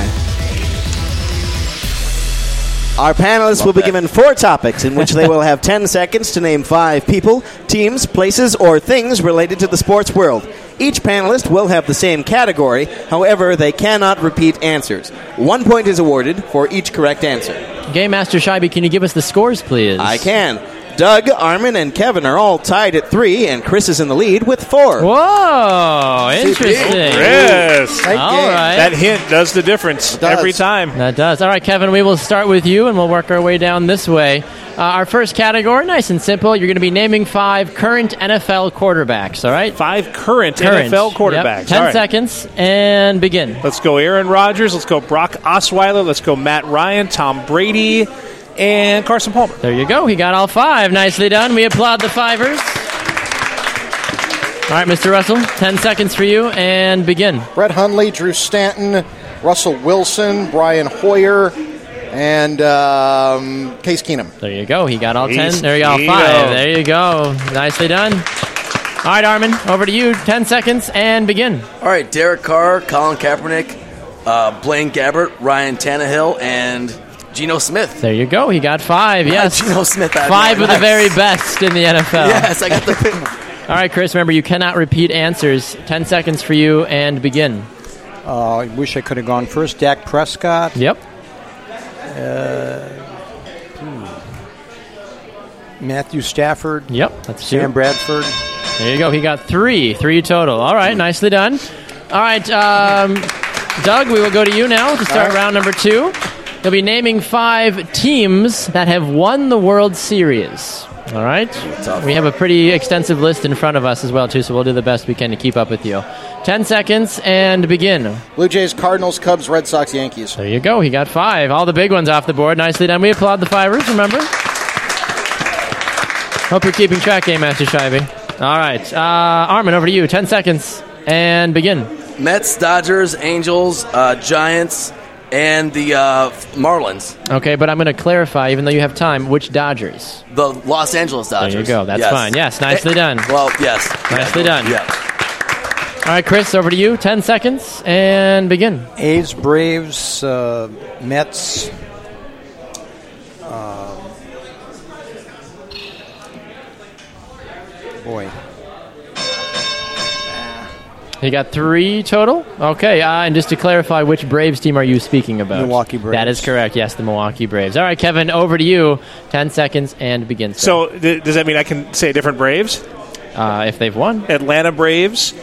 [SPEAKER 1] Our panelists will be given four topics in which they will have 10 seconds to name five people, teams, places, or things related to the sports world. Each panelist will have the same category, however, they cannot repeat answers. One point is awarded for each correct answer.
[SPEAKER 2] Game Master Shabby, can you give us the scores, please?
[SPEAKER 1] I can. Doug, Armin, and Kevin are all tied at three, and Chris is in the lead with four.
[SPEAKER 2] Whoa, Oh, interesting.
[SPEAKER 5] Chris.
[SPEAKER 2] All right.
[SPEAKER 5] That hint does the difference every time.
[SPEAKER 2] That does. All right, Kevin, we will start with you and we'll work our way down this way. Uh, our first category, nice and simple. You're going to be naming five current NFL quarterbacks, all right?
[SPEAKER 5] Five current, NFL
[SPEAKER 2] Yep.
[SPEAKER 5] quarterbacks.
[SPEAKER 2] Ten
[SPEAKER 5] All right.
[SPEAKER 2] seconds and begin.
[SPEAKER 5] Let's go Aaron Rodgers. Let's go Brock Osweiler. Let's go Matt Ryan, Tom Brady, and Carson Palmer.
[SPEAKER 2] There you go. He got all five. Nicely done. We applaud the fivers. All right, Mr. Russell, 10 seconds for you and begin.
[SPEAKER 6] Brett Hundley, Drew Stanton, Russell Wilson, Brian Hoyer, and um, Case Keenum.
[SPEAKER 2] There you go. He got all
[SPEAKER 5] He's
[SPEAKER 2] 10. There you go.
[SPEAKER 5] Tito.
[SPEAKER 2] Five. There you go. Nicely done. All right, Armin, over to you. 10 seconds and begin.
[SPEAKER 3] All right, Derek Carr, Colin Kaepernick, uh, Blaine Gabbert, Ryan Tannehill, and Geno Smith.
[SPEAKER 2] There you go. He got five. Yes.
[SPEAKER 3] <laughs> Geno Smith. I
[SPEAKER 2] Five
[SPEAKER 3] know.
[SPEAKER 2] of the very best in the NFL.
[SPEAKER 3] Yes,
[SPEAKER 5] <laughs>
[SPEAKER 3] I got the.
[SPEAKER 2] All right, Chris, remember you cannot repeat answers. 10 seconds for you and begin.
[SPEAKER 4] Uh, I wish I could have gone first. Dak Prescott.
[SPEAKER 2] Yep.
[SPEAKER 4] Uh, hmm. Matthew Stafford.
[SPEAKER 2] Yep. That's
[SPEAKER 4] Sam
[SPEAKER 2] two.
[SPEAKER 4] Bradford.
[SPEAKER 2] There you go. He got three. Three total. All right. Nicely done. All right. Um, Doug, we will go to you now to start round number two. You'll be naming five teams that have won the World Series. All right.
[SPEAKER 3] Tough.
[SPEAKER 2] We have a pretty extensive list in front of us as well, too, so we'll do the best we can to keep up with you. Ten seconds and begin.
[SPEAKER 6] Blue Jays, Cardinals, Cubs, Red Sox, Yankees.
[SPEAKER 2] There you go. He got five. All the big ones off the board. Nicely done. We applaud the fivers, remember? Hope you're keeping track, Game Master Shivey. All right. Uh, Armin, over to you. Ten seconds. And begin.
[SPEAKER 3] Mets, Dodgers, Angels, uh, Giants, and the uh, Marlins.
[SPEAKER 2] Okay, but I'm going to clarify, even though you have time, which Dodgers?
[SPEAKER 3] The Los Angeles Dodgers.
[SPEAKER 2] you go. That's
[SPEAKER 3] Yes.
[SPEAKER 2] fine. Yes, nicely
[SPEAKER 3] Eh,
[SPEAKER 2] done.
[SPEAKER 3] Well, yes.
[SPEAKER 2] Nicely done.
[SPEAKER 3] Yeah.
[SPEAKER 2] All right, Chris, over to you. Ten seconds. And begin.
[SPEAKER 4] A's, Braves, uh, Mets. Um, boy.
[SPEAKER 2] You got three total. Okay, uh, and just to clarify, which Braves team are you speaking about?
[SPEAKER 4] Milwaukee Braves.
[SPEAKER 2] That is correct. Yes, the Milwaukee Braves. All right, Kevin, over to you. Ten seconds and begin. sir.
[SPEAKER 5] So th- does that mean I can say different Braves?
[SPEAKER 2] uh, if they've won,
[SPEAKER 5] Atlanta Braves,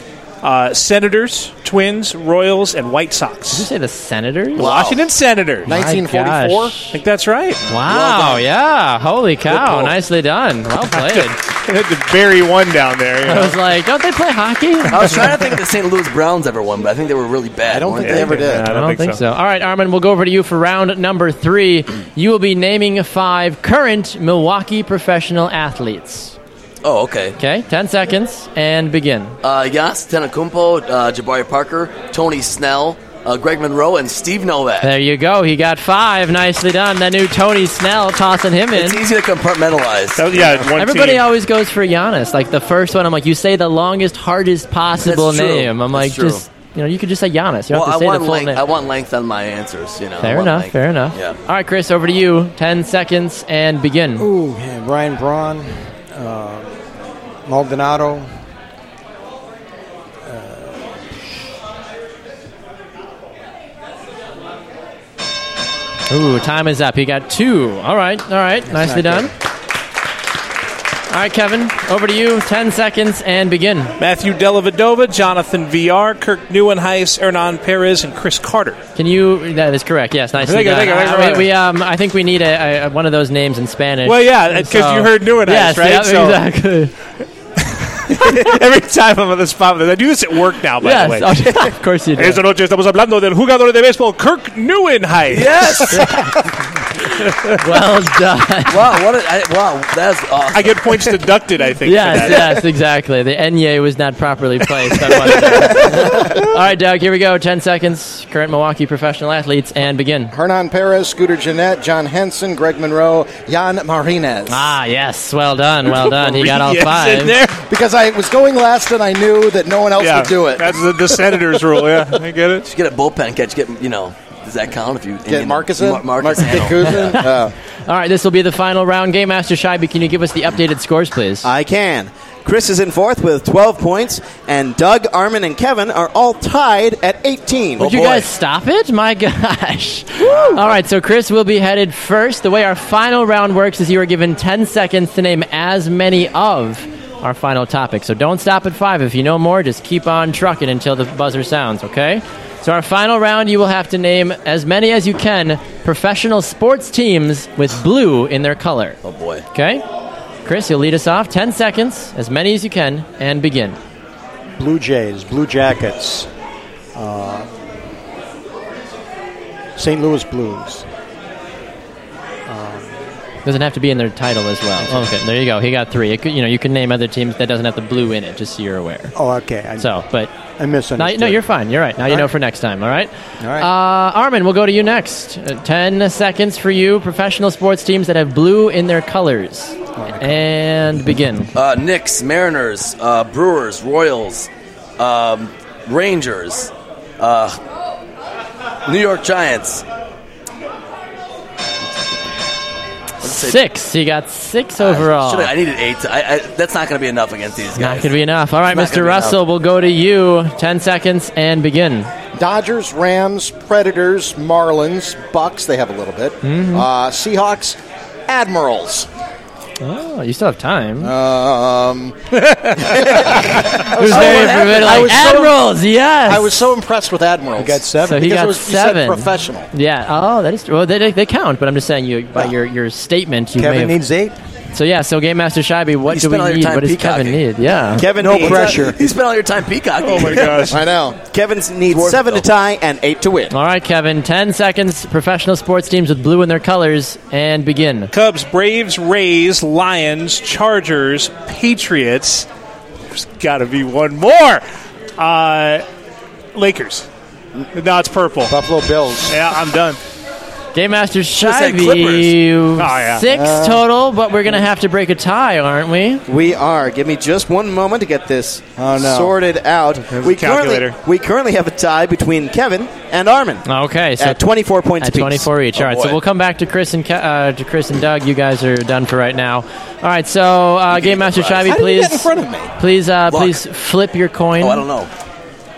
[SPEAKER 5] uh, Senators, Twins, Royals, and White
[SPEAKER 2] Did you
[SPEAKER 5] Sox.
[SPEAKER 2] say the Senators?
[SPEAKER 5] Washington Senators. I
[SPEAKER 6] 1944.
[SPEAKER 2] gosh.
[SPEAKER 5] think that's right.
[SPEAKER 2] Wow, yeah. Holy cow.
[SPEAKER 5] pull.
[SPEAKER 2] Nicely done.
[SPEAKER 5] <laughs>
[SPEAKER 2] Well played.
[SPEAKER 5] I <laughs> had to bury one down there. you
[SPEAKER 2] I
[SPEAKER 5] know.
[SPEAKER 2] was like, don't they play hockey? I
[SPEAKER 3] I was trying to think the St. Louis Browns ever won, but I think they were really bad.
[SPEAKER 6] I don't
[SPEAKER 3] weren't
[SPEAKER 6] think they ever did.
[SPEAKER 5] Yeah, I
[SPEAKER 2] don't think so. All right, Armin, we'll go over to you for round number three. You will be naming five current Milwaukee professional athletes.
[SPEAKER 3] Oh, okay.
[SPEAKER 2] Okay, 10 seconds and begin.
[SPEAKER 3] Uh, Yas Tenakumpo, uh, Jabari Parker, Tony Snell, uh, Greg Monroe, and Steve Novak.
[SPEAKER 2] There you go. He got five. Nicely done. That new Tony Snell tossing him in.
[SPEAKER 3] It's easy to compartmentalize.
[SPEAKER 5] That was- yeah,
[SPEAKER 2] <laughs>
[SPEAKER 5] one
[SPEAKER 2] Everybody
[SPEAKER 5] team.
[SPEAKER 2] always goes for Giannis. Like the first one, I'm like, you say the longest, hardest possible
[SPEAKER 3] That's true.
[SPEAKER 2] name. I'm
[SPEAKER 3] That's
[SPEAKER 2] like,
[SPEAKER 3] true.
[SPEAKER 2] just you know, you could just say Giannis. You don't
[SPEAKER 3] well, I
[SPEAKER 2] have to say the
[SPEAKER 3] want,
[SPEAKER 2] full name.
[SPEAKER 3] length, I want length on my answers, you know. I
[SPEAKER 2] fair
[SPEAKER 3] want
[SPEAKER 2] enough.
[SPEAKER 3] length.
[SPEAKER 2] Fair enough.
[SPEAKER 3] Yeah.
[SPEAKER 2] All right, Chris, over to you. Ten seconds and begin.
[SPEAKER 4] Ooh, yeah, Brian Braun, uh, Maldonado. Uh,
[SPEAKER 2] Ooh, time is up. He got two. All right. All right. Nicely
[SPEAKER 4] not
[SPEAKER 2] done. All right, Kevin, over to you. Ten seconds and begin.
[SPEAKER 5] Matthew Dellavedova, Jonathan VR, Kirk Neuenheis, Hernan Perez, and Chris Carter.
[SPEAKER 2] Can you? That is correct. Yes, nicely
[SPEAKER 5] Thank you,
[SPEAKER 2] done.
[SPEAKER 5] thank you, thank you.
[SPEAKER 2] Uh, we, we, um, I think we need a, a, one of those names in Spanish.
[SPEAKER 5] Well, yeah, 'cause
[SPEAKER 2] So-
[SPEAKER 5] you heard Neuenheis,
[SPEAKER 2] yes,
[SPEAKER 5] right?
[SPEAKER 2] yeah,
[SPEAKER 5] So-
[SPEAKER 2] exactly.
[SPEAKER 5] <laughs> Every time I'm on the spot, I do this at work now, by the way.
[SPEAKER 2] Yes, okay, of
[SPEAKER 5] <laughs>
[SPEAKER 2] course you do.
[SPEAKER 5] <laughs> Esta noche estamos hablando del jugador de béisbol Kirk Neuenheis.
[SPEAKER 3] Yes!
[SPEAKER 2] <laughs> well done.
[SPEAKER 3] Wow, what a, I, wow, that's awesome.
[SPEAKER 5] I get points deducted, I think.
[SPEAKER 2] Yes,
[SPEAKER 5] for that.
[SPEAKER 2] yes, exactly. The Enye was not properly placed. on
[SPEAKER 5] <laughs>
[SPEAKER 2] one. All right, Doug, here we go. 10 seconds. Current Milwaukee professional athletes, and begin.
[SPEAKER 6] Hernan Perez, Scooter Jeanette, John Henson, Greg Monroe, Jan Martinez.
[SPEAKER 2] Ah, yes. Well done. Well done.
[SPEAKER 5] <laughs>
[SPEAKER 2] He got all five.
[SPEAKER 6] Because I was going last and I knew that no one else would do it.
[SPEAKER 5] That's the, the senator's rule. Yeah, I get it.
[SPEAKER 3] Just get a bullpen catch. Get you know. Does that count if you
[SPEAKER 6] Get Marcus in?
[SPEAKER 3] Mar- Marcus
[SPEAKER 6] Marcus Dick
[SPEAKER 3] Hano.
[SPEAKER 6] Guzman? Uh,
[SPEAKER 2] <laughs> All right, this will be the final round. Game Master Shibe, can you give us the updated scores, please?
[SPEAKER 1] I can. Chris is in fourth with 12 points, and Doug, Armin, and Kevin are all tied at Oh, 18.
[SPEAKER 2] Would you guys stop it? My <laughs> gosh. All right, so Chris will be headed first. The way our final round works is you are given 10 seconds to name as many of our final topics. So don't stop at five. If you know more, just keep on trucking until the buzzer sounds, okay? So, our final round, you will have to name as many as you can professional sports teams with blue in their color.
[SPEAKER 3] Oh boy.
[SPEAKER 2] Okay? Chris, you'll lead us off. 10 seconds, as many as you can, and begin.
[SPEAKER 4] Blue Jays, Blue Jackets, uh, St. Louis Blues.
[SPEAKER 2] Doesn't have to be in their title as well. Okay, there you go. He got three. It could, you know, you can name other teams that doesn't have the blue in it, just so you're aware.
[SPEAKER 4] Oh, okay. I,
[SPEAKER 2] So, but now,
[SPEAKER 4] I misunderstood.
[SPEAKER 2] no, you're fine. You're right. Now you
[SPEAKER 4] All
[SPEAKER 2] know
[SPEAKER 4] right.
[SPEAKER 2] for next time. All right.
[SPEAKER 4] All right.
[SPEAKER 2] Uh, Armin, we'll go to you next. Uh, Ten seconds for you. Professional sports teams that have blue in their colors, and begin.
[SPEAKER 3] Uh, Knicks, Mariners, uh, Brewers, Royals, um, Rangers, uh, New York Giants.
[SPEAKER 2] Six. You got
[SPEAKER 4] Uh,
[SPEAKER 2] six overall.
[SPEAKER 3] Should I, I needed eight. I, I, that's not going to be enough against these
[SPEAKER 2] Not
[SPEAKER 3] guys.
[SPEAKER 2] gonna be enough. All right,
[SPEAKER 3] It's not
[SPEAKER 2] Mr.
[SPEAKER 3] gonna be
[SPEAKER 2] Russell, we'll go to you. Ten seconds and begin.
[SPEAKER 6] Dodgers, Rams, Predators, Marlins, Bucks. They have a little bit.
[SPEAKER 2] Mm-hmm.
[SPEAKER 6] Uh, Seahawks, Admirals.
[SPEAKER 2] Oh, you still have time.
[SPEAKER 6] Um,
[SPEAKER 2] It was very formidable.
[SPEAKER 6] I
[SPEAKER 2] Like,
[SPEAKER 6] was so-
[SPEAKER 2] Admirals, yes.
[SPEAKER 6] I was so impressed with Admirals.
[SPEAKER 4] I got seven.
[SPEAKER 2] So he
[SPEAKER 6] because
[SPEAKER 2] got
[SPEAKER 6] it was, you said
[SPEAKER 2] seven.
[SPEAKER 6] professional.
[SPEAKER 2] Yeah. Oh, that is true. Well, they, they count, but I'm just saying you by your, your statement you
[SPEAKER 4] Kevin
[SPEAKER 2] may have,
[SPEAKER 4] needs eight.
[SPEAKER 2] So yeah. So Game Master Shibe, what
[SPEAKER 3] You
[SPEAKER 2] do we
[SPEAKER 3] spent all your
[SPEAKER 2] need?
[SPEAKER 3] time
[SPEAKER 2] What does Kevin
[SPEAKER 3] peacocking.
[SPEAKER 2] need? Yeah.
[SPEAKER 1] Kevin
[SPEAKER 4] No
[SPEAKER 1] needs, <laughs>
[SPEAKER 4] pressure.
[SPEAKER 3] You spent all your time peacocking.
[SPEAKER 5] Oh my gosh.
[SPEAKER 6] I know.
[SPEAKER 1] Kevin needs
[SPEAKER 3] worth it,
[SPEAKER 1] seven to
[SPEAKER 3] though.
[SPEAKER 1] tie and eight to win.
[SPEAKER 2] All right, Kevin. Ten seconds. Professional sports teams with blue in their colors, and begin.
[SPEAKER 5] Cubs, Braves, Rays, Lions, Chargers, Patriots. There's got to be one more. Uh, Lakers. No, it's purple.
[SPEAKER 4] Buffalo Bills.
[SPEAKER 5] Yeah, I'm done.
[SPEAKER 2] Game Master
[SPEAKER 3] said Clippers.
[SPEAKER 2] Shibe.
[SPEAKER 5] Oh, yeah.
[SPEAKER 2] Six total, but we're gonna have to break a tie, aren't we?
[SPEAKER 1] Uh, We are. Give me just one moment to get this
[SPEAKER 4] Oh, no.
[SPEAKER 1] sorted out. We currently,
[SPEAKER 5] calculator.
[SPEAKER 1] we currently have a tie between Kevin and Armin
[SPEAKER 2] Okay. So
[SPEAKER 1] at 24 points
[SPEAKER 2] At
[SPEAKER 1] apiece.
[SPEAKER 2] 24 each. All right, so
[SPEAKER 3] boy.
[SPEAKER 2] we'll come back to Chris and Ke- uh, to Chris and Doug. You guys are done for right now. All right, so uh, Game Master Chibi,
[SPEAKER 6] How did you
[SPEAKER 2] please,
[SPEAKER 6] get in front of me?
[SPEAKER 2] please, uh,
[SPEAKER 3] Luck.
[SPEAKER 2] please flip your coin.
[SPEAKER 3] Oh, I don't know.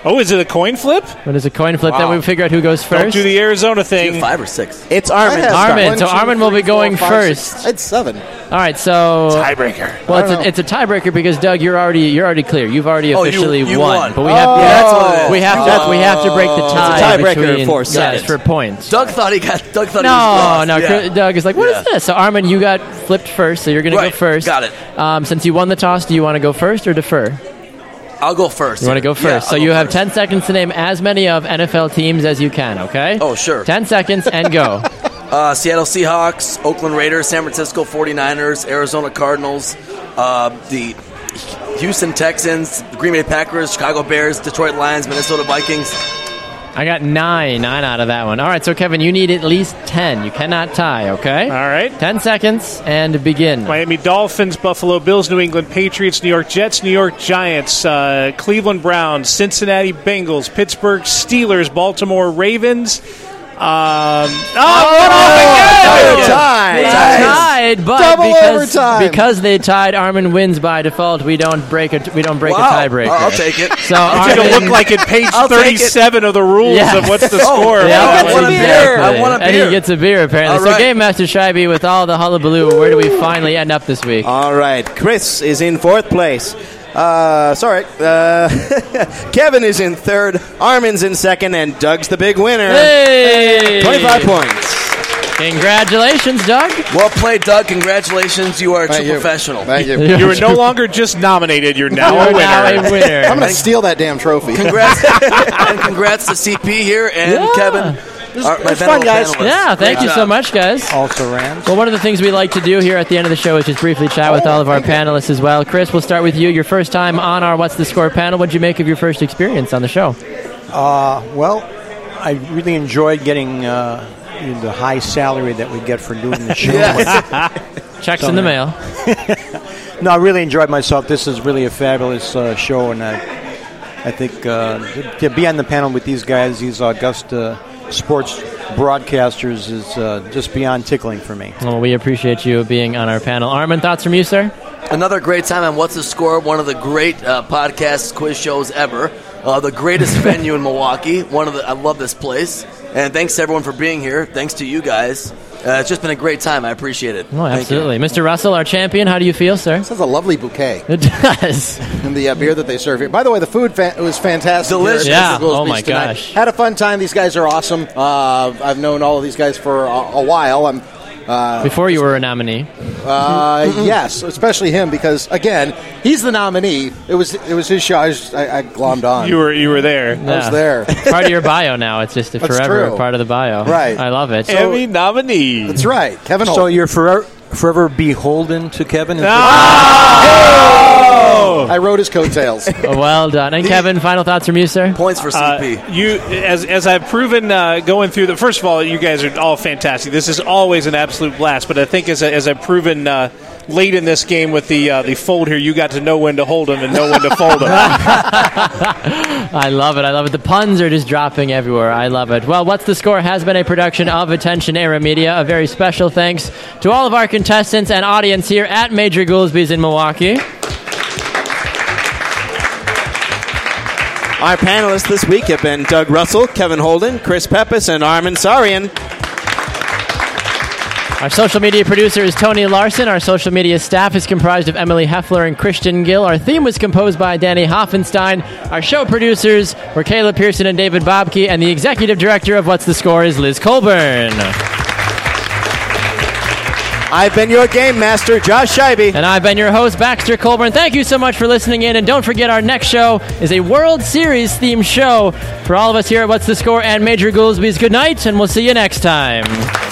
[SPEAKER 5] Oh, is it a coin flip?
[SPEAKER 2] What is a coin flip? Then we figure out who goes
[SPEAKER 5] Don't
[SPEAKER 2] first.
[SPEAKER 5] do the Arizona
[SPEAKER 3] You have
[SPEAKER 5] thing.
[SPEAKER 3] Five or six.
[SPEAKER 1] It's
[SPEAKER 6] I
[SPEAKER 1] Armin.
[SPEAKER 6] had
[SPEAKER 2] Armin,
[SPEAKER 6] one,
[SPEAKER 2] so
[SPEAKER 6] two,
[SPEAKER 2] Armin will
[SPEAKER 6] three,
[SPEAKER 2] be going
[SPEAKER 6] four, five, six.
[SPEAKER 2] first.
[SPEAKER 6] I had seven.
[SPEAKER 2] All right, so
[SPEAKER 5] Tiebreaker.
[SPEAKER 2] well, it's, a,
[SPEAKER 6] I
[SPEAKER 2] it's a tiebreaker because Doug, you're already you're already clear. You've already
[SPEAKER 3] Oh, you-
[SPEAKER 2] officially
[SPEAKER 3] you
[SPEAKER 2] won,
[SPEAKER 3] won.
[SPEAKER 2] but we have
[SPEAKER 6] Oh,
[SPEAKER 2] to,
[SPEAKER 6] that's what it is.
[SPEAKER 2] we have to we have to break the
[SPEAKER 3] Oh.
[SPEAKER 1] a
[SPEAKER 2] tie.
[SPEAKER 1] tiebreaker, of
[SPEAKER 2] between-
[SPEAKER 1] course. Got
[SPEAKER 2] yes,
[SPEAKER 1] it.
[SPEAKER 2] for points.
[SPEAKER 3] Doug thought he got. Doug thought he
[SPEAKER 2] No,
[SPEAKER 3] was lost.
[SPEAKER 2] no.
[SPEAKER 3] Yeah.
[SPEAKER 2] Chris- Doug is like, what is
[SPEAKER 3] Yeah.
[SPEAKER 2] this? So Armin, you got flipped first, so you're going to
[SPEAKER 3] Right,
[SPEAKER 2] go first.
[SPEAKER 3] got it.
[SPEAKER 2] Um, since you won the toss, do you want to go first or defer?
[SPEAKER 3] I'll go first.
[SPEAKER 2] You want to go first.
[SPEAKER 3] Yeah, I'll
[SPEAKER 2] so you have
[SPEAKER 3] first.
[SPEAKER 2] 10 seconds to name as many of NFL teams as you can. Okay.
[SPEAKER 3] Oh, sure.
[SPEAKER 2] 10 seconds and
[SPEAKER 3] <laughs>
[SPEAKER 2] go.
[SPEAKER 3] Uh, Seattle Seahawks, Oakland Raiders, San Francisco 49ers, Arizona Cardinals, uh, the Houston Texans, Green Bay Packers, Chicago Bears, Detroit Lions, Minnesota Vikings.
[SPEAKER 2] I got nine, nine out of that one. All right. So Kevin, you need at least 10. You cannot tie. Okay.
[SPEAKER 5] All right.
[SPEAKER 2] 10 seconds and begin.
[SPEAKER 5] Miami Dolphins, Buffalo Bills, New England Patriots, New York Jets, New York Giants, uh, Cleveland Browns, Cincinnati Bengals, Pittsburgh Steelers, Baltimore Ravens. Um, oh, what
[SPEAKER 1] Tie.
[SPEAKER 5] happened?
[SPEAKER 1] Tie.
[SPEAKER 2] They tied, but
[SPEAKER 6] Double
[SPEAKER 2] because,
[SPEAKER 6] overtime.
[SPEAKER 2] because they tied, Armin wins by default. We don't break a we don't break
[SPEAKER 3] Wow.
[SPEAKER 2] a tiebreaker.
[SPEAKER 3] I'll take it.
[SPEAKER 2] So
[SPEAKER 5] It's
[SPEAKER 2] Armin,
[SPEAKER 5] going to look like it page
[SPEAKER 3] I'll take it.
[SPEAKER 5] 37 of the rules
[SPEAKER 2] Yeah. Oh, <laughs>
[SPEAKER 5] of what's the score.
[SPEAKER 2] Yeah,
[SPEAKER 3] I want a beer.
[SPEAKER 2] exactly.
[SPEAKER 3] I want a
[SPEAKER 2] And he
[SPEAKER 3] beer.
[SPEAKER 2] gets a beer apparently.
[SPEAKER 3] All
[SPEAKER 2] So
[SPEAKER 3] right.
[SPEAKER 2] Game Master Shibe with all the hullabaloo, where do we finally end up this week?
[SPEAKER 1] All right. Chris is in fourth place. Uh, sorry. Uh, <laughs> Kevin is in third. Armin's in second, and Doug's the big winner.
[SPEAKER 2] Hey!
[SPEAKER 1] 25 points.
[SPEAKER 2] Congratulations, Doug.
[SPEAKER 3] Well played, Doug. Congratulations. You are a true
[SPEAKER 6] Thank you.
[SPEAKER 3] professional.
[SPEAKER 6] Thank
[SPEAKER 3] <laughs>
[SPEAKER 6] you.
[SPEAKER 5] You are no longer just nominated, you're now a
[SPEAKER 2] You're
[SPEAKER 5] winner.
[SPEAKER 2] now a winner.
[SPEAKER 6] I'm going to steal that damn trophy.
[SPEAKER 3] Congrats. and congrats to CP here and
[SPEAKER 2] Yeah.
[SPEAKER 3] Kevin
[SPEAKER 6] This
[SPEAKER 3] All right, my
[SPEAKER 6] is fun,
[SPEAKER 3] venerable
[SPEAKER 6] guys.
[SPEAKER 3] panelists.
[SPEAKER 2] Yeah,
[SPEAKER 3] Great
[SPEAKER 2] thank you
[SPEAKER 3] job.
[SPEAKER 2] so much, guys.
[SPEAKER 4] Also Rams.
[SPEAKER 2] Well, one of the things we like to do here at the end of the show is just briefly chat with all of our panelists as well. Chris, we'll start with you. Your first time on our What's the Score panel. What'd you make of your first experience on the show?
[SPEAKER 4] Uh, well, I really enjoyed getting uh, you know, the high salary that we get for doing the show. <laughs>
[SPEAKER 2] Checks in the mail.
[SPEAKER 4] no, I really enjoyed myself. This is really a fabulous uh, show, and I, I think uh, to, to be on the panel with these guys, these august uh, sports broadcasters, is uh, just beyond tickling for me.
[SPEAKER 2] Well, we appreciate you being on our panel. Armin, thoughts from you, sir?
[SPEAKER 3] Another great time on What's the Score, one of the great uh, podcast quiz shows ever. Uh, the greatest venue in Milwaukee. One of the I love this place, and thanks to everyone for being here. Thanks to you guys. Uh, it's just been a great time. I appreciate it.
[SPEAKER 2] Oh,
[SPEAKER 3] Thank you.
[SPEAKER 2] absolutely. Mr. Russell, our champion, how do you feel, sir?
[SPEAKER 6] is a lovely bouquet.
[SPEAKER 2] It does.
[SPEAKER 6] <laughs> And the uh, beer that they serve here. By the way, the food fa- was fantastic. here at
[SPEAKER 2] Delicious. Yeah.
[SPEAKER 6] Mr. Goolsby's
[SPEAKER 2] Oh, my
[SPEAKER 6] tonight.
[SPEAKER 2] gosh.
[SPEAKER 6] Had a fun time. These guys are awesome. Uh, I've known all of these guys for a, a while. I'm. Uh,
[SPEAKER 2] Before you were a nominee.
[SPEAKER 6] Uh, yes, especially him because again, he's the nominee. It was it was his show. I, was, I, I glommed on.
[SPEAKER 5] You were you were there.
[SPEAKER 6] I
[SPEAKER 2] <laughs>
[SPEAKER 6] was there.
[SPEAKER 2] part of your bio now. It's just a
[SPEAKER 6] That's
[SPEAKER 2] forever
[SPEAKER 6] true.
[SPEAKER 2] part of the bio.
[SPEAKER 6] Right.
[SPEAKER 2] I love it.
[SPEAKER 5] Emmy <laughs> nominee.
[SPEAKER 6] That's right, Kevin.
[SPEAKER 4] So
[SPEAKER 6] Holt.
[SPEAKER 4] you're forever, forever beholden to Kevin. Is
[SPEAKER 6] Ah! I rode his coattails.
[SPEAKER 2] <laughs> well done. And Kevin, final thoughts from you, sir?
[SPEAKER 3] Points for CP.
[SPEAKER 5] Uh, you as as I've proven uh, going through the first of all, you guys are all fantastic. This is always an absolute blast. But I think as I- as I've proven. Uh, Late in this game with the uh, the fold here, you got to know when to hold them and know when to fold them.
[SPEAKER 2] I love it. I love it. The puns are just dropping everywhere. I love it. Well, What's the Score has been a production of Attention Era Media. A very special thanks to all of our contestants and audience here at Major Goolsby's in Milwaukee.
[SPEAKER 1] Our panelists this week have been Doug Russell, Kevin Holden, Chris Pepis, and Armin Sarian.
[SPEAKER 2] Our social media producer is Tony Larson. Our social media staff is comprised of Emily Heffler and Christian Gill. Our theme was composed by Danny Hoffenstein. Our show producers were Kayla Pearson and David Bobke. And the executive director of What's the Score is Liz Colburn.
[SPEAKER 1] I've been your game master, Josh Scheibe.
[SPEAKER 2] And I've been your host, Baxter Colburn. Thank you so much for listening in. And don't forget, our next show is a World Series themed show for all of us here at What's the Score and Major Goolsby's. Good night, and we'll see you next time.